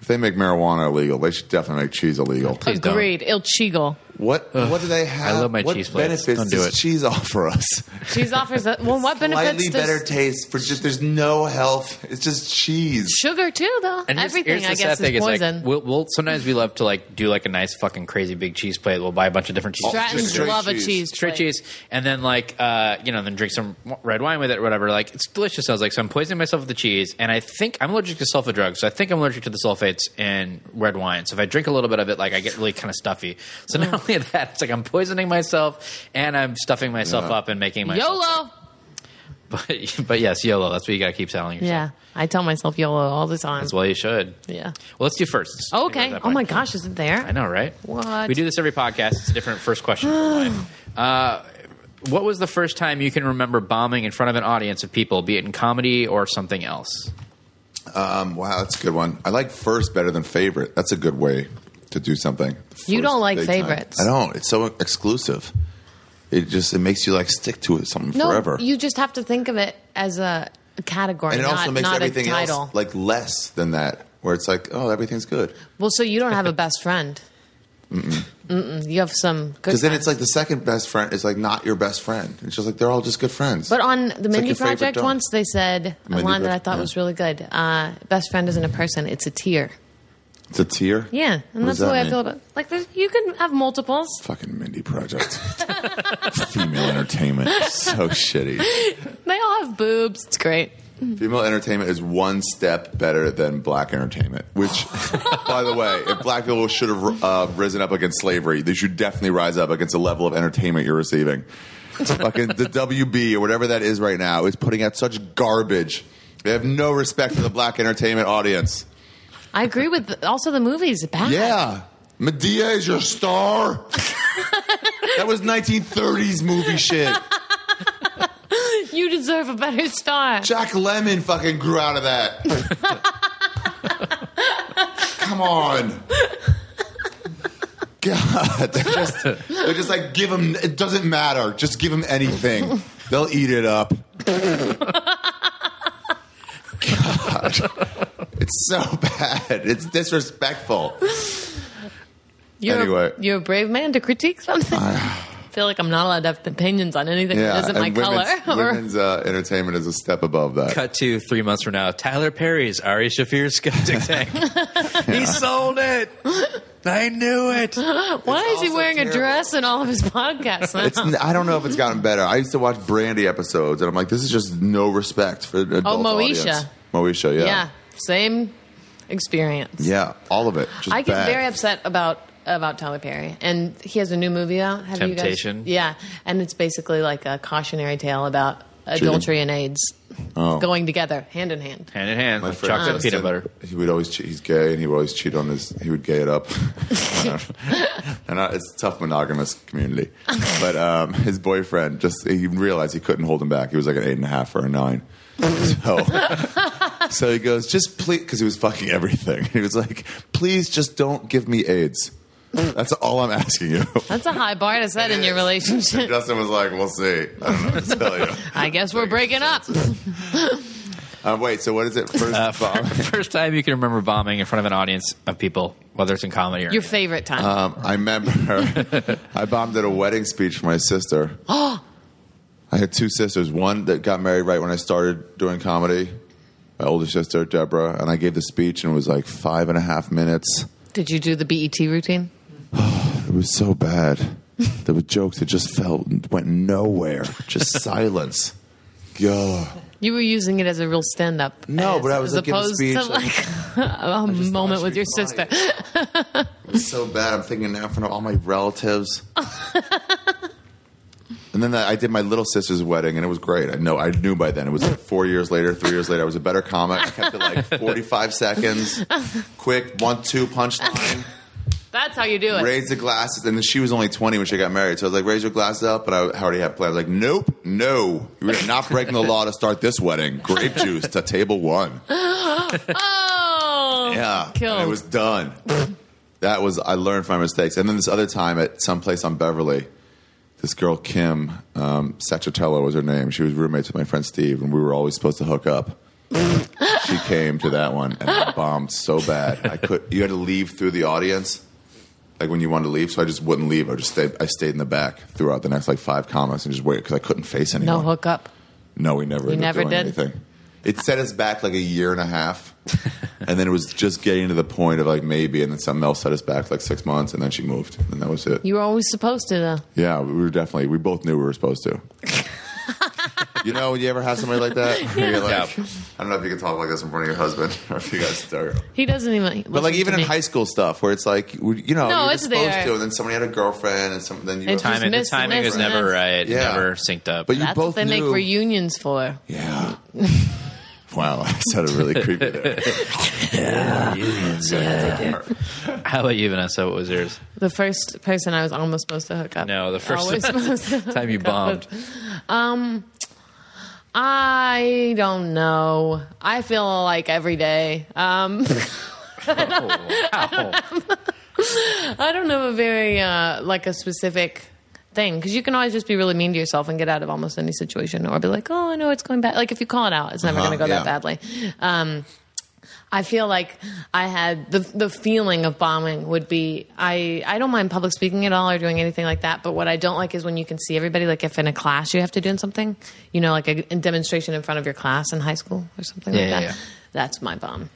[SPEAKER 6] If they make marijuana illegal, they should definitely make cheese illegal.
[SPEAKER 2] Please don't.
[SPEAKER 3] Agreed. Il Chigo.
[SPEAKER 6] What what do they have?
[SPEAKER 2] love my
[SPEAKER 6] what
[SPEAKER 2] cheese plates.
[SPEAKER 6] benefits
[SPEAKER 2] Don't do
[SPEAKER 6] does
[SPEAKER 2] it.
[SPEAKER 6] cheese offer us?
[SPEAKER 3] Cheese offers that. Well, what benefits
[SPEAKER 6] Slightly
[SPEAKER 3] does
[SPEAKER 6] better taste for just there's no health. It's just cheese.
[SPEAKER 3] sugar too? Though
[SPEAKER 2] And here's-
[SPEAKER 3] everything
[SPEAKER 2] here's the
[SPEAKER 3] I
[SPEAKER 2] sad
[SPEAKER 3] guess
[SPEAKER 2] thing
[SPEAKER 3] is
[SPEAKER 2] like,
[SPEAKER 3] poison.
[SPEAKER 2] we'll, we'll sometimes we love to like do like a nice fucking crazy big cheese plate. We'll buy a bunch of different cheese,
[SPEAKER 6] Stra-
[SPEAKER 3] Stratton's
[SPEAKER 6] straight
[SPEAKER 3] love
[SPEAKER 6] cheese.
[SPEAKER 3] a cheese.
[SPEAKER 2] straight
[SPEAKER 3] plate.
[SPEAKER 2] cheese, and then like uh you know then drink some red wine with it or whatever. Like it's delicious. I was like, so I'm poisoning myself with the cheese, and I think I'm allergic to sulfa drugs, so I think I'm allergic to the sulfates in red wine. So if I drink a little bit of it, like I get really kind of stuffy. So not
[SPEAKER 3] Mm.
[SPEAKER 2] only that, it's like I'm poisoning myself and I'm stuffing myself
[SPEAKER 6] Yeah.
[SPEAKER 2] up and making myself.
[SPEAKER 3] YOLO.
[SPEAKER 2] But, but yes, YOLO. That's what you got to keep telling yourself.
[SPEAKER 3] Yeah, I tell myself YOLO all the time.
[SPEAKER 2] As well, you should.
[SPEAKER 3] Yeah.
[SPEAKER 2] Well, let's do first. Let's think
[SPEAKER 3] okay.
[SPEAKER 2] about that
[SPEAKER 3] Oh my
[SPEAKER 2] podcast.
[SPEAKER 3] gosh, is it there?
[SPEAKER 2] I know, right?
[SPEAKER 3] What?
[SPEAKER 2] We do this every podcast. It's a different first question for life. Uh, what was the first time you can remember bombing in front of an audience of people, be it in comedy or something else?
[SPEAKER 6] Um, wow, that's a good one. I like first better than favorite. That's a good way to do something.
[SPEAKER 3] You
[SPEAKER 6] First
[SPEAKER 3] don't like
[SPEAKER 6] big time.
[SPEAKER 3] favorites.
[SPEAKER 6] I don't. It's so exclusive. It just it makes you like stick to it something
[SPEAKER 3] No,
[SPEAKER 6] forever.
[SPEAKER 3] you just have to think of it as a, a category,
[SPEAKER 6] and it
[SPEAKER 3] not,
[SPEAKER 6] also makes
[SPEAKER 3] not
[SPEAKER 6] everything
[SPEAKER 3] a title.
[SPEAKER 6] else like less than that. Where it's like, oh, everything's good.
[SPEAKER 3] well, so you don't have a best friend. Mm-mm. You have some good.
[SPEAKER 6] Because then
[SPEAKER 3] friends.
[SPEAKER 6] it's like the second best friend is like not your best friend. It's just like they're all just good friends.
[SPEAKER 3] But on the
[SPEAKER 6] like
[SPEAKER 3] Mindy
[SPEAKER 6] your favorite
[SPEAKER 3] Project
[SPEAKER 6] dog.
[SPEAKER 3] once, they said a
[SPEAKER 6] Mindy
[SPEAKER 3] line that I
[SPEAKER 6] Project,
[SPEAKER 3] thought
[SPEAKER 6] yeah.
[SPEAKER 3] was really good. Uh, best friend isn't a person; it's a tier.
[SPEAKER 6] it's a tier.
[SPEAKER 3] Yeah, and
[SPEAKER 6] What
[SPEAKER 3] that's
[SPEAKER 6] does
[SPEAKER 3] the
[SPEAKER 6] that
[SPEAKER 3] way I
[SPEAKER 6] mean?
[SPEAKER 3] feel about. Like, there's- you can have multiples.
[SPEAKER 6] Fucking Mindy Project. Female entertainment. is So shitty.
[SPEAKER 3] They all have boobs. It's great.
[SPEAKER 6] Female entertainment is one step better than black entertainment, which, by the way, if black people should have uh, risen up against slavery, they should definitely rise up against the level of entertainment you're receiving. Fucking the WB or whatever that is right now is putting out such garbage. They have no respect for the black entertainment audience.
[SPEAKER 3] I agree with. The, also, the movie's bad.
[SPEAKER 6] Yeah. Medea is your star. that was 1930s movie shit.
[SPEAKER 3] you deserve a better star.
[SPEAKER 6] Jack Lemon fucking grew out of that. Come on. God, they're just, they're just like, give them, it doesn't matter. Just give them anything. They'll eat it up. God, it's so bad. It's disrespectful.
[SPEAKER 3] You're,
[SPEAKER 6] Anyway.
[SPEAKER 3] you're a brave man to critique something. I feel like I'm not allowed to have opinions on anything that isn't my
[SPEAKER 6] and women's,
[SPEAKER 3] color. Or-
[SPEAKER 6] women's uh, entertainment is a step above that.
[SPEAKER 2] Cut to three months from now. Tyler Perry's Ari Shafir's skeptic tank. He sold it. I knew it.
[SPEAKER 3] Why is he
[SPEAKER 6] also
[SPEAKER 3] wearing a
[SPEAKER 6] terrible.
[SPEAKER 3] dress in all of his podcasts now?
[SPEAKER 6] It's, I don't know if it's gotten better. I used to watch Brandy episodes, and I'm like, this is just no respect for the adult
[SPEAKER 3] Oh, Moesha.
[SPEAKER 6] audience. Moesha, yeah.
[SPEAKER 3] yeah. same experience.
[SPEAKER 6] Yeah, all of it. Just
[SPEAKER 3] I get
[SPEAKER 6] bad.
[SPEAKER 3] very upset about about Tyler Perry, and he has a new movie out. Have you guys?
[SPEAKER 2] Temptation.
[SPEAKER 3] Yeah, and it's basically like a cautionary tale about adultery and AIDS
[SPEAKER 6] Oh.
[SPEAKER 3] going together, hand in hand.
[SPEAKER 2] Hand in hand,
[SPEAKER 6] My
[SPEAKER 2] with
[SPEAKER 6] friend
[SPEAKER 2] chocolate peanut
[SPEAKER 6] Justin,
[SPEAKER 2] butter.
[SPEAKER 6] He would always cheat. He's gay, and he would always cheat on his. He would gay it up. and I, it's a tough monogamous community. But um, his boyfriend just he realized he couldn't hold him back. He was like an eight and a half or a nine. So, so he goes, just please, because he was fucking everything. He was like, please, just don't give me AIDS. That's all I'm asking you.
[SPEAKER 3] That's a high bar to set in your
[SPEAKER 6] And
[SPEAKER 3] relationship.
[SPEAKER 6] Justin was like, we'll see. I don't know what to tell you.
[SPEAKER 3] I guess we're breaking up.
[SPEAKER 6] Um, wait, so what is it? First,
[SPEAKER 2] Uh,
[SPEAKER 6] bomb?
[SPEAKER 2] First time you can remember bombing in front of an audience of people, whether it's in comedy or
[SPEAKER 3] Your favorite time.
[SPEAKER 6] Um, I remember I bombed at a wedding speech for my sister. I had two sisters. One that got married right when I started doing comedy, my older sister, Deborah, and I gave the speech and it was like five and a half minutes.
[SPEAKER 3] Did you do the BET routine?
[SPEAKER 6] It was so bad. There were jokes that just felt went nowhere. Just silence. God.
[SPEAKER 3] You were using it as a real stand up.
[SPEAKER 6] No, but I was
[SPEAKER 3] as
[SPEAKER 6] like, giving a
[SPEAKER 3] opposed
[SPEAKER 6] speech,
[SPEAKER 3] to
[SPEAKER 6] like-
[SPEAKER 3] like a moment with your sister.
[SPEAKER 6] It was so bad. I'm thinking now in front of all my relatives. and then I did my little sister's wedding, and it was great. I know I knew by then. It was like four years later, three years later. I was a better comic. I kept it like 45 seconds, quick one two punchline.
[SPEAKER 3] That's how you do it.
[SPEAKER 6] Raise the glasses, and then she was only 20 when she got married. So I was like, raise your glasses up, and I already had plans. I was like, nope, no, we are not breaking the law to start this wedding. Grape juice to table one.
[SPEAKER 3] Oh,
[SPEAKER 6] Yeah.
[SPEAKER 3] killed.
[SPEAKER 6] And it was done. that was I learned from my mistakes. And then this other time at some place on Beverly, this girl Kim um, Sacciatella was her name. She was roommates with my friend Steve, and we were always supposed to hook up. she came to that one and I bombed so bad. I could. You had to leave through the audience. Like when you wanted to leave, so I just wouldn't leave. I just stayed. I stayed in the back throughout the next like five comics and just waited because I couldn't face anyone.
[SPEAKER 3] no hookup.
[SPEAKER 6] No, we never. ended up
[SPEAKER 3] never
[SPEAKER 6] doing
[SPEAKER 3] did?
[SPEAKER 6] anything. It set us back like a year and a half, and then it was just getting to the point of like maybe, and then something else set us back like six months, and then she moved, and that was it.
[SPEAKER 3] You were always supposed to, though.
[SPEAKER 6] yeah, we were definitely we both knew we were supposed to. you know, you ever have somebody like that? Where you're like,
[SPEAKER 2] Yeah.
[SPEAKER 6] I don't know if you can talk like this in front of your husband or if you guys are.
[SPEAKER 3] He doesn't even.
[SPEAKER 6] But like even in high school stuff, where it's like you know
[SPEAKER 3] No,
[SPEAKER 6] you're
[SPEAKER 3] it's
[SPEAKER 6] just supposed
[SPEAKER 3] there.
[SPEAKER 6] to, and then somebody had a girlfriend, and some, then you.
[SPEAKER 3] It
[SPEAKER 6] were-
[SPEAKER 3] just
[SPEAKER 2] timing, the
[SPEAKER 3] missed-
[SPEAKER 2] timing
[SPEAKER 3] missed-
[SPEAKER 2] is never
[SPEAKER 3] missed.
[SPEAKER 2] right.
[SPEAKER 6] Yeah.
[SPEAKER 2] Never synced up.
[SPEAKER 6] But you
[SPEAKER 3] That's
[SPEAKER 6] both
[SPEAKER 3] what they make
[SPEAKER 6] knew-
[SPEAKER 3] reunions for.
[SPEAKER 6] Yeah. wow, I sounded really creepy there.
[SPEAKER 2] How about you, Vanessa? What was yours?
[SPEAKER 3] The first person I was almost supposed to hook up.
[SPEAKER 2] No, the first
[SPEAKER 3] Always supposed to
[SPEAKER 2] time you
[SPEAKER 3] hook up
[SPEAKER 2] bombed.
[SPEAKER 3] with- Um, I don't know. I feel like every day. Um,
[SPEAKER 2] Oh, Ow.
[SPEAKER 3] I don't have a very uh, like a specific thing because you can always just be really mean to yourself and get out of almost any situation, or be like, "Oh, I know it's going bad." Like if you call it out, it's never
[SPEAKER 6] Uh-huh,
[SPEAKER 3] going to go
[SPEAKER 6] yeah.
[SPEAKER 3] that badly. Um, I feel like I had the the feeling of bombing would be I I don't mind public speaking at all or doing anything like that, but what I don't like is when you can see everybody. Like if in a class you have to do something, you know, like a, a demonstration in front of your class in high school or something
[SPEAKER 2] Yeah,
[SPEAKER 3] like
[SPEAKER 2] yeah,
[SPEAKER 3] that.
[SPEAKER 2] yeah.
[SPEAKER 3] That's my bomb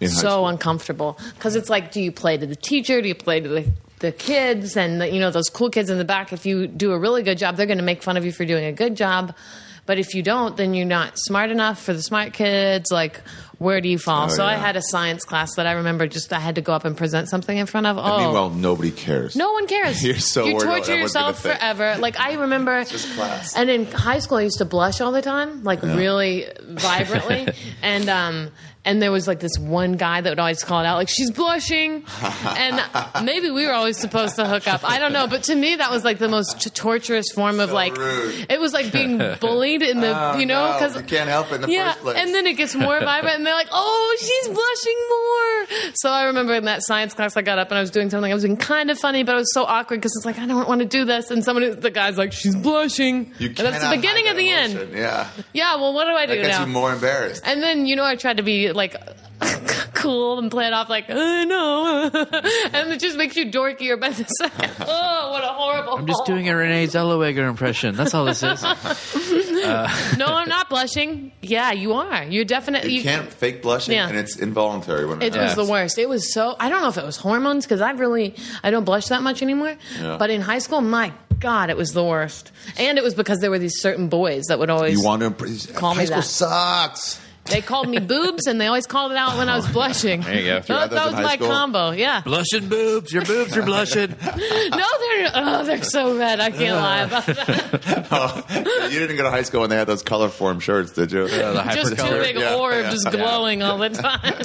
[SPEAKER 6] In high
[SPEAKER 3] so
[SPEAKER 6] school.
[SPEAKER 3] uncomfortable because it's like, do you play to the teacher? Do you play to the the kids and the, you know those cool kids in the back? If you do a really good job, they're going to make fun of you for doing a good job. But if you don't, then you're not smart enough for the smart kids. Like, where do you fall?
[SPEAKER 6] Oh,
[SPEAKER 3] so I
[SPEAKER 6] yeah.
[SPEAKER 3] had a science class that I remember just I had to go up and present something in front of. Oh,
[SPEAKER 6] Meanwhile, nobody caers.
[SPEAKER 3] no one cares.
[SPEAKER 6] You're so
[SPEAKER 3] you
[SPEAKER 6] worried
[SPEAKER 3] torture
[SPEAKER 6] about that. What's it
[SPEAKER 3] yourself
[SPEAKER 6] gonna fit?
[SPEAKER 3] forever. Like I remember,
[SPEAKER 6] just class.
[SPEAKER 3] and in high school I used to blush all the time, like really vibrantly, and um. And there was like this one guy that would always call it out, like she's blushing, and maybe we were always supposed to hook up. I don't know, but to me that was like the most t- torturous form of
[SPEAKER 6] So
[SPEAKER 3] like
[SPEAKER 6] rude.
[SPEAKER 3] it was like being bullied in the
[SPEAKER 6] Oh,
[SPEAKER 3] you know
[SPEAKER 6] no,
[SPEAKER 3] because
[SPEAKER 6] you can't help it in the
[SPEAKER 3] yeah,
[SPEAKER 6] first place.
[SPEAKER 3] and then it gets more vibrant, and they're like, "Oh, she's blushing more." So I remember in that science class, I got up and I was doing something. I was being kind of funny, but it was so awkward because it's like I don't want to do this. And someone, the guy's like, "She's blushing,"
[SPEAKER 6] You
[SPEAKER 3] and that's
[SPEAKER 6] cannot
[SPEAKER 3] the beginning of
[SPEAKER 6] hide that
[SPEAKER 3] the end.
[SPEAKER 6] emotion. Yeah,
[SPEAKER 3] Yeah. Well, what do I
[SPEAKER 6] that
[SPEAKER 3] do
[SPEAKER 6] gets
[SPEAKER 3] now?
[SPEAKER 6] you more embarrassed.
[SPEAKER 3] and then you know, I tried to be like. Cool and play it off like I know, and it just makes you dorkier by the second. Oh, what a horrible!
[SPEAKER 2] I'm just doing a Renee Zellweger impression. That's all this is.
[SPEAKER 3] No, I'm not blushing. Yeah, you are. You're definitely.
[SPEAKER 6] You can't fake blushing,
[SPEAKER 3] Yeah.
[SPEAKER 6] and it's involuntary. When
[SPEAKER 3] It
[SPEAKER 6] happens.
[SPEAKER 3] was the worst. It was so. I don't know if it was hormones because I really I don't blush that much anymore.
[SPEAKER 6] Yeah.
[SPEAKER 3] But in high school, my God, it was the worst. And it was because there were these certain boys that would always.
[SPEAKER 6] You want to impress.
[SPEAKER 3] Call
[SPEAKER 6] High
[SPEAKER 3] me
[SPEAKER 6] school
[SPEAKER 3] that.
[SPEAKER 6] sucks.
[SPEAKER 3] They called me boobs, and they always called it out when I was blushing. There
[SPEAKER 2] you go.
[SPEAKER 6] You had
[SPEAKER 3] That,
[SPEAKER 6] those in
[SPEAKER 3] was
[SPEAKER 6] high
[SPEAKER 3] my
[SPEAKER 6] school?
[SPEAKER 3] combo. Yeah.
[SPEAKER 2] Blushing boobs. Your boobs are blushing.
[SPEAKER 3] No, they're oh, they're so red. I can't lie about that.
[SPEAKER 6] Oh, you didn't go to high school when they had those color form shirts, did you?
[SPEAKER 2] the high-
[SPEAKER 3] Just two
[SPEAKER 2] Hypercolor.
[SPEAKER 3] big
[SPEAKER 6] Yeah,
[SPEAKER 3] orbs
[SPEAKER 6] yeah, yeah.
[SPEAKER 3] glowing all the time.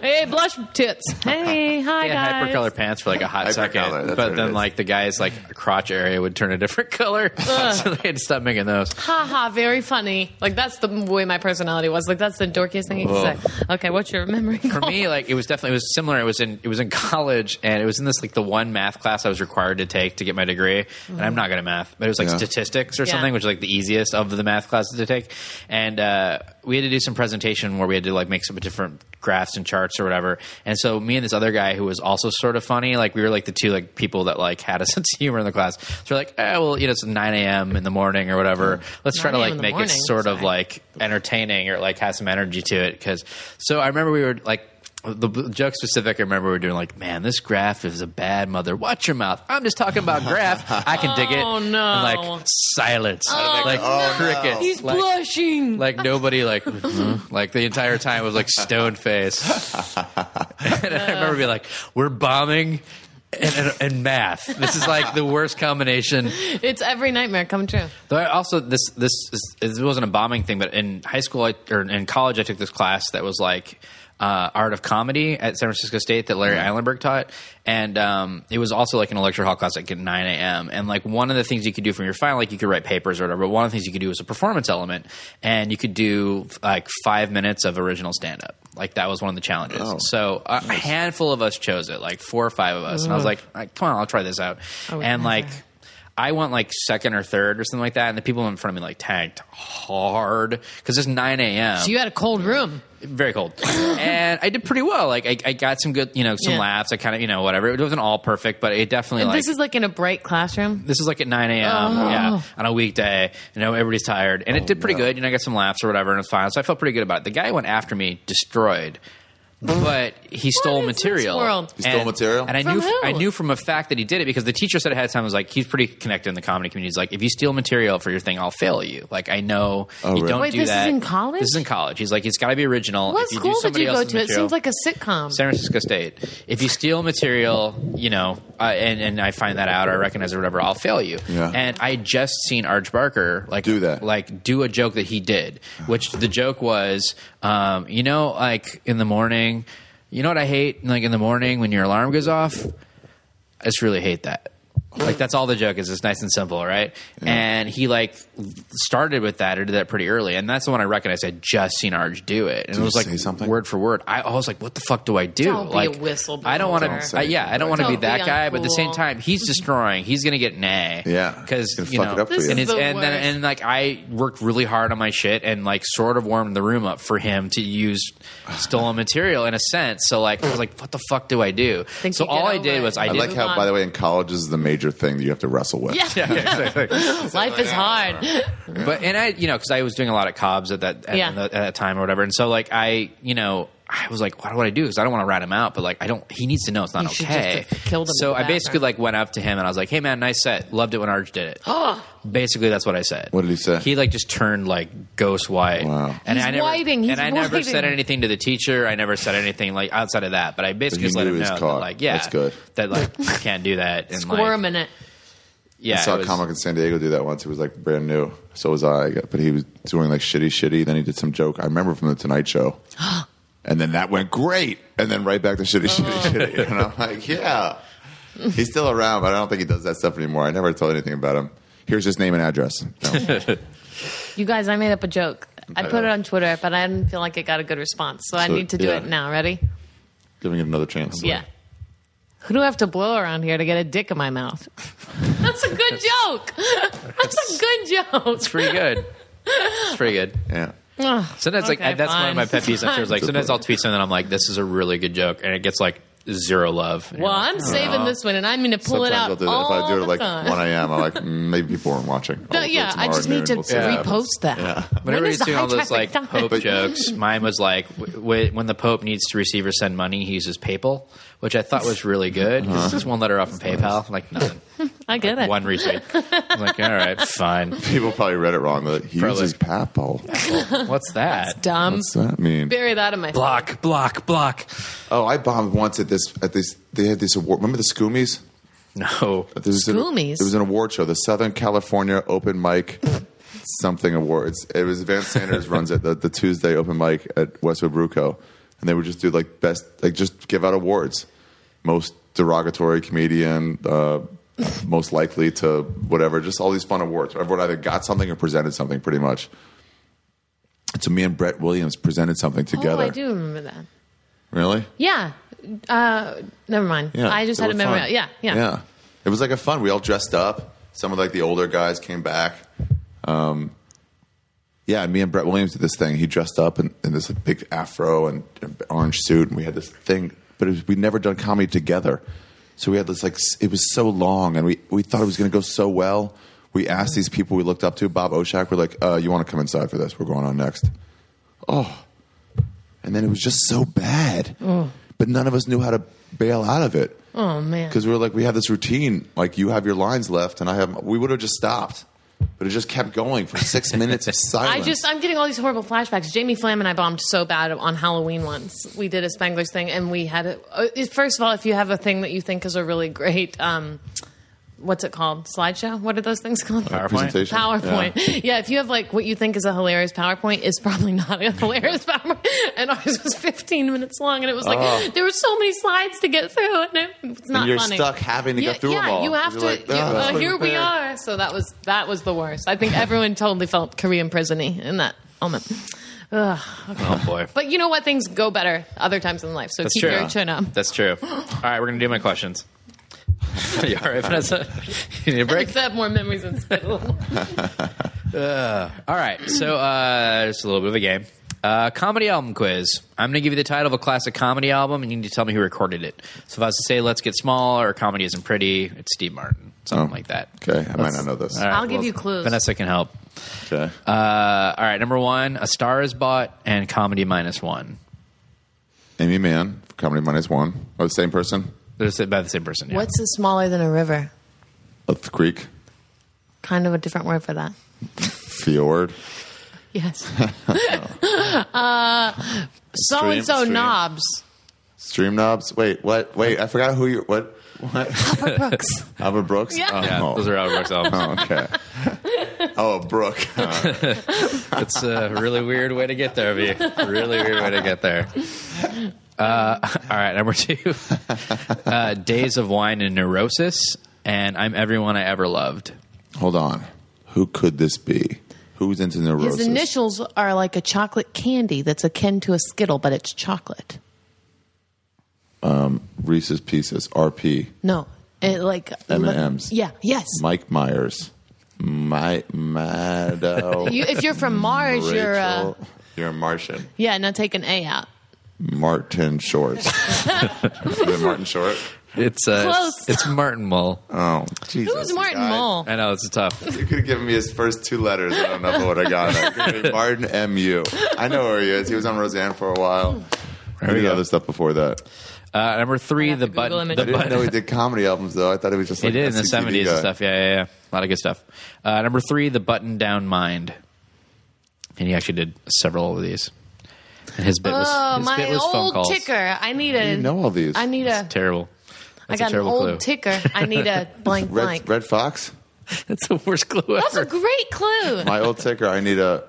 [SPEAKER 3] hey, blush tits. Hey, hi
[SPEAKER 2] They had
[SPEAKER 3] guys.
[SPEAKER 2] hypercolor pants for like a hot
[SPEAKER 6] Hypercolor, that's
[SPEAKER 2] second,
[SPEAKER 6] what
[SPEAKER 2] but
[SPEAKER 6] it
[SPEAKER 2] then
[SPEAKER 6] is.
[SPEAKER 2] like the guys like crotch area would turn a different color, so they had to stop making those.
[SPEAKER 3] Ha ha, very funny. Like that's the way my personality was. Like that's the dorkiest thing you can say. Okay, what's your memory?
[SPEAKER 2] for me, like it was definitely it was similar. It was in it was in college, and it was in this like the one math class I was required to take to get my degree. And I'm not good at math, but it was like
[SPEAKER 6] Yeah.
[SPEAKER 2] statistics or
[SPEAKER 3] Yeah.
[SPEAKER 2] something, which is like the easiest of the math classes to take. And uh, we had to do some presentation where we had to like make some different graphs and charts or whatever. And so me and this other guy who was also sort of funny, like we were like the two like people that like had a sense of humor in the class. So we're like, eh, well, you know, it's 9 a.m. in the morning or whatever. Let's try to
[SPEAKER 3] 9
[SPEAKER 2] like
[SPEAKER 3] in the
[SPEAKER 2] make it
[SPEAKER 3] morning,
[SPEAKER 2] sort of
[SPEAKER 3] sorry.
[SPEAKER 2] like like entertaining or like has some energy to it. Because so I remember we were like the b- joke specific. I remember we were doing like, man, this graph is a bad mother. Watch your mouth. I'm just talking about graph. I can dig it.
[SPEAKER 3] Oh,
[SPEAKER 2] And,
[SPEAKER 3] no.
[SPEAKER 2] like silence. like
[SPEAKER 6] Oh, no.
[SPEAKER 2] crickets.
[SPEAKER 3] He's
[SPEAKER 2] like,
[SPEAKER 3] blushing.
[SPEAKER 2] like nobody like mhm. like the entire time was like stone face. and I remember being like, we're bombing. And, and, and math. This is like the worst combination
[SPEAKER 3] it's every nightmare come true.
[SPEAKER 2] Though I also this this is, this wasn't a bombing thing, but in high school I, or in college I took this class that was like uh, art of comedy at San Francisco State that Larry
[SPEAKER 3] Mm-hmm.
[SPEAKER 2] Eilenberg taught, and um, it was also like an lecture hall class like at 9 a.m. And like one of the things you could do from your final, like you could write papers or whatever. But one of the things you could do was a performance element, and you could do like five minutes of original stand up. Like that was one of the challenges.
[SPEAKER 6] Oh.
[SPEAKER 2] so a, a handful of us chose it, like four or five of us, and I was like, like, "Come on, I'll try this out."
[SPEAKER 3] would
[SPEAKER 2] and like.
[SPEAKER 3] never.
[SPEAKER 2] I went like second or third or something like that, and the people in front of me like tanked hard because it's nine a.m.
[SPEAKER 3] So you had a cold room.
[SPEAKER 2] very cold, and I did pretty well. Like I, I got some good, you know, some
[SPEAKER 3] Yeah.
[SPEAKER 2] laughs. I kind of, you know, whatever. It wasn't all perfect, but it definitely like
[SPEAKER 3] this is like in a bright classroom.
[SPEAKER 2] this is like at 9 a.m. Yeah,
[SPEAKER 3] Oh.
[SPEAKER 2] on a weekday. You know, everybody's tired.
[SPEAKER 6] Oh,
[SPEAKER 2] And it did pretty good. You know, I got some laughs or whatever, and it's fine. So I felt pretty good about it. The guy who went after me, destroyed. But he stole
[SPEAKER 3] is this
[SPEAKER 2] material.
[SPEAKER 3] world?
[SPEAKER 6] He stole
[SPEAKER 2] And-
[SPEAKER 6] material?
[SPEAKER 2] and I
[SPEAKER 3] From
[SPEAKER 2] knew
[SPEAKER 3] who?
[SPEAKER 2] I knew from a fact that he did it because the teacher said ahead of time I was like he's pretty connected in the comedy community. He's like if you steal material for your thing, I'll fail you. Like I know
[SPEAKER 6] Oh,
[SPEAKER 2] you
[SPEAKER 6] really?
[SPEAKER 2] don't
[SPEAKER 3] Wait,
[SPEAKER 2] do
[SPEAKER 3] this is
[SPEAKER 2] that.
[SPEAKER 3] in college?
[SPEAKER 2] This is in college. He's like it's got to be original.
[SPEAKER 3] What
[SPEAKER 2] If you do
[SPEAKER 3] school did
[SPEAKER 2] somebody
[SPEAKER 3] you go
[SPEAKER 2] else's
[SPEAKER 3] to? It
[SPEAKER 2] material-
[SPEAKER 3] seems like a sitcom.
[SPEAKER 2] San Francisco State. If you steal material, you know, uh, and and I find that out or I recognize it or whatever, I'll fail you.
[SPEAKER 6] Yeah.
[SPEAKER 2] And I had just seen Arch Barker like
[SPEAKER 6] Do that.
[SPEAKER 2] like do a joke that he did, which the joke was, um, you know, like in the morning, you know what I hate, like in the morning when your alarm goes off, I just really hate that. Like that's all the joke is. It's nice and simple, right? And he like started with that or did that pretty early, and that's the one I recognized. I would just seen Arj do it, and it
[SPEAKER 6] you
[SPEAKER 2] was like
[SPEAKER 6] say something?
[SPEAKER 2] word for word. I, I was like, "What the fuck do I do?"
[SPEAKER 3] Don't be a
[SPEAKER 2] like
[SPEAKER 3] whistleblower.
[SPEAKER 2] I don't want
[SPEAKER 6] Don't
[SPEAKER 2] to.
[SPEAKER 6] say
[SPEAKER 2] I, yeah, I don't want to be
[SPEAKER 3] Don't
[SPEAKER 2] that
[SPEAKER 3] be
[SPEAKER 2] guy, but at the same
[SPEAKER 3] uncool.
[SPEAKER 2] time, he's destroying. He's gonna get an A.
[SPEAKER 6] Yeah.
[SPEAKER 2] because
[SPEAKER 6] He's gonna
[SPEAKER 2] you
[SPEAKER 6] fuck
[SPEAKER 2] know,
[SPEAKER 6] it up for This you.
[SPEAKER 2] and,
[SPEAKER 3] is
[SPEAKER 2] it's-
[SPEAKER 3] the
[SPEAKER 2] and then
[SPEAKER 3] worst.
[SPEAKER 2] and like I worked really hard on my shit and like sort of warmed the room up for him to use stolen material in a sense. So like I was like, "What the fuck do I do?"
[SPEAKER 3] Think
[SPEAKER 2] so
[SPEAKER 3] you get
[SPEAKER 2] all I
[SPEAKER 3] over
[SPEAKER 2] did
[SPEAKER 3] it.
[SPEAKER 2] was I,
[SPEAKER 6] I
[SPEAKER 2] did
[SPEAKER 6] like how,
[SPEAKER 3] Move
[SPEAKER 6] by
[SPEAKER 3] on.
[SPEAKER 6] the way, in college this is the major thing that you have to wrestle with.
[SPEAKER 3] Yeah. Life is hard.
[SPEAKER 2] But and I, you know, because I was doing a lot of Cobbs at that at,
[SPEAKER 3] Yeah.
[SPEAKER 2] at that time or whatever, and so like I, you know, I was like, what do I do? Because I don't want to rat him out, but like I don't. He needs to know it's not
[SPEAKER 3] You should just
[SPEAKER 2] okay.
[SPEAKER 3] have killed him
[SPEAKER 2] so
[SPEAKER 3] in the
[SPEAKER 2] I basically
[SPEAKER 3] bathroom.
[SPEAKER 2] like went up to him and I was like, hey man, nice set. Loved it when Arj did it. basically, that's what I said.
[SPEAKER 6] What did he say?
[SPEAKER 2] He like just turned like ghost white.
[SPEAKER 6] Wow.
[SPEAKER 2] And
[SPEAKER 3] He's
[SPEAKER 2] I never,
[SPEAKER 3] whiting. He's
[SPEAKER 2] and I never
[SPEAKER 3] whiting.
[SPEAKER 2] said anything to the teacher. I never said anything like outside of that. But I basically
[SPEAKER 6] you
[SPEAKER 2] just let
[SPEAKER 6] knew
[SPEAKER 2] him
[SPEAKER 6] he
[SPEAKER 2] know
[SPEAKER 6] was
[SPEAKER 2] that,
[SPEAKER 6] caught.
[SPEAKER 2] like yeah,
[SPEAKER 6] That's good.
[SPEAKER 2] That like I can't do that. And
[SPEAKER 3] Squirm
[SPEAKER 2] like,
[SPEAKER 3] in it.
[SPEAKER 2] yeah,
[SPEAKER 6] I saw
[SPEAKER 2] it was-
[SPEAKER 6] a comic in San Diego do that once. He was like brand new. So was I. But he was doing like shitty, shitty. Then he did some joke. I remember from the Tonight Show. and then that went great. And then right back to shitty,
[SPEAKER 3] Oh.
[SPEAKER 6] shitty, shitty. And I'm like, yeah. He's still around, but I don't think he does that stuff anymore. I never told anything about him. Here's his name and address. No.
[SPEAKER 3] You guys, I made up a joke. I put it on Twitter, but I didn't feel like it got a good response, so I
[SPEAKER 6] So,
[SPEAKER 3] need to do
[SPEAKER 6] yeah.
[SPEAKER 3] it now. Ready?
[SPEAKER 6] Giving it another chance.
[SPEAKER 3] Yeah. Who do I have to blow around here to get a dick in my mouth? That's a good joke. That's a good joke.
[SPEAKER 2] It's pretty good. It's pretty good.
[SPEAKER 6] Yeah.
[SPEAKER 3] Ugh,
[SPEAKER 2] Sometimes like
[SPEAKER 3] okay,
[SPEAKER 2] I, that's one of
[SPEAKER 3] fine.
[SPEAKER 2] my pet peeves. I'm sure it's like sometimes I'll tweet something and I'm like, "This is a really good joke," and it gets like zero love. And you're
[SPEAKER 3] Well,
[SPEAKER 2] like,
[SPEAKER 3] I'm saving this one, and I'm going to pull it
[SPEAKER 6] Sometimes
[SPEAKER 3] out
[SPEAKER 6] I'll do that. If
[SPEAKER 3] all
[SPEAKER 6] I do it at
[SPEAKER 3] the
[SPEAKER 6] like
[SPEAKER 3] time.
[SPEAKER 6] 1 a.m., I'm like, mm, maybe people aren't watching.
[SPEAKER 3] No,
[SPEAKER 6] I'll do it
[SPEAKER 3] yeah, I
[SPEAKER 6] tomorrow
[SPEAKER 3] just
[SPEAKER 6] at noon.
[SPEAKER 3] need to
[SPEAKER 6] We'll see what happens.
[SPEAKER 3] repost that.
[SPEAKER 2] Whenever
[SPEAKER 3] When
[SPEAKER 2] he's
[SPEAKER 3] is the
[SPEAKER 2] doing
[SPEAKER 3] high
[SPEAKER 2] all those like
[SPEAKER 3] traffic time?
[SPEAKER 2] Pope jokes, mine was like w- w- when the Pope needs to receive or send money, he uses PayPal, which I thought was really good. 'cause It's just one letter off from PayPal, like nothing.
[SPEAKER 3] I get it.
[SPEAKER 2] One retweet. I'm like, all right, fine.
[SPEAKER 6] People probably read it wrong. They're Like, he
[SPEAKER 2] Probably.
[SPEAKER 6] uses papo.
[SPEAKER 2] What's that?
[SPEAKER 3] Dumb.
[SPEAKER 6] What's that mean?
[SPEAKER 3] Bury that in my
[SPEAKER 2] Block, block, block.
[SPEAKER 6] Oh, I bombed once at this at this. They had this award. Remember the Scoomies?
[SPEAKER 2] No.
[SPEAKER 6] There was an-
[SPEAKER 3] Scoomies?
[SPEAKER 6] There was an award show, the Southern California Open Mic something awards. It was Van Sanders runs it, the, the Tuesday open mic at Westwood Bruco, and they would just do like best, like just give out awards, most derogatory comedian, uh, most likely to whatever, just all these fun awards. Everyone either got something or presented something, pretty much. So me and Brett Williams presented something together.
[SPEAKER 3] Oh, I do remember that.
[SPEAKER 6] Really?
[SPEAKER 3] Yeah. Uh, never mind. I just
[SPEAKER 6] they
[SPEAKER 3] had a
[SPEAKER 6] were
[SPEAKER 3] memory.
[SPEAKER 6] fun.
[SPEAKER 3] Yeah, yeah.
[SPEAKER 6] Yeah. It was like a fun. We all dressed up. Some of like the older guys came back. Um, yeah, me and Brett Williams did this thing. He dressed up in, in this big afro and an orange suit, and we had this thing. But it was, we'd never done comedy together, so we had this like s- it was so long, and we we thought it was going to go so well. We asked these people we looked up to, Bob Oshak. We're like, uh, "You want to come inside for this? We're going on next." Oh. And then it was just so bad, but none of us knew how to bail out of it
[SPEAKER 3] Oh, man.
[SPEAKER 6] because we were like, we have this routine. Like you have your lines left, and I have. We would have just stopped, but it just kept going for six minutes of
[SPEAKER 3] I
[SPEAKER 6] silence.
[SPEAKER 3] just, I'm getting all these horrible flashbacks. Jamie Flam and I bombed so bad on Halloween once. We did a Spangler's thing and we had it. uh, First of all, if you have a thing that you think is a really great, um, what's it called? Slideshow? What are those things called?
[SPEAKER 2] PowerPoint.
[SPEAKER 6] presentation.
[SPEAKER 3] PowerPoint.
[SPEAKER 6] Yeah.
[SPEAKER 3] Yeah. if you have like what you think is a hilarious PowerPoint, it's probably not a hilarious PowerPoint. And ours was 15 minutes long, and it was like there were so many slides to get through, and it, it's not
[SPEAKER 6] you're
[SPEAKER 3] funny.
[SPEAKER 6] stuck having to
[SPEAKER 3] yeah,
[SPEAKER 6] go through
[SPEAKER 3] yeah,
[SPEAKER 6] them all.
[SPEAKER 3] you have
[SPEAKER 6] You're
[SPEAKER 3] to.
[SPEAKER 6] like,
[SPEAKER 3] you-
[SPEAKER 6] "Ah,
[SPEAKER 3] uh,
[SPEAKER 6] that's
[SPEAKER 3] here we
[SPEAKER 6] unfair."
[SPEAKER 3] are. So that was that was the worst. I think everyone totally felt Korean prisony in that moment. Ugh.
[SPEAKER 2] Oh, boy.
[SPEAKER 3] But you know what? Things go better other times in life. So
[SPEAKER 2] That's
[SPEAKER 3] keep
[SPEAKER 2] true.
[SPEAKER 3] your chin up.
[SPEAKER 2] That's true. All right, we're going to do my questions. you all right, Vanessa? You need a break?
[SPEAKER 3] Except more memories and spittle.
[SPEAKER 2] All right, so uh, just a little bit of a game. Uh, comedy album quiz. I'm going to give you the title of a classic comedy album, and you need to tell me who recorded it. So if I was to say "Let's Get Small" or "Comedy Isn't Pretty," it's Steve Martin, something
[SPEAKER 6] Oh.
[SPEAKER 2] like that.
[SPEAKER 6] Okay, I might not know this.
[SPEAKER 3] I'll give you clues.
[SPEAKER 2] Vanessa can help.
[SPEAKER 6] Okay.
[SPEAKER 2] Uh, all right, number one, "A Star Is Bought" and "Comedy Minus One."
[SPEAKER 6] Amy Mann, Comedy Minus One. Oh, the same person?
[SPEAKER 2] They're said by the same person. Yeah.
[SPEAKER 3] What's is smaller than a river?
[SPEAKER 6] Of Oh, the Creek,
[SPEAKER 3] Kind of a different word for that.
[SPEAKER 6] Fjord.
[SPEAKER 3] Yes. So and so
[SPEAKER 6] Stream.
[SPEAKER 3] knobs.
[SPEAKER 6] Stream Knobs. Wait, what? Wait, I forgot who you. What? What?
[SPEAKER 3] Brooks.
[SPEAKER 6] Albert Brooks.
[SPEAKER 3] Yeah.
[SPEAKER 6] Oh,
[SPEAKER 2] Yeah, those are Albert Brooks albums.
[SPEAKER 6] oh, okay. oh, Brooke.
[SPEAKER 2] It's a really weird way to get there, V. Really weird way to get there. Uh, all right, number two uh, Days of Wine and Neurosis, and I'm Everyone I Ever Loved.
[SPEAKER 6] Hold on. Who could this be? Who's into neurosis?
[SPEAKER 3] His initials are like a chocolate candy that's akin to a Skittle, but it's chocolate.
[SPEAKER 6] Reese's Pieces. RP.
[SPEAKER 3] No, it like
[SPEAKER 6] M&Ms.
[SPEAKER 3] Yeah. Yes.
[SPEAKER 6] Mike Myers. My Maddo.
[SPEAKER 3] You, if you're from Mars,
[SPEAKER 6] Rachel.
[SPEAKER 3] you're uh,
[SPEAKER 6] You're a Martian.
[SPEAKER 3] yeah. Now take an A out.
[SPEAKER 6] Martin Short. Is it Martin Short?
[SPEAKER 2] It's uh,
[SPEAKER 3] Close.
[SPEAKER 2] It's Martin Mull.
[SPEAKER 6] Oh, Jesus.
[SPEAKER 3] Who's Martin
[SPEAKER 6] guys.
[SPEAKER 3] Mull?
[SPEAKER 2] I know, it's tough.
[SPEAKER 6] You could have given me his first two letters. I don't know what I got. It could've been Martin M.U. I know where he is. He was on Roseanne for a while. I
[SPEAKER 2] we
[SPEAKER 6] did
[SPEAKER 2] go.
[SPEAKER 6] other stuff before that.
[SPEAKER 2] Uh, number three,
[SPEAKER 3] have
[SPEAKER 2] The
[SPEAKER 3] to Google
[SPEAKER 2] Button.
[SPEAKER 3] image.
[SPEAKER 2] The
[SPEAKER 6] I didn't
[SPEAKER 2] button.
[SPEAKER 6] know he did comedy albums, though. I thought it was just
[SPEAKER 2] He
[SPEAKER 6] like
[SPEAKER 2] did in the
[SPEAKER 6] SCTV
[SPEAKER 2] 70s and
[SPEAKER 6] guy.
[SPEAKER 2] stuff. Yeah, yeah, yeah. A lot of good stuff. Uh, number three, The Button Down Mind. And he actually did several of these. And his bit was,
[SPEAKER 3] Oh,
[SPEAKER 2] his bit
[SPEAKER 3] my
[SPEAKER 2] was phone
[SPEAKER 3] old
[SPEAKER 2] calls.
[SPEAKER 3] ticker. I need a.
[SPEAKER 6] You know all these.
[SPEAKER 3] I need a.
[SPEAKER 2] Terrible.
[SPEAKER 3] I
[SPEAKER 2] That's a
[SPEAKER 3] got an
[SPEAKER 2] terrible
[SPEAKER 3] old
[SPEAKER 2] clue.
[SPEAKER 3] ticker. I need a blank
[SPEAKER 6] Red,
[SPEAKER 3] blank.
[SPEAKER 6] Red Fox?
[SPEAKER 2] That's the worst clue
[SPEAKER 3] That's a
[SPEAKER 2] ever.
[SPEAKER 3] great clue.
[SPEAKER 6] My old ticker, I need a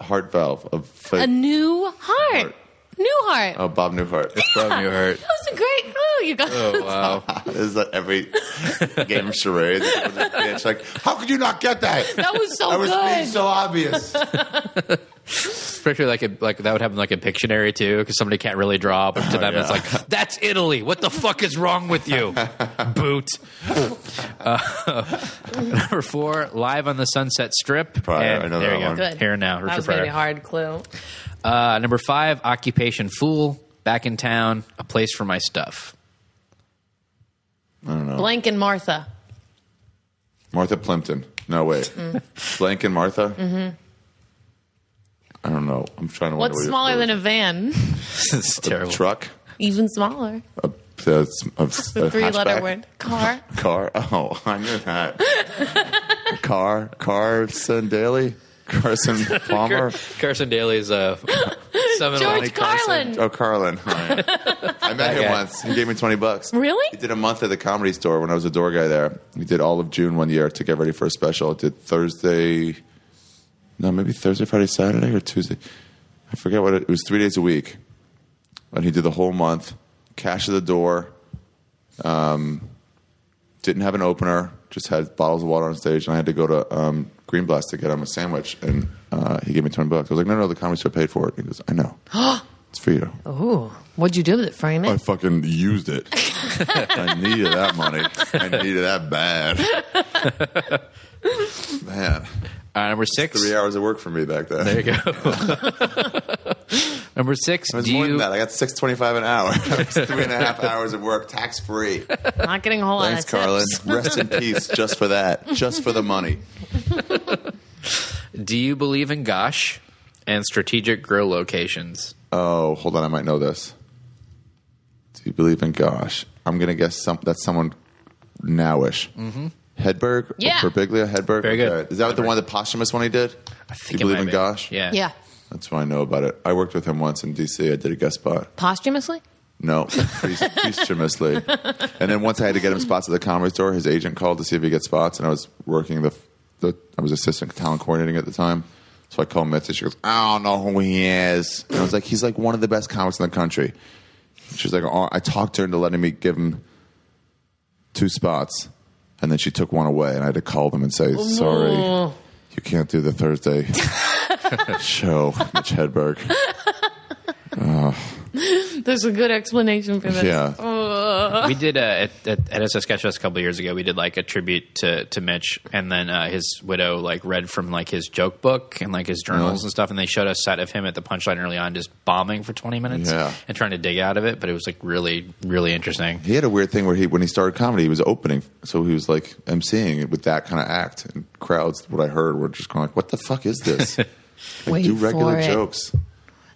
[SPEAKER 6] heart valve. A, fake-
[SPEAKER 3] a new heart.
[SPEAKER 6] Heart.
[SPEAKER 3] New heart.
[SPEAKER 6] oh, Bob Newhart. It's Bob
[SPEAKER 2] New Heart.
[SPEAKER 3] That was a great clue. You got.
[SPEAKER 6] Oh.
[SPEAKER 2] wow.
[SPEAKER 6] This is like every game of charades. It's like, how could you not get that?
[SPEAKER 3] That was so
[SPEAKER 6] That was being
[SPEAKER 3] good.
[SPEAKER 6] so obvious.
[SPEAKER 2] Especially like a, like that would happen like a Pictionary too, because somebody can't really draw, but
[SPEAKER 6] Oh,
[SPEAKER 2] to them it's like that's Italy. What the fuck is wrong with you? Boot. Uh, number four, live on the Sunset Strip.
[SPEAKER 6] Pryor,
[SPEAKER 2] And
[SPEAKER 6] I know
[SPEAKER 2] there
[SPEAKER 6] that
[SPEAKER 2] you go.
[SPEAKER 6] one.
[SPEAKER 3] Good.
[SPEAKER 2] Here now,
[SPEAKER 3] that
[SPEAKER 2] Richard
[SPEAKER 3] was gonna be a
[SPEAKER 2] Pryor.
[SPEAKER 3] hard clue.
[SPEAKER 2] Uh, number five, Occupation Fool. Back in town, a place for my stuff.
[SPEAKER 6] Oh.
[SPEAKER 3] Blank and Martha.
[SPEAKER 6] Martha Plimpton. No, wait. Blank and Martha? Mm-hmm. I don't know. I'm trying to
[SPEAKER 3] What's
[SPEAKER 6] wonder
[SPEAKER 3] smaller
[SPEAKER 6] what
[SPEAKER 3] than a van?
[SPEAKER 2] this is terrible.
[SPEAKER 6] truck?
[SPEAKER 3] Even smaller.
[SPEAKER 6] So it's a, a
[SPEAKER 3] Three letter
[SPEAKER 6] hatchback?
[SPEAKER 3] word. Car.
[SPEAKER 6] Car. Oh, I knew that. car. Carson Daly. Carson Palmer.
[SPEAKER 2] Carson Daly's uh, seven
[SPEAKER 3] George Carlin.
[SPEAKER 6] Oh, Carlin. All right. I met him
[SPEAKER 2] guy.
[SPEAKER 6] once. He gave me twenty bucks.
[SPEAKER 3] Really?
[SPEAKER 6] He did a month at the comedy store when I was a door guy there. He did all of June one year to get ready for a special. Did Thursday, no, maybe Thursday, Friday, Saturday, or Tuesday. I forget what it, it was. Three days a week, and he did the whole month. Cash at the door. Um, didn't have an opener. Just had bottles of water on stage, and I had to go to um, Greenblast to get him a sandwich. And uh, he gave me twenty bucks. I was like, "No, no, the comedy store paid for it." He goes, "I know, it's for you."
[SPEAKER 3] Ooh. What'd you do with it? Frame
[SPEAKER 6] I
[SPEAKER 3] it?
[SPEAKER 6] fucking used it. I needed that money. I needed that bad. Man,
[SPEAKER 2] All right, Uh, number six.
[SPEAKER 6] three hours of work for me back then.
[SPEAKER 2] There you go. number six.
[SPEAKER 6] It was
[SPEAKER 2] Do
[SPEAKER 6] more
[SPEAKER 2] you?
[SPEAKER 6] than that. I got six twenty-five an hour. That was three and a half hours of work, tax free.
[SPEAKER 3] Not getting a whole lot
[SPEAKER 6] Thanks,
[SPEAKER 3] of tips.
[SPEAKER 6] Carlin. Rest in peace, just for that, just for the money.
[SPEAKER 2] Do you believe in Gosh and strategic grow locations?
[SPEAKER 6] Oh, hold on, I might know this. Do you believe in gosh? I'm gonna guess some. That's someone nowish. Mm-hmm. Hedberg,
[SPEAKER 3] Yeah.
[SPEAKER 6] Perbiglia, Hedberg.
[SPEAKER 2] Very good.
[SPEAKER 6] Is that the one, the posthumous one he did?
[SPEAKER 2] I think
[SPEAKER 6] Do you
[SPEAKER 2] it
[SPEAKER 6] believe
[SPEAKER 2] might
[SPEAKER 6] in
[SPEAKER 2] be.
[SPEAKER 6] gosh?
[SPEAKER 2] Yeah.
[SPEAKER 3] Yeah.
[SPEAKER 6] That's why I know about it. I worked with him once in DC. I did a guest spot.
[SPEAKER 3] Posthumously?
[SPEAKER 6] No, posthumously. and then once I had to get him spots at the comedy store. His agent called to see if he get spots, and I was working the, the I was assistant talent coordinating at the time. So I called Mitzi. She goes, I don't know who he is. And I was like, he's like one of the best comics in the country. She's like, oh, I talked her into letting me give him two spots, and then she took one away, and I had to call them and say, sorry,
[SPEAKER 3] Ooh.
[SPEAKER 6] you can't do the Thursday show, Mitch Hedberg.
[SPEAKER 3] There's a good explanation for that.
[SPEAKER 6] Yeah.
[SPEAKER 2] we did uh, at, at, at SS Sketch Fest a couple years ago. We did like a tribute to, to Mitch, and then uh, his widow like read from like his joke book and like his journals
[SPEAKER 6] Really?
[SPEAKER 2] and stuff. And they showed a set of him at the punchline early on, just bombing for twenty minutes
[SPEAKER 6] Yeah.
[SPEAKER 2] and trying to dig out of it. But it was like really, really interesting.
[SPEAKER 6] he had a weird thing where he when he started comedy he was opening so he was like emceeing it with that kind of act and crowds what i heard were just kind of like what the fuck is this like,
[SPEAKER 3] Wait
[SPEAKER 6] do regular
[SPEAKER 3] for it.
[SPEAKER 6] jokes What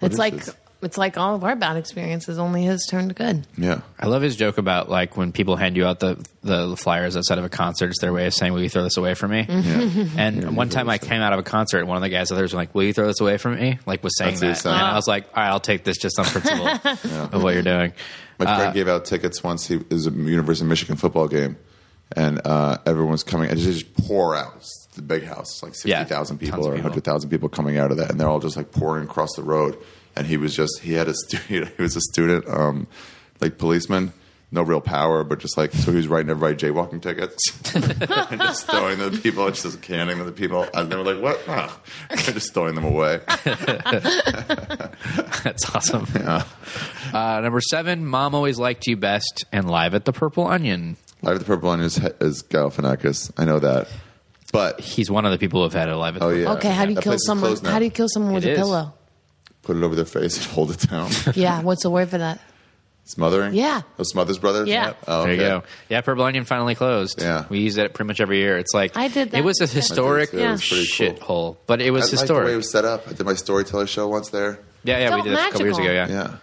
[SPEAKER 3] It's
[SPEAKER 6] is
[SPEAKER 3] like
[SPEAKER 6] this?
[SPEAKER 3] it's like all of our bad experiences, only his turned good.
[SPEAKER 6] yeah
[SPEAKER 2] I love his joke about like when people hand you out the, the flyers outside of a concert, it's their way of saying, "Will you throw this away for me?"
[SPEAKER 6] yeah
[SPEAKER 2] And one time I came out of a concert, and one of the guys out there was like, "Will you throw this away from me?" Like was saying
[SPEAKER 6] That's what he
[SPEAKER 2] that,
[SPEAKER 6] said.
[SPEAKER 2] and I was like, "All right, I'll take this just on principle of what you're doing."
[SPEAKER 6] My
[SPEAKER 2] Uh,
[SPEAKER 6] friend gave out tickets once. He it was a University of Michigan football game, and uh, everyone's coming. And it just pour out. It's the big house, It's like
[SPEAKER 2] Yeah.
[SPEAKER 6] sixty thousand
[SPEAKER 2] Tons
[SPEAKER 6] people
[SPEAKER 2] of
[SPEAKER 6] or
[SPEAKER 2] people.
[SPEAKER 6] hundred thousand people coming out of that, and they're all just like pouring across the road. And he was just he had a student. He was a student, um, like policeman. No real power, but just like so, he was writing everybody jaywalking tickets and just throwing them to people, and just canning them to people, and they were like, "What?" Ah. And just throwing them away.
[SPEAKER 2] That's awesome. Uh, number seven, Mom Always Liked You Best and Live at the Purple Onion.
[SPEAKER 6] Live at the Purple Onion is, is Galifianakis. I know that, but
[SPEAKER 2] He's one of the people who've had it live at the
[SPEAKER 6] oh
[SPEAKER 2] Purple
[SPEAKER 6] yeah.
[SPEAKER 3] okay, how do you
[SPEAKER 6] That
[SPEAKER 3] kill
[SPEAKER 6] place is
[SPEAKER 3] someone?
[SPEAKER 6] closed now.
[SPEAKER 3] How do you kill someone with
[SPEAKER 2] It
[SPEAKER 3] a
[SPEAKER 2] is.
[SPEAKER 3] pillow?
[SPEAKER 6] put it over their face and hold it down.
[SPEAKER 3] Yeah, what's the word for that?
[SPEAKER 6] Smothering?
[SPEAKER 3] Yeah.
[SPEAKER 6] Oh, Smothers Brothers?
[SPEAKER 3] Yeah.
[SPEAKER 6] Oh,
[SPEAKER 2] There you
[SPEAKER 6] okay.
[SPEAKER 2] go. Yeah, Purple Onion finally closed.
[SPEAKER 6] Yeah.
[SPEAKER 2] We use that pretty much every year. It's like,
[SPEAKER 3] I did that
[SPEAKER 2] It was a
[SPEAKER 3] this year.
[SPEAKER 2] historic
[SPEAKER 6] I did too. It was pretty cool.
[SPEAKER 2] shithole, but it
[SPEAKER 6] I
[SPEAKER 2] was
[SPEAKER 6] liked the way it
[SPEAKER 2] historic.
[SPEAKER 6] was set up. I did my storyteller show once there.
[SPEAKER 2] yeah, yeah, we
[SPEAKER 3] Felt
[SPEAKER 2] did that a couple years ago.
[SPEAKER 3] magical.
[SPEAKER 2] Yeah.
[SPEAKER 6] Yeah.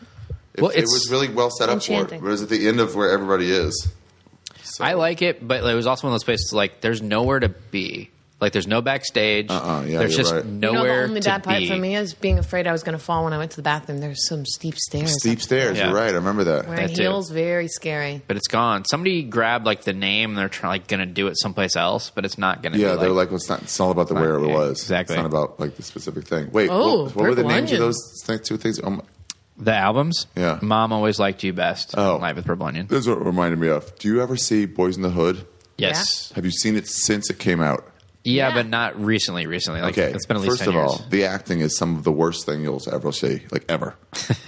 [SPEAKER 6] It,
[SPEAKER 2] Well,
[SPEAKER 6] it
[SPEAKER 2] it's-
[SPEAKER 6] was really well set up for it.
[SPEAKER 3] Enchanting.
[SPEAKER 6] But it was at the end of where everybody is. So-
[SPEAKER 2] I like it, but it was also one of those places like there's nowhere to be. Like there's no backstage.
[SPEAKER 6] Uh-uh, yeah,
[SPEAKER 2] there's
[SPEAKER 6] you're
[SPEAKER 2] just
[SPEAKER 6] right. You
[SPEAKER 2] nowhere
[SPEAKER 3] you know, the only
[SPEAKER 2] to
[SPEAKER 3] bad part
[SPEAKER 2] be.
[SPEAKER 3] for me is being afraid I was going to fall when I went to the bathroom. There's some steep stairs.
[SPEAKER 6] steep stairs.
[SPEAKER 2] Yeah.
[SPEAKER 6] You're right. I remember that.
[SPEAKER 3] Wearing
[SPEAKER 2] That too.
[SPEAKER 3] heels, very scary.
[SPEAKER 2] But it's gone. Somebody grabbed like the name. And they're trying like gonna do it someplace else, but it's not gonna.
[SPEAKER 6] Yeah,
[SPEAKER 2] be,
[SPEAKER 6] they're like, well, it's not. It's all about the where it
[SPEAKER 2] yeah,
[SPEAKER 6] was.
[SPEAKER 2] exactly.
[SPEAKER 6] It's not about like the specific thing. Wait,
[SPEAKER 3] Oh,
[SPEAKER 6] what, what were the
[SPEAKER 3] Purple
[SPEAKER 6] names of
[SPEAKER 3] Onion.
[SPEAKER 6] those th- two things? Um,
[SPEAKER 2] The albums?
[SPEAKER 6] Yeah.
[SPEAKER 2] Mom always liked you best.
[SPEAKER 6] Oh.
[SPEAKER 2] Live with Purple Onion.
[SPEAKER 6] this is what it reminded me of. Do you ever see Boys in the Hood?
[SPEAKER 2] Yes.
[SPEAKER 6] Have you seen it since it came out?
[SPEAKER 2] Yeah,
[SPEAKER 3] Yeah.
[SPEAKER 2] but not recently, recently. Like
[SPEAKER 6] Okay.
[SPEAKER 2] it's been at least
[SPEAKER 6] First
[SPEAKER 2] 10
[SPEAKER 6] of
[SPEAKER 2] years.
[SPEAKER 6] all, the acting is some of the worst thing you'll ever see, like ever.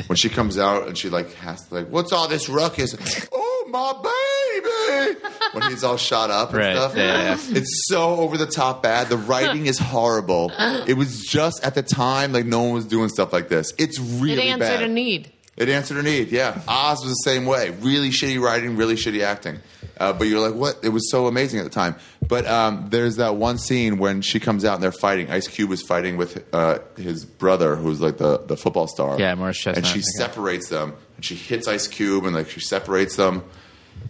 [SPEAKER 6] when she comes out and she like has to like, what's all this ruckus? oh my baby! When he's all shot up and
[SPEAKER 2] Right,
[SPEAKER 6] stuff,
[SPEAKER 2] yeah.
[SPEAKER 6] it's so over the top bad. The writing is horrible. It was just at the time like no one was doing stuff like this. It's really
[SPEAKER 3] it answered
[SPEAKER 6] bad.
[SPEAKER 3] a need.
[SPEAKER 6] It answered a need. Yeah, Oz was the same way. Really shitty writing, really shitty acting. Uh, but you're like, what? It was so amazing at the time. But um, there's that one scene when she comes out and they're fighting. Ice Cube is fighting with uh, his brother, who's like the, the football star.
[SPEAKER 2] Yeah, Morris Chestnut,
[SPEAKER 6] And
[SPEAKER 2] I
[SPEAKER 6] she
[SPEAKER 2] think.
[SPEAKER 6] separates them, and she hits Ice Cube and like she separates them,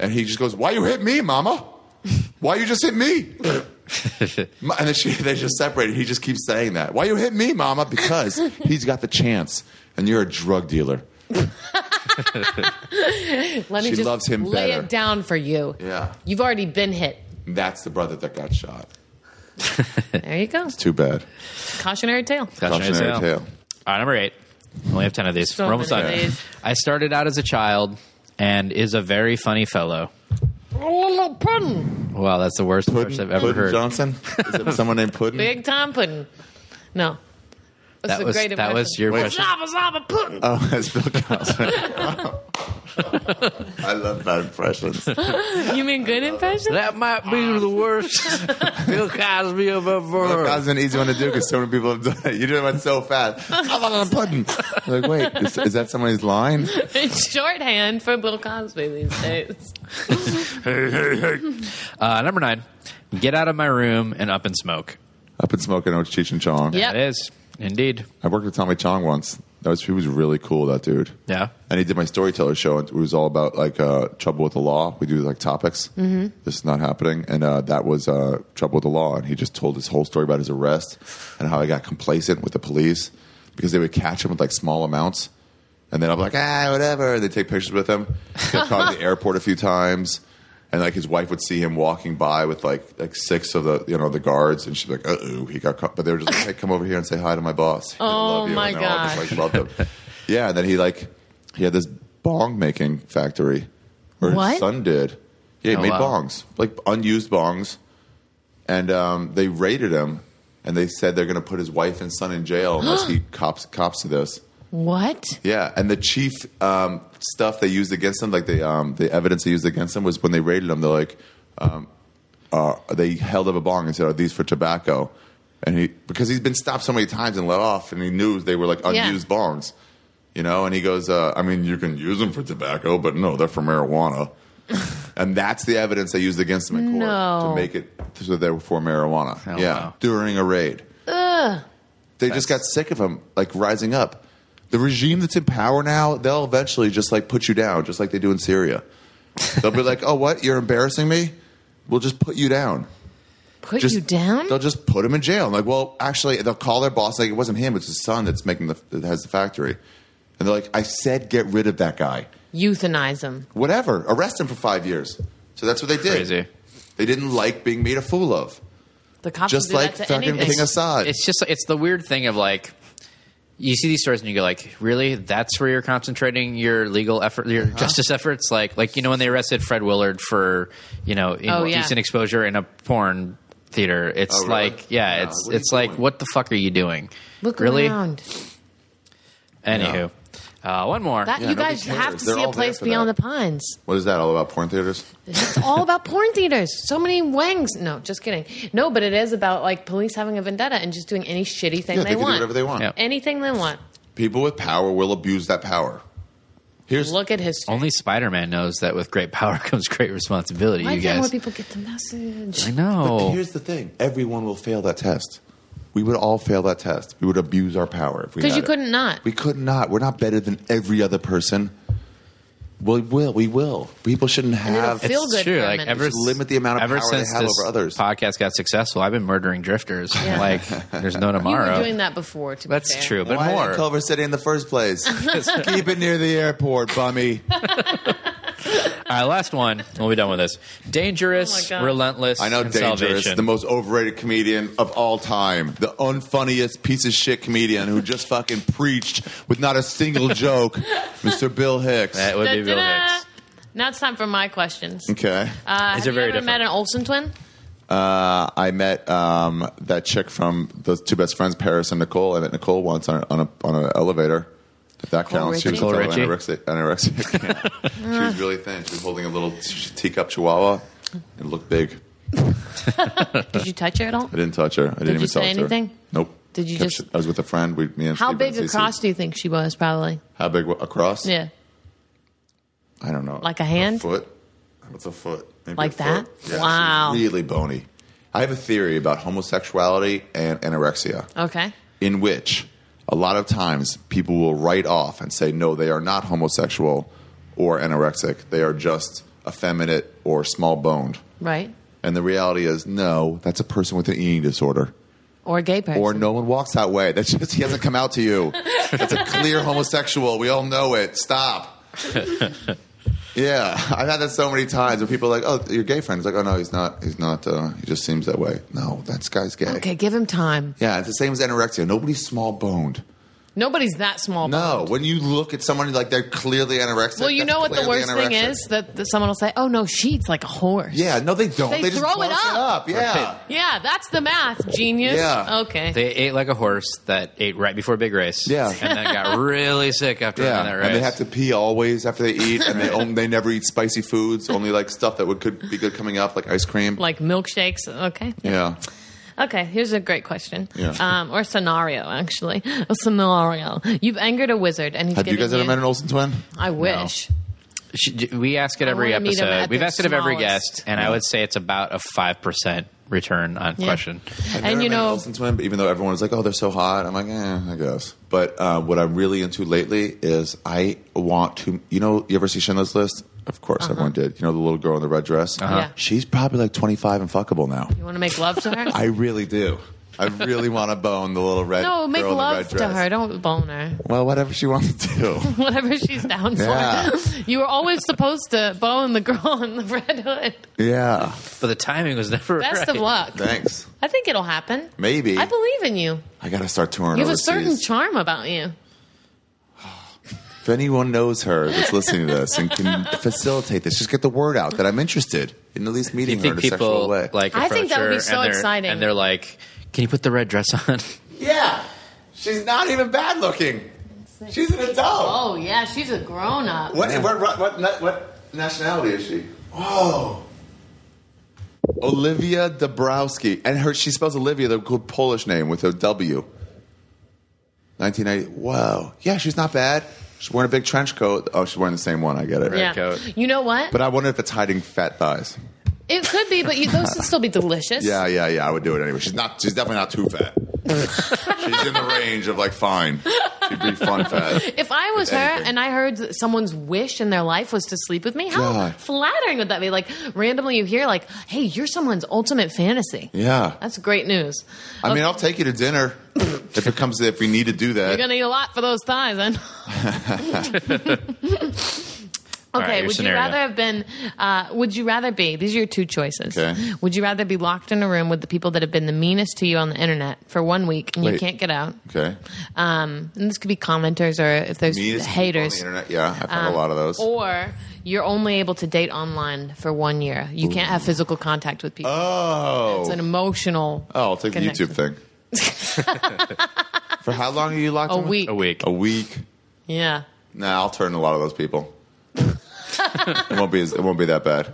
[SPEAKER 6] and he just goes, "Why you hit me, Mama? Why you just hit me?" Ma- and then she, they just separated. He just keeps saying that. Why you hit me, Mama? Because he's got the chance, and you're a drug dealer.
[SPEAKER 3] Let me
[SPEAKER 6] She
[SPEAKER 3] just
[SPEAKER 6] loves him
[SPEAKER 3] lay
[SPEAKER 6] better.
[SPEAKER 3] it down for you.
[SPEAKER 6] Yeah,
[SPEAKER 3] You've already been hit.
[SPEAKER 6] that's the brother that got shot.
[SPEAKER 3] There you go.
[SPEAKER 6] Too bad.
[SPEAKER 3] Cautionary tale.
[SPEAKER 2] Cautionary tale. All right, Uh, number eight. We only have ten of these.
[SPEAKER 3] So
[SPEAKER 2] We're almost
[SPEAKER 3] many
[SPEAKER 2] done.
[SPEAKER 3] of these.
[SPEAKER 2] I started out as a child and is a very funny fellow.
[SPEAKER 3] Puddin'.
[SPEAKER 2] Wow, that's the worst push I've ever
[SPEAKER 6] Puddin'
[SPEAKER 2] heard.
[SPEAKER 6] Johnson? Is it someone named Puddin?
[SPEAKER 3] Big time pudding. No. That's
[SPEAKER 2] That
[SPEAKER 3] a
[SPEAKER 2] was
[SPEAKER 3] great
[SPEAKER 2] that was
[SPEAKER 3] impression.
[SPEAKER 2] your
[SPEAKER 6] Wait.
[SPEAKER 2] question.
[SPEAKER 3] Zaba, zaba, puddin'.
[SPEAKER 6] Oh, that's Bill Johnson. I love bad impressions.
[SPEAKER 3] You mean good impression?
[SPEAKER 2] That might be the worst Bill Cosby I've ever
[SPEAKER 6] That's an easy one to do because so many people have done it. You did it so fast. Puddin. Like, wait, is, is that somebody's line?
[SPEAKER 3] It's shorthand for Bill Cosby these days.
[SPEAKER 2] Uh, number nine, get out of my room and up and smoke.
[SPEAKER 6] Up in smoking oats, Cheech and Chong.
[SPEAKER 3] Yep.
[SPEAKER 2] That is indeed.
[SPEAKER 6] I worked with Tommy Chong once. That was he was really cool, that dude.
[SPEAKER 2] Yeah.
[SPEAKER 6] And he did my storyteller show, and it was all about like uh, trouble with the law. We do like topics. Mm-hmm. This is not happening, and uh, that was uh, trouble with the law. And he just told his whole story about his arrest and how he got complacent with the police because they would catch him with like small amounts, and then I'm like, ah, whatever. And they take pictures with him. He got caught at the airport a few times. And like his wife would see him walking by with like like six of the you know the guards, and she'd be like, "Uh oh, he got caught." But they were just like, "Hey, come over here and say hi to my boss." He
[SPEAKER 3] Oh,
[SPEAKER 6] love you.
[SPEAKER 3] my
[SPEAKER 6] and they're all just,
[SPEAKER 3] gosh.
[SPEAKER 6] like, loved him. yeah, and then he like he had this bong making factory, or
[SPEAKER 3] What?
[SPEAKER 6] his son did. Yeah, he
[SPEAKER 2] Oh,
[SPEAKER 6] made
[SPEAKER 2] wow.
[SPEAKER 6] bongs, like unused bongs, and um, they raided him, and they said they're going to put his wife and son in jail unless he cops cops to this.
[SPEAKER 3] What?
[SPEAKER 6] Yeah, and the chief um, stuff they used against him, like the um, the evidence they used against him, was when they raided him. They're like, um, uh, they held up a bong and said, "Are these for tobacco?" And he because he's been stopped so many times and let off, and he knew they were like
[SPEAKER 3] Yeah.
[SPEAKER 6] unused bongs, you know. And he goes, uh, "I mean, you can use them for tobacco, but no, they're for marijuana." and that's the evidence they used against him in court
[SPEAKER 3] No.
[SPEAKER 6] to make it so they were for marijuana.
[SPEAKER 2] Oh,
[SPEAKER 6] yeah,
[SPEAKER 2] wow.
[SPEAKER 6] during a raid. They just got sick of him, like rising up. The regime that's in power now, they'll eventually just like put you down, just like they do in Syria. They'll be like, "Oh, what? You're embarrassing me? We'll just put you down."
[SPEAKER 3] Put
[SPEAKER 6] Just
[SPEAKER 3] you down?
[SPEAKER 6] They'll just put him in jail. I'm like, well, actually, they'll call their boss. Like, it wasn't him; it's his son that's making the that has the factory. And they're like, "I said, get rid of that guy.
[SPEAKER 3] Euthanize him.
[SPEAKER 6] Whatever, arrest him for five years." So that's what they did.
[SPEAKER 2] Crazy.
[SPEAKER 6] They didn't like being made a fool of,
[SPEAKER 3] The cops
[SPEAKER 6] just
[SPEAKER 3] will do
[SPEAKER 6] like
[SPEAKER 3] that to
[SPEAKER 6] fucking
[SPEAKER 3] anything.
[SPEAKER 6] King Assad.
[SPEAKER 2] It's just it's the weird thing of like you see these stories and you go like, really? That's where you're concentrating your legal effort, your
[SPEAKER 6] Uh-huh.
[SPEAKER 2] justice efforts? Like like you know when they arrested Fred Willard for you know
[SPEAKER 3] Oh,
[SPEAKER 2] indecent
[SPEAKER 3] yeah.
[SPEAKER 2] exposure in a porn theater. It's
[SPEAKER 6] Oh, really?
[SPEAKER 2] like yeah,
[SPEAKER 6] Yeah,
[SPEAKER 2] it's
[SPEAKER 6] what are you
[SPEAKER 2] it's like
[SPEAKER 6] doing?
[SPEAKER 2] what the fuck are you doing?
[SPEAKER 3] Look
[SPEAKER 2] really?
[SPEAKER 3] around.
[SPEAKER 2] Anywho, uh, one more.
[SPEAKER 3] That,
[SPEAKER 6] Yeah,
[SPEAKER 3] you
[SPEAKER 6] nobody
[SPEAKER 3] guys
[SPEAKER 6] cares.
[SPEAKER 3] have to
[SPEAKER 6] They're
[SPEAKER 3] see
[SPEAKER 6] all
[SPEAKER 3] a
[SPEAKER 6] there
[SPEAKER 3] place
[SPEAKER 6] for
[SPEAKER 3] beyond
[SPEAKER 6] that.
[SPEAKER 3] the pines.
[SPEAKER 6] What is that all about? Porn theaters?
[SPEAKER 3] It's all about porn theaters. So many wangs. No, just kidding. No, but it is about like police having a vendetta and just doing any shitty thing
[SPEAKER 6] Yeah,
[SPEAKER 3] they,
[SPEAKER 6] they, can
[SPEAKER 3] want.
[SPEAKER 6] do whatever they want.
[SPEAKER 2] Yeah.
[SPEAKER 3] Anything they want.
[SPEAKER 6] People with power will abuse that power. Here's
[SPEAKER 3] Look at history.
[SPEAKER 2] Only Spider Man knows that with great power comes great responsibility.
[SPEAKER 3] Why
[SPEAKER 2] you
[SPEAKER 3] can't more
[SPEAKER 2] guys,
[SPEAKER 3] people get the message?
[SPEAKER 2] I know.
[SPEAKER 6] here's the thing: everyone will fail that test. We would all fail that test. We would abuse our power if we
[SPEAKER 3] 'Cause
[SPEAKER 6] had
[SPEAKER 3] you
[SPEAKER 6] it.
[SPEAKER 3] couldn't not.
[SPEAKER 6] We could not. We're not better than every other person. We will. We will. People shouldn't
[SPEAKER 3] it'll
[SPEAKER 6] have.
[SPEAKER 3] feel
[SPEAKER 2] It's
[SPEAKER 3] good
[SPEAKER 2] true.
[SPEAKER 3] for a
[SPEAKER 2] Like
[SPEAKER 3] minute.
[SPEAKER 2] ever
[SPEAKER 6] Just limit the amount of
[SPEAKER 2] ever
[SPEAKER 6] power they
[SPEAKER 2] since
[SPEAKER 6] have
[SPEAKER 2] this
[SPEAKER 6] over others.
[SPEAKER 2] podcast got successful, I've been murdering drifters.
[SPEAKER 3] Yeah.
[SPEAKER 2] Like there's no
[SPEAKER 3] you were
[SPEAKER 2] tomorrow.
[SPEAKER 3] doing that before. To be
[SPEAKER 2] That's
[SPEAKER 3] fair.
[SPEAKER 2] true, but
[SPEAKER 6] Why
[SPEAKER 2] more.
[SPEAKER 6] in Culver City in the first place? Keep it near the airport, bummy.
[SPEAKER 2] All right, last one. We'll be done with this. Dangerous,
[SPEAKER 3] Oh my God.
[SPEAKER 2] relentless.
[SPEAKER 6] I know
[SPEAKER 2] and
[SPEAKER 6] Dangerous,
[SPEAKER 2] Salvation.
[SPEAKER 6] the most overrated comedian of all time, the unfunniest piece of shit comedian who just fucking preached with not a single joke, Mr. Bill Hicks.
[SPEAKER 2] that would be Bill
[SPEAKER 3] Da-da-da.
[SPEAKER 2] Hicks.
[SPEAKER 3] Now it's time for my questions.
[SPEAKER 6] Okay.
[SPEAKER 3] Uh,
[SPEAKER 2] Mm. These
[SPEAKER 3] have
[SPEAKER 2] are
[SPEAKER 3] you
[SPEAKER 2] very
[SPEAKER 3] ever
[SPEAKER 2] different.
[SPEAKER 3] met an Olsen twin?
[SPEAKER 6] Uh, I met um, that chick from those two best friends, Paris and Nicole. I met Nicole once on a, on a, on an elevator. If that counts, she was
[SPEAKER 2] Nicole
[SPEAKER 6] a fellow
[SPEAKER 2] Richie?
[SPEAKER 6] anorexic. anorexic. she was really thin. She was holding a little t- teacup chihuahua. It looked big.
[SPEAKER 3] Did you touch her at all?
[SPEAKER 6] I didn't touch her. I didn't even
[SPEAKER 3] you say
[SPEAKER 6] talk to her.
[SPEAKER 3] anything?
[SPEAKER 6] Nope.
[SPEAKER 3] Did you
[SPEAKER 6] Kept
[SPEAKER 3] just-
[SPEAKER 6] sh- I was with a friend. We, me and
[SPEAKER 3] How
[SPEAKER 6] Steve
[SPEAKER 3] big
[SPEAKER 6] went to see-
[SPEAKER 3] across do you think she was? Probably.
[SPEAKER 6] How big wa- across?
[SPEAKER 3] Yeah.
[SPEAKER 6] I don't know.
[SPEAKER 3] Like a hand?
[SPEAKER 6] foot? What's a foot? Maybe
[SPEAKER 3] Like
[SPEAKER 6] a
[SPEAKER 3] that?
[SPEAKER 6] foot. Yeah, she was
[SPEAKER 3] Wow.
[SPEAKER 6] really bony. I have a theory about homosexuality and anorexia.
[SPEAKER 3] Okay.
[SPEAKER 6] in which a lot of times people will write off and say, no, they are not homosexual or anorexic. They are just effeminate or small boned.
[SPEAKER 3] right?
[SPEAKER 6] And the reality is, no, that's a person with an eating disorder.
[SPEAKER 3] Or a gay person.
[SPEAKER 6] Or no one walks that way. That's just, he hasn't come out to you. That's a clear homosexual. We all know it. Stop. yeah, I've had that so many times where people are like, oh, your gay friend. It's like, oh, no, he's not. He's not. Uh, he just seems that way. No, that guy's gay.
[SPEAKER 3] Okay, give him time.
[SPEAKER 6] Yeah, it's the same as anorexia. Nobody's small boned.
[SPEAKER 3] Nobody's that small.
[SPEAKER 6] No, when you look at someone like they're clearly anorexic.
[SPEAKER 3] Well, you
[SPEAKER 6] that's
[SPEAKER 3] know what the
[SPEAKER 6] clearly
[SPEAKER 3] worst thing
[SPEAKER 6] anorexic.
[SPEAKER 3] is that, that someone will say, "Oh no, she eats like a horse."
[SPEAKER 6] Yeah, no, they don't.
[SPEAKER 3] They
[SPEAKER 6] They, just
[SPEAKER 3] throw it
[SPEAKER 6] blow it
[SPEAKER 3] up.
[SPEAKER 6] up. Yeah.
[SPEAKER 3] yeah, that's the math, genius.
[SPEAKER 6] Yeah.
[SPEAKER 3] Okay.
[SPEAKER 2] They ate like a horse that ate right before big race.
[SPEAKER 6] Yeah.
[SPEAKER 2] and then got really sick after
[SPEAKER 6] Yeah,
[SPEAKER 2] running that race.
[SPEAKER 6] and they have to pee always after they eat, and they only, they never eat spicy foods, only like stuff that would could be good coming up, like ice cream.
[SPEAKER 3] like milkshakes. Okay.
[SPEAKER 6] yeah,
[SPEAKER 3] Okay, here's a great question.
[SPEAKER 6] Yeah.
[SPEAKER 3] Um, or scenario, actually. A scenario. You've angered a wizard and he's
[SPEAKER 6] have you
[SPEAKER 3] given
[SPEAKER 6] guys ever met an Olsen twin?
[SPEAKER 3] I wish.
[SPEAKER 2] She- j- we ask it
[SPEAKER 3] I
[SPEAKER 2] every
[SPEAKER 3] wanna meet 'em
[SPEAKER 2] episode.
[SPEAKER 3] at
[SPEAKER 2] We've
[SPEAKER 3] their
[SPEAKER 2] asked it of every
[SPEAKER 3] smallest.
[SPEAKER 2] guest, and I would say it's about a five percent return on question.
[SPEAKER 6] I've
[SPEAKER 3] And
[SPEAKER 6] never
[SPEAKER 3] you
[SPEAKER 6] met an
[SPEAKER 3] know,
[SPEAKER 6] Olsen twin, but even though everyone's like, "Oh, they're so hot," I'm like, "Eh, I guess." But uh, what I'm really into lately is I want to. You know, you ever see Schindler's List? Of course, everyone did. You know the little girl in the red dress.
[SPEAKER 3] Uh-huh. Yeah.
[SPEAKER 6] She's probably like 25 and fuckable now.
[SPEAKER 3] you want to make love to her?
[SPEAKER 6] I really do. I really want to bone the little red.
[SPEAKER 3] no, make
[SPEAKER 6] girl in the red
[SPEAKER 3] love to
[SPEAKER 6] dress.
[SPEAKER 3] her. Don't bone her.
[SPEAKER 6] Well, whatever she wants to do.
[SPEAKER 3] Whatever she's down for.
[SPEAKER 6] Yeah.
[SPEAKER 3] You were always supposed to bone the girl in the red hood.
[SPEAKER 6] Yeah.
[SPEAKER 2] But the timing was never
[SPEAKER 3] Best
[SPEAKER 2] right.
[SPEAKER 3] of luck.
[SPEAKER 6] Thanks.
[SPEAKER 3] I think it'll happen.
[SPEAKER 6] Maybe.
[SPEAKER 3] I believe in you.
[SPEAKER 6] I gotta start touring
[SPEAKER 3] You have a
[SPEAKER 6] overseas.
[SPEAKER 3] certain charm about you.
[SPEAKER 6] if anyone knows her that's listening to this and can facilitate this, just get the word out that I'm interested in at least
[SPEAKER 2] Do
[SPEAKER 6] meeting
[SPEAKER 2] you think
[SPEAKER 6] her in a sexual
[SPEAKER 2] people
[SPEAKER 6] way.
[SPEAKER 2] like?
[SPEAKER 3] I
[SPEAKER 2] approach
[SPEAKER 3] think that would be
[SPEAKER 2] her
[SPEAKER 3] so
[SPEAKER 2] and they're-
[SPEAKER 3] exciting.
[SPEAKER 2] And they're like, "Can you put the red dress on?"
[SPEAKER 6] yeah, she's not even bad looking. She's an adult.
[SPEAKER 3] Oh, yeah, she's a grown up.
[SPEAKER 6] What, what, what, what, na- what nationality is she? Oh. Olivia Dabrowski. And her she spells Olivia, the good Polish name with a W. 1990. Whoa. Yeah, she's not bad. She's wearing a big trench coat. Oh, she's wearing the same one. I get it.
[SPEAKER 3] Yeah.
[SPEAKER 2] coat.
[SPEAKER 3] You know what?
[SPEAKER 6] But I wonder if it's hiding fat thighs.
[SPEAKER 3] It could be, but you, those would still be delicious.
[SPEAKER 6] Yeah, yeah, yeah. I would do it anyway. She's not. She's definitely not too fat. she's in the range of like fine. She'd be fun fat.
[SPEAKER 3] If I was
[SPEAKER 6] If
[SPEAKER 3] her
[SPEAKER 6] anything.
[SPEAKER 3] and I heard that someone's wish in their life was to sleep with me, how
[SPEAKER 6] God.
[SPEAKER 3] flattering would that be? Like randomly you hear like, "Hey, you're someone's ultimate fantasy."
[SPEAKER 6] Yeah.
[SPEAKER 3] That's great news.
[SPEAKER 6] I mean, I'll take you to dinner if it comes. If we need to do that.
[SPEAKER 3] You're gonna eat a lot for those thighs, then.
[SPEAKER 2] right,
[SPEAKER 3] okay.
[SPEAKER 2] your
[SPEAKER 3] would
[SPEAKER 2] scenario.
[SPEAKER 3] you rather have been? Uh, would you rather be? These are your two choices.
[SPEAKER 6] Okay.
[SPEAKER 3] Would you rather be locked in a room with the people that have been the meanest to you on the internet for one week and you
[SPEAKER 6] Wait.
[SPEAKER 3] can't get out?
[SPEAKER 6] okay.
[SPEAKER 3] Um, and this could be commenters or if there's
[SPEAKER 6] Meanest people
[SPEAKER 3] haters.
[SPEAKER 6] On the internet. Yeah, I've had a lot of those.
[SPEAKER 3] or you're only able to date online for one year. You can't have physical contact with people.
[SPEAKER 6] oh.
[SPEAKER 3] it's an emotional.
[SPEAKER 6] oh, I'll take the
[SPEAKER 3] connection.
[SPEAKER 6] YouTube thing. For how long are you locked?
[SPEAKER 3] A
[SPEAKER 6] in?
[SPEAKER 3] week.
[SPEAKER 2] a week.
[SPEAKER 6] A week.
[SPEAKER 3] Yeah.
[SPEAKER 6] Nah, I'll turn a lot of those people. it won't be. As, it won't be that bad.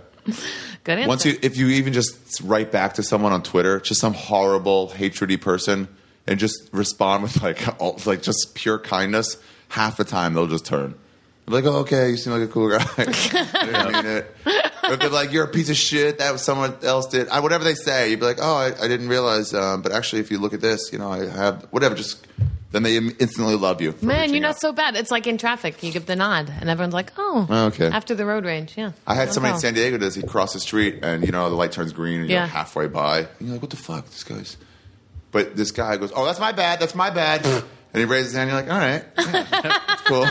[SPEAKER 3] Good answer.
[SPEAKER 6] Once you, if you even just write back to someone on Twitter, just some horrible, hatredy person, and just respond with like, all, like just pure kindness, half the time they'll just turn. They're like, oh, okay, you seem like a cool guy. I didn't mean it. Or if they're like, you're a piece of shit, that was someone else did. I, whatever they say, you'd be like, oh, I, I didn't realize. Um, but actually, if you look at this, you know, I have whatever. Just then they im- instantly love you. for
[SPEAKER 3] Man,
[SPEAKER 6] reaching
[SPEAKER 3] you're not
[SPEAKER 6] out.
[SPEAKER 3] so bad. It's like in traffic. You give the nod, and everyone's like, oh,
[SPEAKER 6] Oh, okay.
[SPEAKER 3] After the road range, yeah.
[SPEAKER 6] I had
[SPEAKER 3] Oh, No
[SPEAKER 6] somebody in
[SPEAKER 3] problem.
[SPEAKER 6] San Diego does. He crossed the street and you know the light turns green and
[SPEAKER 3] Yeah.
[SPEAKER 6] you're halfway by. And you're like, what the fuck, this guy's. But this guy goes, oh, that's my bad, that's my bad, and he raises his hand. You're like, all right, yeah, that's cool.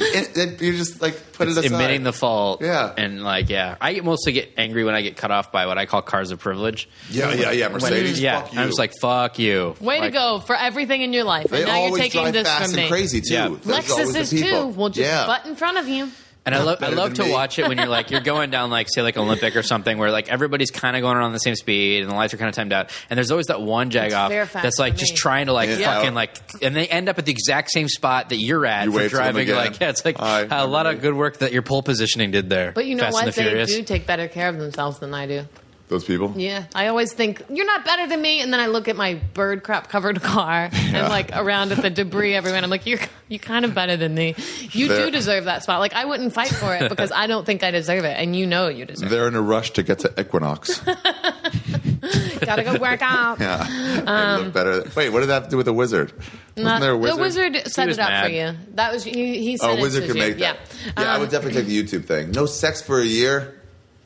[SPEAKER 6] It, it- you just like put it aside.
[SPEAKER 2] admitting the fault.
[SPEAKER 6] Yeah.
[SPEAKER 2] And like, yeah, I get- mostly get angry when I get cut off by what I call cars of privilege.
[SPEAKER 6] yeah, yeah, yeah,
[SPEAKER 2] When-
[SPEAKER 6] Mercedes.
[SPEAKER 2] yeah,
[SPEAKER 6] fuck you.
[SPEAKER 2] I'm just like, fuck you.
[SPEAKER 3] Way to
[SPEAKER 2] Like,
[SPEAKER 3] go for everything in your life.
[SPEAKER 6] they
[SPEAKER 3] and now
[SPEAKER 6] always
[SPEAKER 3] you're taking
[SPEAKER 6] drive
[SPEAKER 3] this
[SPEAKER 6] fast
[SPEAKER 3] from me.
[SPEAKER 6] and crazy too.
[SPEAKER 2] Yeah.
[SPEAKER 6] There's always the
[SPEAKER 3] Lexuses too.
[SPEAKER 6] people.
[SPEAKER 3] We'll just
[SPEAKER 6] yeah.
[SPEAKER 3] butt in front of you.
[SPEAKER 2] And I love I
[SPEAKER 6] better
[SPEAKER 2] love to
[SPEAKER 6] than me.
[SPEAKER 2] watch it when you're like you're going down like say like Olympic or something where like everybody's kind of going around the same speed and the lights are kind of timed out and there's always that one jag off
[SPEAKER 3] fair fast
[SPEAKER 2] that's like
[SPEAKER 3] for
[SPEAKER 2] just
[SPEAKER 3] me.
[SPEAKER 2] trying to like
[SPEAKER 6] Yeah.
[SPEAKER 2] fucking like and they end up at the exact same spot that you're at
[SPEAKER 6] You
[SPEAKER 2] for
[SPEAKER 6] wave to them
[SPEAKER 2] driving
[SPEAKER 6] again.
[SPEAKER 2] like yeah it's like
[SPEAKER 6] Hi,
[SPEAKER 2] a lot of
[SPEAKER 6] everybody.
[SPEAKER 2] good work that your pole positioning did there.
[SPEAKER 3] But you know
[SPEAKER 2] Fast
[SPEAKER 3] what?
[SPEAKER 2] And the
[SPEAKER 3] They
[SPEAKER 2] Furious.
[SPEAKER 3] do take better care of themselves than I do.
[SPEAKER 6] Those people.
[SPEAKER 3] Yeah, I always think you're not better than me, and then I look at my bird crap covered car and like around at the debris everywhere. And I'm like, you're you kind of better than me. You do
[SPEAKER 6] They're-
[SPEAKER 3] deserve that spot. Like I wouldn't fight for it because I don't think I deserve it, and you know you deserve. it.
[SPEAKER 6] They're in a rush to get to Equinox.
[SPEAKER 3] Gotta go work out.
[SPEAKER 6] Yeah, I look better. Wait, what did that have to do with the wizard? Wasn't
[SPEAKER 3] Um, Not-
[SPEAKER 6] there a wizard?
[SPEAKER 3] Uh, The wizard set
[SPEAKER 2] was
[SPEAKER 3] it up for
[SPEAKER 2] mad.
[SPEAKER 3] you. That was you. He said
[SPEAKER 6] Oh,
[SPEAKER 3] it
[SPEAKER 6] wizard
[SPEAKER 3] to
[SPEAKER 6] can
[SPEAKER 3] you.
[SPEAKER 6] make that.
[SPEAKER 3] Yeah,
[SPEAKER 6] yeah. I
[SPEAKER 3] Um,
[SPEAKER 6] would definitely take the YouTube thing. No sex for a year.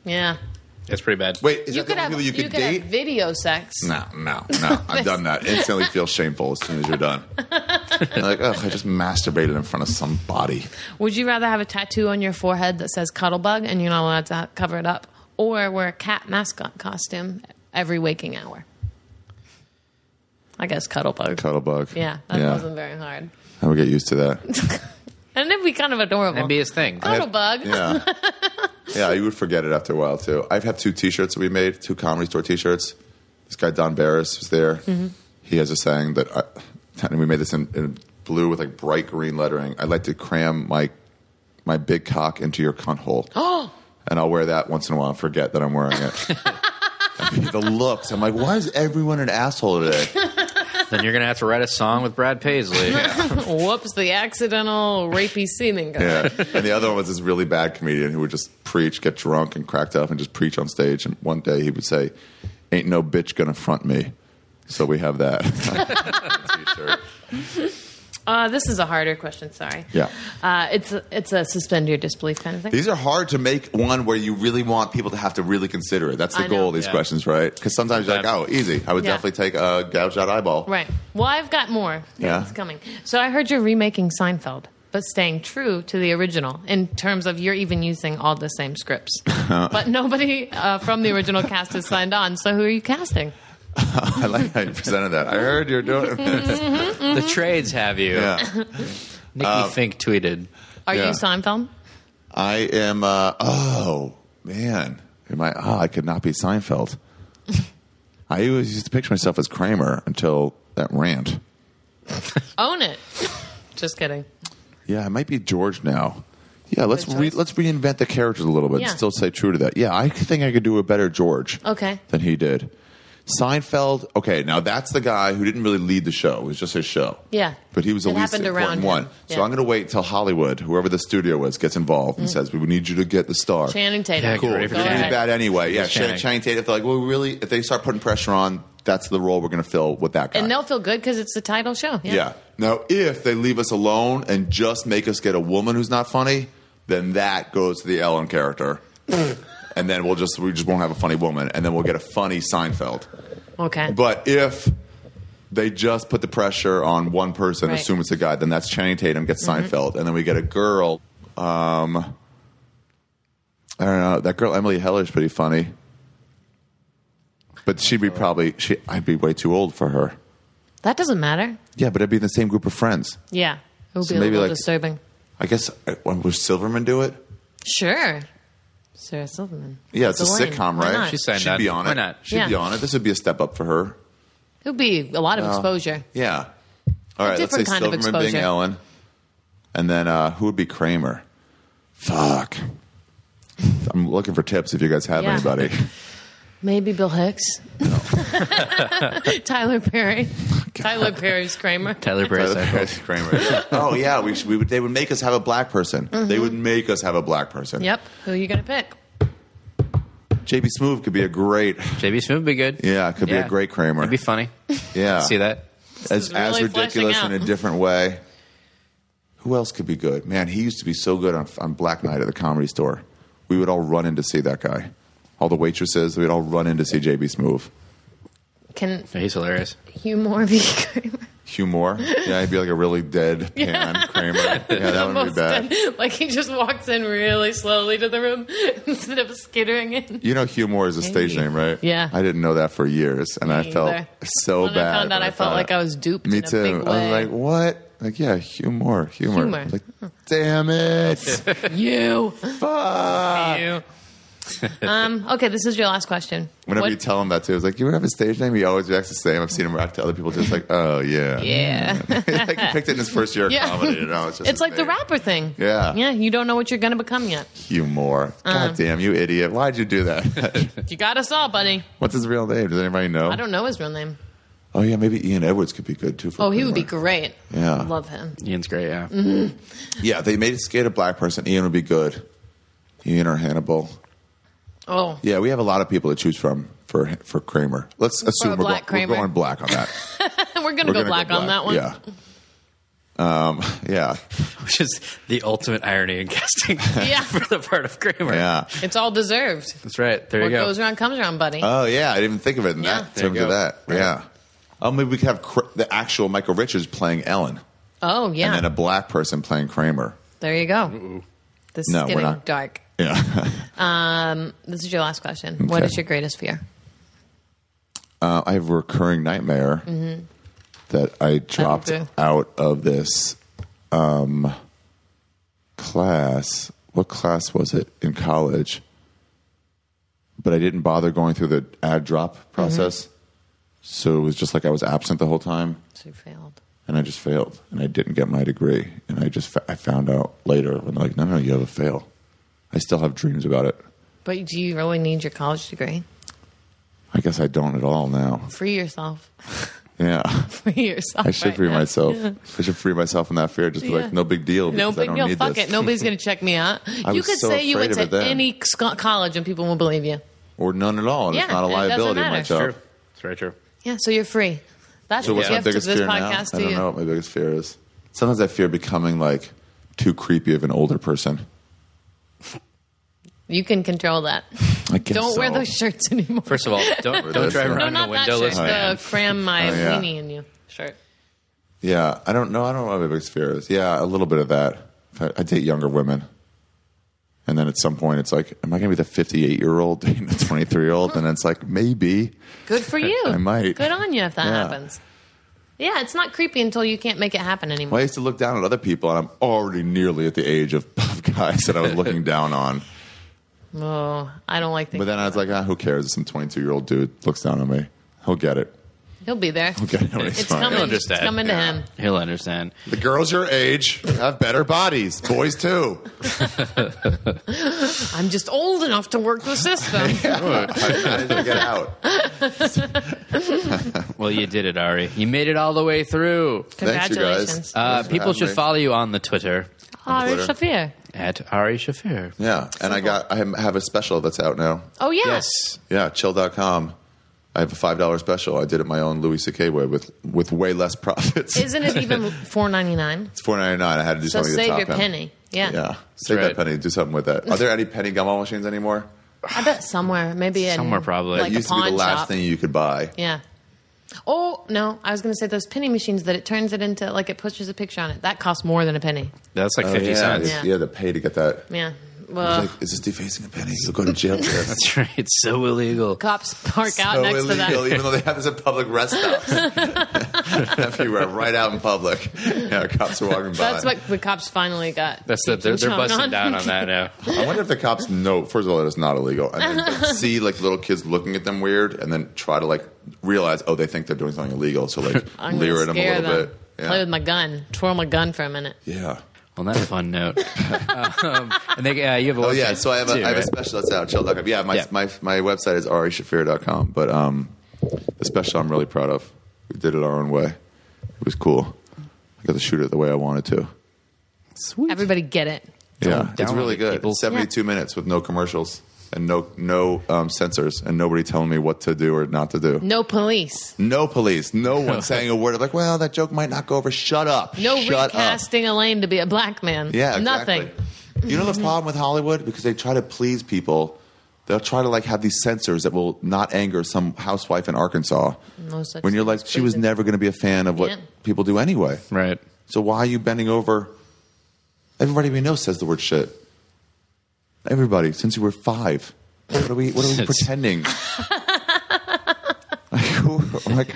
[SPEAKER 3] yeah.
[SPEAKER 2] That's pretty bad.
[SPEAKER 6] Wait, is
[SPEAKER 3] You
[SPEAKER 6] that the
[SPEAKER 3] could
[SPEAKER 6] only
[SPEAKER 3] have
[SPEAKER 6] people you could date?
[SPEAKER 3] have video sex.
[SPEAKER 6] No, no, no. I've done that. Instantly feel shameful as soon as you're done. You're like, oh, I just masturbated in front of somebody.
[SPEAKER 3] Would you rather have a tattoo on your forehead that says cuddlebug and you're not allowed to cover it up, or wear a cat mascot costume every waking hour? I guess cuddlebug.
[SPEAKER 6] Cuddlebug.
[SPEAKER 3] yeah, that wasn't very hard.
[SPEAKER 6] I would get used to that.
[SPEAKER 3] And it'd be kind of adorable.
[SPEAKER 2] That'd be his thing.
[SPEAKER 3] cuddlebug.
[SPEAKER 6] Yeah. Yeah, you would forget it after a while, too. I have two t shirts that we made, two comedy store t shirts. This guy, Don Barris, was there. He has a saying that, I, and we made this in, in blue with like bright green lettering I'd like to cram my, my big cock into your cunt hole. and I'll wear that once in a while and forget that I'm wearing it. I mean, the looks. I'm like, why is everyone an asshole today?
[SPEAKER 2] Then you're gonna have to write a song with Brad Paisley.
[SPEAKER 3] Whoops, the accidental rapey semen guy.
[SPEAKER 6] Yeah. And the other one was this really bad comedian who would just preach, get drunk and cracked up and just preach on stage. And one day he would say, Ain't no bitch gonna front me. So we have that. T-shirt.
[SPEAKER 3] Uh, this is a harder question. Sorry.
[SPEAKER 6] Yeah.
[SPEAKER 3] Uh, it's a, it's a suspend your disbelief kind of thing.
[SPEAKER 6] These are hard to make one where you really want people to have to really consider it. That's the
[SPEAKER 3] I know.
[SPEAKER 6] goal of these
[SPEAKER 2] Yeah.
[SPEAKER 6] questions, right? Because sometimes you're like, oh, easy. I would
[SPEAKER 3] Yeah.
[SPEAKER 6] definitely take a gouged out eyeball.
[SPEAKER 3] right. Well, I've got more.
[SPEAKER 6] Yeah.
[SPEAKER 3] It's coming. So I heard you're remaking Seinfeld, but staying true to the original in terms of you're even using all the same scripts, but nobody uh, from the original cast has signed on. So who are you casting?
[SPEAKER 6] I like how you presented that. I heard you're doing this.
[SPEAKER 2] the trades have you.
[SPEAKER 6] Yeah. um,
[SPEAKER 2] Nikki Fink tweeted.
[SPEAKER 3] Are
[SPEAKER 6] Yeah.
[SPEAKER 3] you Seinfeld?
[SPEAKER 6] I am. Uh, oh man, am I? Oh, I could not be Seinfeld. I always used to picture myself as Kramer until that rant.
[SPEAKER 3] Own it. Just kidding.
[SPEAKER 6] Yeah, I might be George now. Yeah, let's
[SPEAKER 3] Good
[SPEAKER 6] re-
[SPEAKER 3] choice.
[SPEAKER 6] let's reinvent the characters a little bit. and
[SPEAKER 3] Yeah.
[SPEAKER 6] Still stay true to that. Yeah, I think I could do a better George
[SPEAKER 3] Okay.
[SPEAKER 6] than he did. Seinfeld. Okay, now that's the guy who didn't really lead the show. It was just his show.
[SPEAKER 3] Yeah.
[SPEAKER 6] But he was the
[SPEAKER 3] It
[SPEAKER 6] least
[SPEAKER 3] happened
[SPEAKER 6] important
[SPEAKER 3] around him.
[SPEAKER 6] one. So
[SPEAKER 3] Yeah. Mm.
[SPEAKER 6] I'm going to wait till Hollywood, whoever the studio was, gets involved and says, "We need you to get the star."
[SPEAKER 3] Channing Tatum.
[SPEAKER 2] Yeah,
[SPEAKER 6] cool.
[SPEAKER 2] ready for
[SPEAKER 6] They're
[SPEAKER 3] Channing.
[SPEAKER 6] really bad anyway. Yeah,
[SPEAKER 2] It's
[SPEAKER 6] Channing.
[SPEAKER 2] Channing.
[SPEAKER 6] Channing Tatum. If they're like, well, really, if they start putting pressure on, that's the role we're going to fill with that guy.
[SPEAKER 3] And they'll feel good because it's the title show. Yeah.
[SPEAKER 6] yeah. Now, if they leave us alone and just make us get a woman who's not funny, then that goes to the Ellen character, and then we'll just we just won't have a funny woman, and then we'll get a funny Seinfeld.
[SPEAKER 3] Okay.
[SPEAKER 6] But if they just put the pressure on one person,
[SPEAKER 3] Right. Mm-hmm.
[SPEAKER 6] assume it's a guy, then that's Channing Tatum gets Seinfeld, and then we get a girl. Um, I don't know that girl Emily Heller's pretty funny, but she'd be probably she. I'd be way too old for her.
[SPEAKER 3] that doesn't matter.
[SPEAKER 6] Yeah, but I'd be in the same group of friends.
[SPEAKER 3] Yeah. It would
[SPEAKER 6] So
[SPEAKER 3] be a
[SPEAKER 6] maybe
[SPEAKER 3] little
[SPEAKER 6] like-
[SPEAKER 3] disturbing.
[SPEAKER 6] I guess uh, would Silverman do it?
[SPEAKER 3] Sure. Sarah Silverman.
[SPEAKER 6] Yeah, it's
[SPEAKER 3] It's
[SPEAKER 6] a
[SPEAKER 3] a lame.
[SPEAKER 6] sitcom,
[SPEAKER 3] Why
[SPEAKER 6] right?
[SPEAKER 3] not? She
[SPEAKER 2] signed
[SPEAKER 6] She'd
[SPEAKER 2] on.
[SPEAKER 6] be on it.
[SPEAKER 2] Why not?
[SPEAKER 6] She'd
[SPEAKER 3] Yeah.
[SPEAKER 6] be on it. This would be a step up for her.
[SPEAKER 3] It would be a lot of exposure.
[SPEAKER 6] Yeah. All right, let's say
[SPEAKER 3] different kind of
[SPEAKER 6] Silverman being
[SPEAKER 3] exposure.
[SPEAKER 6] Ellen. And then uh, who would be Kramer? Fuck. I'm looking for tips if you guys have
[SPEAKER 3] Yeah.
[SPEAKER 6] anybody.
[SPEAKER 3] Maybe Bill Hicks. Tyler Perry.
[SPEAKER 6] Oh
[SPEAKER 3] Tyler Perry's Kramer.
[SPEAKER 2] Tyler Perry.
[SPEAKER 6] Kramer. oh yeah, we, should, we would. They would make us have a black person. They would make us have a black person.
[SPEAKER 3] Mm-hmm. Yep. Who are you going to pick?
[SPEAKER 6] JB Smoove could be a great.
[SPEAKER 2] JB Smith would be good.
[SPEAKER 6] Yeah, could be
[SPEAKER 2] Yeah.
[SPEAKER 6] a great Kramer. Uh,
[SPEAKER 2] It'd be funny.
[SPEAKER 6] yeah,
[SPEAKER 2] See that?
[SPEAKER 6] as,
[SPEAKER 3] is
[SPEAKER 6] as
[SPEAKER 3] really
[SPEAKER 6] ridiculous in
[SPEAKER 3] fleshing
[SPEAKER 6] a
[SPEAKER 3] out.
[SPEAKER 6] different way. Who else could be good? Man, he used to be so good on, on Black Knight at the comedy store. We would all run in to see that guy. All the waitresses, we'd all run in to see JB Smoove.
[SPEAKER 3] Can
[SPEAKER 2] Yeah, he's hilarious.
[SPEAKER 3] Hugh Moore be Kramer?
[SPEAKER 6] Hugh Moore, yeah, he'd be like a really dead pan Kramer. Yeah, that would be
[SPEAKER 3] Almost
[SPEAKER 6] bad.
[SPEAKER 3] done. Like he just walks in really slowly to the room instead of skittering in.
[SPEAKER 6] You know, Hugh Moore is a stage
[SPEAKER 3] Hey.
[SPEAKER 6] name, right?
[SPEAKER 3] Yeah.
[SPEAKER 6] I didn't know that for years, and I
[SPEAKER 3] Me
[SPEAKER 6] felt
[SPEAKER 3] either.
[SPEAKER 6] so
[SPEAKER 3] when
[SPEAKER 6] bad.
[SPEAKER 3] I found out,
[SPEAKER 6] when
[SPEAKER 3] I, felt
[SPEAKER 6] found
[SPEAKER 3] like
[SPEAKER 6] out.
[SPEAKER 3] I was duped.
[SPEAKER 6] Me
[SPEAKER 3] in A
[SPEAKER 6] too.
[SPEAKER 3] big
[SPEAKER 6] I was
[SPEAKER 3] way.
[SPEAKER 6] like, "What? Like, yeah, Hugh Moore, humor."
[SPEAKER 3] Hugh Moore.
[SPEAKER 6] Like, damn it,
[SPEAKER 3] you.
[SPEAKER 6] fuck.
[SPEAKER 3] you. um, okay, this is your last question.
[SPEAKER 6] Whenever
[SPEAKER 3] What-
[SPEAKER 6] you tell him that too, it's like you ever have a stage name. He always reacts the same. I've seen him react to other people just like, oh yeah,
[SPEAKER 3] Yeah.
[SPEAKER 6] like he picked it in his first year of
[SPEAKER 3] Yeah.
[SPEAKER 6] comedy. You know, it's just
[SPEAKER 3] It's like the
[SPEAKER 6] amazing.
[SPEAKER 3] rapper thing.
[SPEAKER 6] Yeah.
[SPEAKER 3] Yeah, you don't know what you're going to become yet.
[SPEAKER 6] Hugh Moore.
[SPEAKER 3] Uh-huh.
[SPEAKER 6] God damn you, idiot! Why'd you do that?
[SPEAKER 3] You got us all, buddy.
[SPEAKER 6] What's his real name? Does anybody know?
[SPEAKER 3] I don't know his real name.
[SPEAKER 6] Oh yeah, maybe Ian Edwards could be good too. For
[SPEAKER 3] Oh, he would be
[SPEAKER 6] Kramer.
[SPEAKER 3] great.
[SPEAKER 6] Yeah.
[SPEAKER 3] Love him.
[SPEAKER 2] Ian's great. Yeah.
[SPEAKER 3] Mm-hmm.
[SPEAKER 6] Yeah, they made it skate a black person. Ian would be good. Ian or Hannibal.
[SPEAKER 3] Oh,
[SPEAKER 6] Yeah, we have a lot of people to choose from for for Kramer. Let's assume we're,
[SPEAKER 3] black
[SPEAKER 6] go- we're
[SPEAKER 3] Kramer.
[SPEAKER 6] going black on that.
[SPEAKER 3] we're gonna
[SPEAKER 6] We're
[SPEAKER 3] go
[SPEAKER 6] gonna
[SPEAKER 3] black on that one.
[SPEAKER 6] Yeah. Um, yeah.
[SPEAKER 2] which is the ultimate irony in casting
[SPEAKER 3] Yeah.
[SPEAKER 2] for the part of Kramer.
[SPEAKER 6] Yeah.
[SPEAKER 3] It's all deserved.
[SPEAKER 2] That's right. There
[SPEAKER 3] What
[SPEAKER 2] you go.
[SPEAKER 3] goes around comes around, buddy.
[SPEAKER 6] Oh yeah, I didn't even think of it in
[SPEAKER 3] Yeah.
[SPEAKER 6] that
[SPEAKER 2] There you
[SPEAKER 6] terms of
[SPEAKER 2] go.
[SPEAKER 6] that. Yeah. Oh, maybe we could have Kra- the actual Michael Richards playing Ellen,
[SPEAKER 3] oh
[SPEAKER 6] and
[SPEAKER 3] yeah,
[SPEAKER 6] then a black person playing Kramer.
[SPEAKER 3] there you go. This
[SPEAKER 6] No,
[SPEAKER 3] is
[SPEAKER 6] we're
[SPEAKER 3] getting
[SPEAKER 6] not.
[SPEAKER 3] dark.
[SPEAKER 6] Yeah.
[SPEAKER 3] This is your last question. What
[SPEAKER 6] Okay.
[SPEAKER 3] is your greatest fear?
[SPEAKER 6] uh, I have a recurring nightmare that I dropped
[SPEAKER 3] Mm-hmm. too.
[SPEAKER 6] out of this um, class. What class was it in college? But I didn't bother going through the
[SPEAKER 3] Mm-hmm.
[SPEAKER 6] ad drop process. So it was just like I was absent the whole time
[SPEAKER 3] So you failed.
[SPEAKER 6] and I just failed and I didn't get my degree. And I just fa- I found out later when they're like, no, no, you have a fail. I still have dreams about it.
[SPEAKER 3] But do you really need your college degree?
[SPEAKER 6] I guess I don't at all now.
[SPEAKER 3] Free yourself.
[SPEAKER 6] Yeah.
[SPEAKER 3] Free yourself.
[SPEAKER 6] I should
[SPEAKER 3] right
[SPEAKER 6] free
[SPEAKER 3] now.
[SPEAKER 6] myself. I should free myself from that fear. Just be
[SPEAKER 3] Yeah.
[SPEAKER 6] like, no big deal.
[SPEAKER 3] No
[SPEAKER 6] because I
[SPEAKER 3] big
[SPEAKER 6] don't
[SPEAKER 3] deal.
[SPEAKER 6] need
[SPEAKER 3] Fuck
[SPEAKER 6] this.
[SPEAKER 3] it. Nobody's going to check me out. you
[SPEAKER 6] was
[SPEAKER 3] could
[SPEAKER 6] so
[SPEAKER 3] say you
[SPEAKER 6] afraid
[SPEAKER 3] went
[SPEAKER 6] of
[SPEAKER 3] to
[SPEAKER 6] it then.
[SPEAKER 3] any sc- college and people won't believe you.
[SPEAKER 6] Or none at all. And
[SPEAKER 3] Yeah,
[SPEAKER 6] it's not a
[SPEAKER 3] and it doesn't
[SPEAKER 6] liability of my
[SPEAKER 3] matter.
[SPEAKER 6] job.
[SPEAKER 2] True. It's very true.
[SPEAKER 3] Yeah, so you're free. That's
[SPEAKER 6] So
[SPEAKER 3] the
[SPEAKER 6] what's my
[SPEAKER 3] gift of
[SPEAKER 6] biggest
[SPEAKER 3] this
[SPEAKER 6] fear now? I
[SPEAKER 3] podcast to
[SPEAKER 6] don't
[SPEAKER 3] you.
[SPEAKER 6] know what my biggest fear is. Sometimes I fear becoming like too creepy of an older person.
[SPEAKER 3] You can control that.
[SPEAKER 6] I guess
[SPEAKER 3] Don't wear
[SPEAKER 6] so.
[SPEAKER 3] those shirts anymore.
[SPEAKER 2] First of all, don't don't
[SPEAKER 6] this
[SPEAKER 2] drive
[SPEAKER 6] one.
[SPEAKER 3] no,
[SPEAKER 2] around in
[SPEAKER 3] not
[SPEAKER 2] a
[SPEAKER 3] that
[SPEAKER 2] windowless
[SPEAKER 3] shirt.
[SPEAKER 2] van.
[SPEAKER 3] The cram my
[SPEAKER 6] Oh, yeah.
[SPEAKER 3] weenie in you shirt.
[SPEAKER 6] Yeah, I don't know. I don't know what my biggest fear is. Yeah, a little bit of that. If I, I date younger women. And then at some point, it's like, am I going to be the 58 year old dating the 23 year old? And it's like, maybe.
[SPEAKER 3] Good for you.
[SPEAKER 6] I might.
[SPEAKER 3] Good on you if that
[SPEAKER 6] Yeah.
[SPEAKER 3] happens. Yeah, it's not creepy until you can't make it happen anymore.
[SPEAKER 6] Well, I used to look down at other people, and I'm already nearly at the age of guys that I was looking down on.
[SPEAKER 3] Oh, I don't like
[SPEAKER 6] But
[SPEAKER 3] that.
[SPEAKER 6] then I was like, ah, who cares? Some 22 year old dude looks down on me. He'll get it.
[SPEAKER 3] He'll be there.
[SPEAKER 6] He'll get it. when he's
[SPEAKER 3] It's
[SPEAKER 6] fine.
[SPEAKER 3] coming. It's
[SPEAKER 2] understand.
[SPEAKER 3] coming to him.
[SPEAKER 2] He'll understand.
[SPEAKER 6] The girls your age have better bodies. Boys too.
[SPEAKER 3] I'm just old enough to work the system.
[SPEAKER 6] I managed to get out.
[SPEAKER 2] Well, you did it, Ari. You made it all the way through.
[SPEAKER 6] Thanks, you guys.
[SPEAKER 3] Congratulations.
[SPEAKER 2] Uh,
[SPEAKER 6] for
[SPEAKER 2] people
[SPEAKER 6] having
[SPEAKER 2] should
[SPEAKER 6] me.
[SPEAKER 2] follow you on the Twitter
[SPEAKER 3] Ari
[SPEAKER 6] Twitter.
[SPEAKER 3] Shafir.
[SPEAKER 2] at Ari Shafir.
[SPEAKER 6] Yeah, and I got I have a special that's out now.
[SPEAKER 3] Oh yeah.
[SPEAKER 2] Yes.
[SPEAKER 6] Yeah, chill.com. I have a five dollar special. I did it my own Louis C.K. way with with way less profits.
[SPEAKER 3] Isn't it even four ninety nine?
[SPEAKER 6] it's four ninety nine. I had to do
[SPEAKER 3] So
[SPEAKER 6] something. at the
[SPEAKER 3] save
[SPEAKER 6] top
[SPEAKER 3] your
[SPEAKER 6] end.
[SPEAKER 3] penny. Yeah.
[SPEAKER 6] Yeah, save
[SPEAKER 2] right.
[SPEAKER 6] that penny. Do something with that. Are there any penny gumball machines anymore?
[SPEAKER 3] I bet somewhere, maybe in,
[SPEAKER 2] Somewhere probably.
[SPEAKER 3] like
[SPEAKER 6] it used
[SPEAKER 3] a
[SPEAKER 6] to be
[SPEAKER 3] pawn
[SPEAKER 6] the last
[SPEAKER 3] shop.
[SPEAKER 6] thing you could buy.
[SPEAKER 3] Yeah. Oh no, I was going to say those penny machines that it turns it into like it pushes a picture on it. That costs more than a penny.
[SPEAKER 2] That's like
[SPEAKER 6] Oh,
[SPEAKER 2] fifty
[SPEAKER 6] yeah,
[SPEAKER 2] cents.
[SPEAKER 6] it's-
[SPEAKER 3] Yeah.
[SPEAKER 6] Yeah. the pay to get that.
[SPEAKER 3] Yeah. Well,
[SPEAKER 6] Like, is this defacing a penny? You'll go to jail for this.
[SPEAKER 2] That's right. It's so illegal.
[SPEAKER 3] cops park out
[SPEAKER 6] so
[SPEAKER 3] next
[SPEAKER 6] illegal,
[SPEAKER 3] to that.
[SPEAKER 6] even though they have this at public rest stops. Everywhere, right out in public. Yeah, cops are walking by.
[SPEAKER 3] That's what the cops finally got.
[SPEAKER 2] That's the, they're, they're busting down on that now.
[SPEAKER 6] I wonder if the cops know. First of all, that it's not illegal, and then like, see like little kids looking at them weird, and then try to like realize, oh, they think they're doing something illegal, so like
[SPEAKER 3] I'm gonna
[SPEAKER 6] leer at them a
[SPEAKER 3] scare
[SPEAKER 6] little
[SPEAKER 3] them.
[SPEAKER 6] bit.
[SPEAKER 3] Play
[SPEAKER 6] Yeah.
[SPEAKER 3] with my gun. Twirl my gun for a minute.
[SPEAKER 6] yeah.
[SPEAKER 2] On that fun note, um, and they, uh, you have a
[SPEAKER 6] Oh
[SPEAKER 2] website
[SPEAKER 6] yeah, so I have a,
[SPEAKER 2] too,
[SPEAKER 6] I have a
[SPEAKER 2] right?
[SPEAKER 6] special that's out, chill.com. Yeah, my,
[SPEAKER 2] Yeah.
[SPEAKER 6] my my website is arishafir.com, but um, the special I'm really proud of. We did it our own way. It was cool. I got to shoot it the way I wanted to.
[SPEAKER 3] Everybody get it.
[SPEAKER 6] Yeah, it's
[SPEAKER 2] download
[SPEAKER 6] really
[SPEAKER 2] it,
[SPEAKER 6] good.
[SPEAKER 2] people.
[SPEAKER 6] It's 72 minutes with no commercials and no no um, censors and nobody telling me what to do or not to do.
[SPEAKER 3] No police.
[SPEAKER 6] No police, no one saying a word of like, well, that joke might not go over. Shut up.
[SPEAKER 3] No
[SPEAKER 6] Shut up.
[SPEAKER 3] recasting Elaine to be a black man.
[SPEAKER 6] Yeah, exactly.
[SPEAKER 3] nothing.
[SPEAKER 6] You know the problem with Hollywood because they try to please people. They'll try to like have these censors that will not anger some housewife in Arkansas.
[SPEAKER 3] No such
[SPEAKER 6] when you're
[SPEAKER 3] thing
[SPEAKER 6] like,
[SPEAKER 3] as
[SPEAKER 6] she was
[SPEAKER 3] pleasing.
[SPEAKER 6] never going to be a fan of what
[SPEAKER 3] Yeah.
[SPEAKER 6] people do anyway.
[SPEAKER 2] Right.
[SPEAKER 6] So why are you bending over? Everybody we know says the word shit. Everybody, since you were five. What are we? What are we pretending? like, who- like-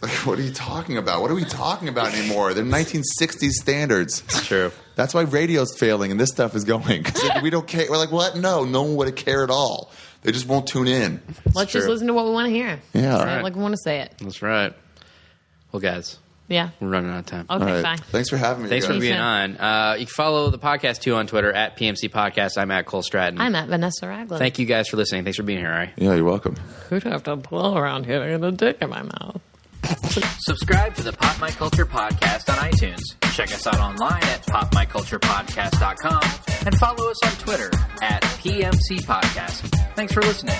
[SPEAKER 6] like, what are you talking about? What are we talking about anymore? They're 1960s standards.
[SPEAKER 2] True.
[SPEAKER 6] That's why radio's failing and this stuff is going. 'Cause we don't care. We're like, what? No, no one would care at all. They just won't tune in.
[SPEAKER 3] Let's just
[SPEAKER 2] true.
[SPEAKER 3] listen to what we want to hear.
[SPEAKER 6] Yeah.
[SPEAKER 3] Say it
[SPEAKER 6] Right.
[SPEAKER 3] like we want to say it.
[SPEAKER 2] That's right. Well, guys,
[SPEAKER 3] Yeah.
[SPEAKER 2] we're running out of time.
[SPEAKER 3] Okay,
[SPEAKER 6] All right.
[SPEAKER 3] bye.
[SPEAKER 6] Thanks for having me.
[SPEAKER 2] Thanks
[SPEAKER 6] guys.
[SPEAKER 2] for being
[SPEAKER 3] Thanks,
[SPEAKER 2] on. Uh, you can follow the podcast too on Twitter at PMC Podcast. I'm at Cole Stratton.
[SPEAKER 3] I'm at Vanessa Ragland.
[SPEAKER 2] Thank you guys for listening. Thanks for being here, Ari.
[SPEAKER 6] Yeah, you're welcome.
[SPEAKER 3] Who'd have to blow around here to get a dick in my mouth?
[SPEAKER 1] Subscribe to the Pop My Culture Podcast on iTunes. Check us out online at popmyculturepodcast.com and follow us on Twitter at
[SPEAKER 2] PMC Podcast. Thanks for listening.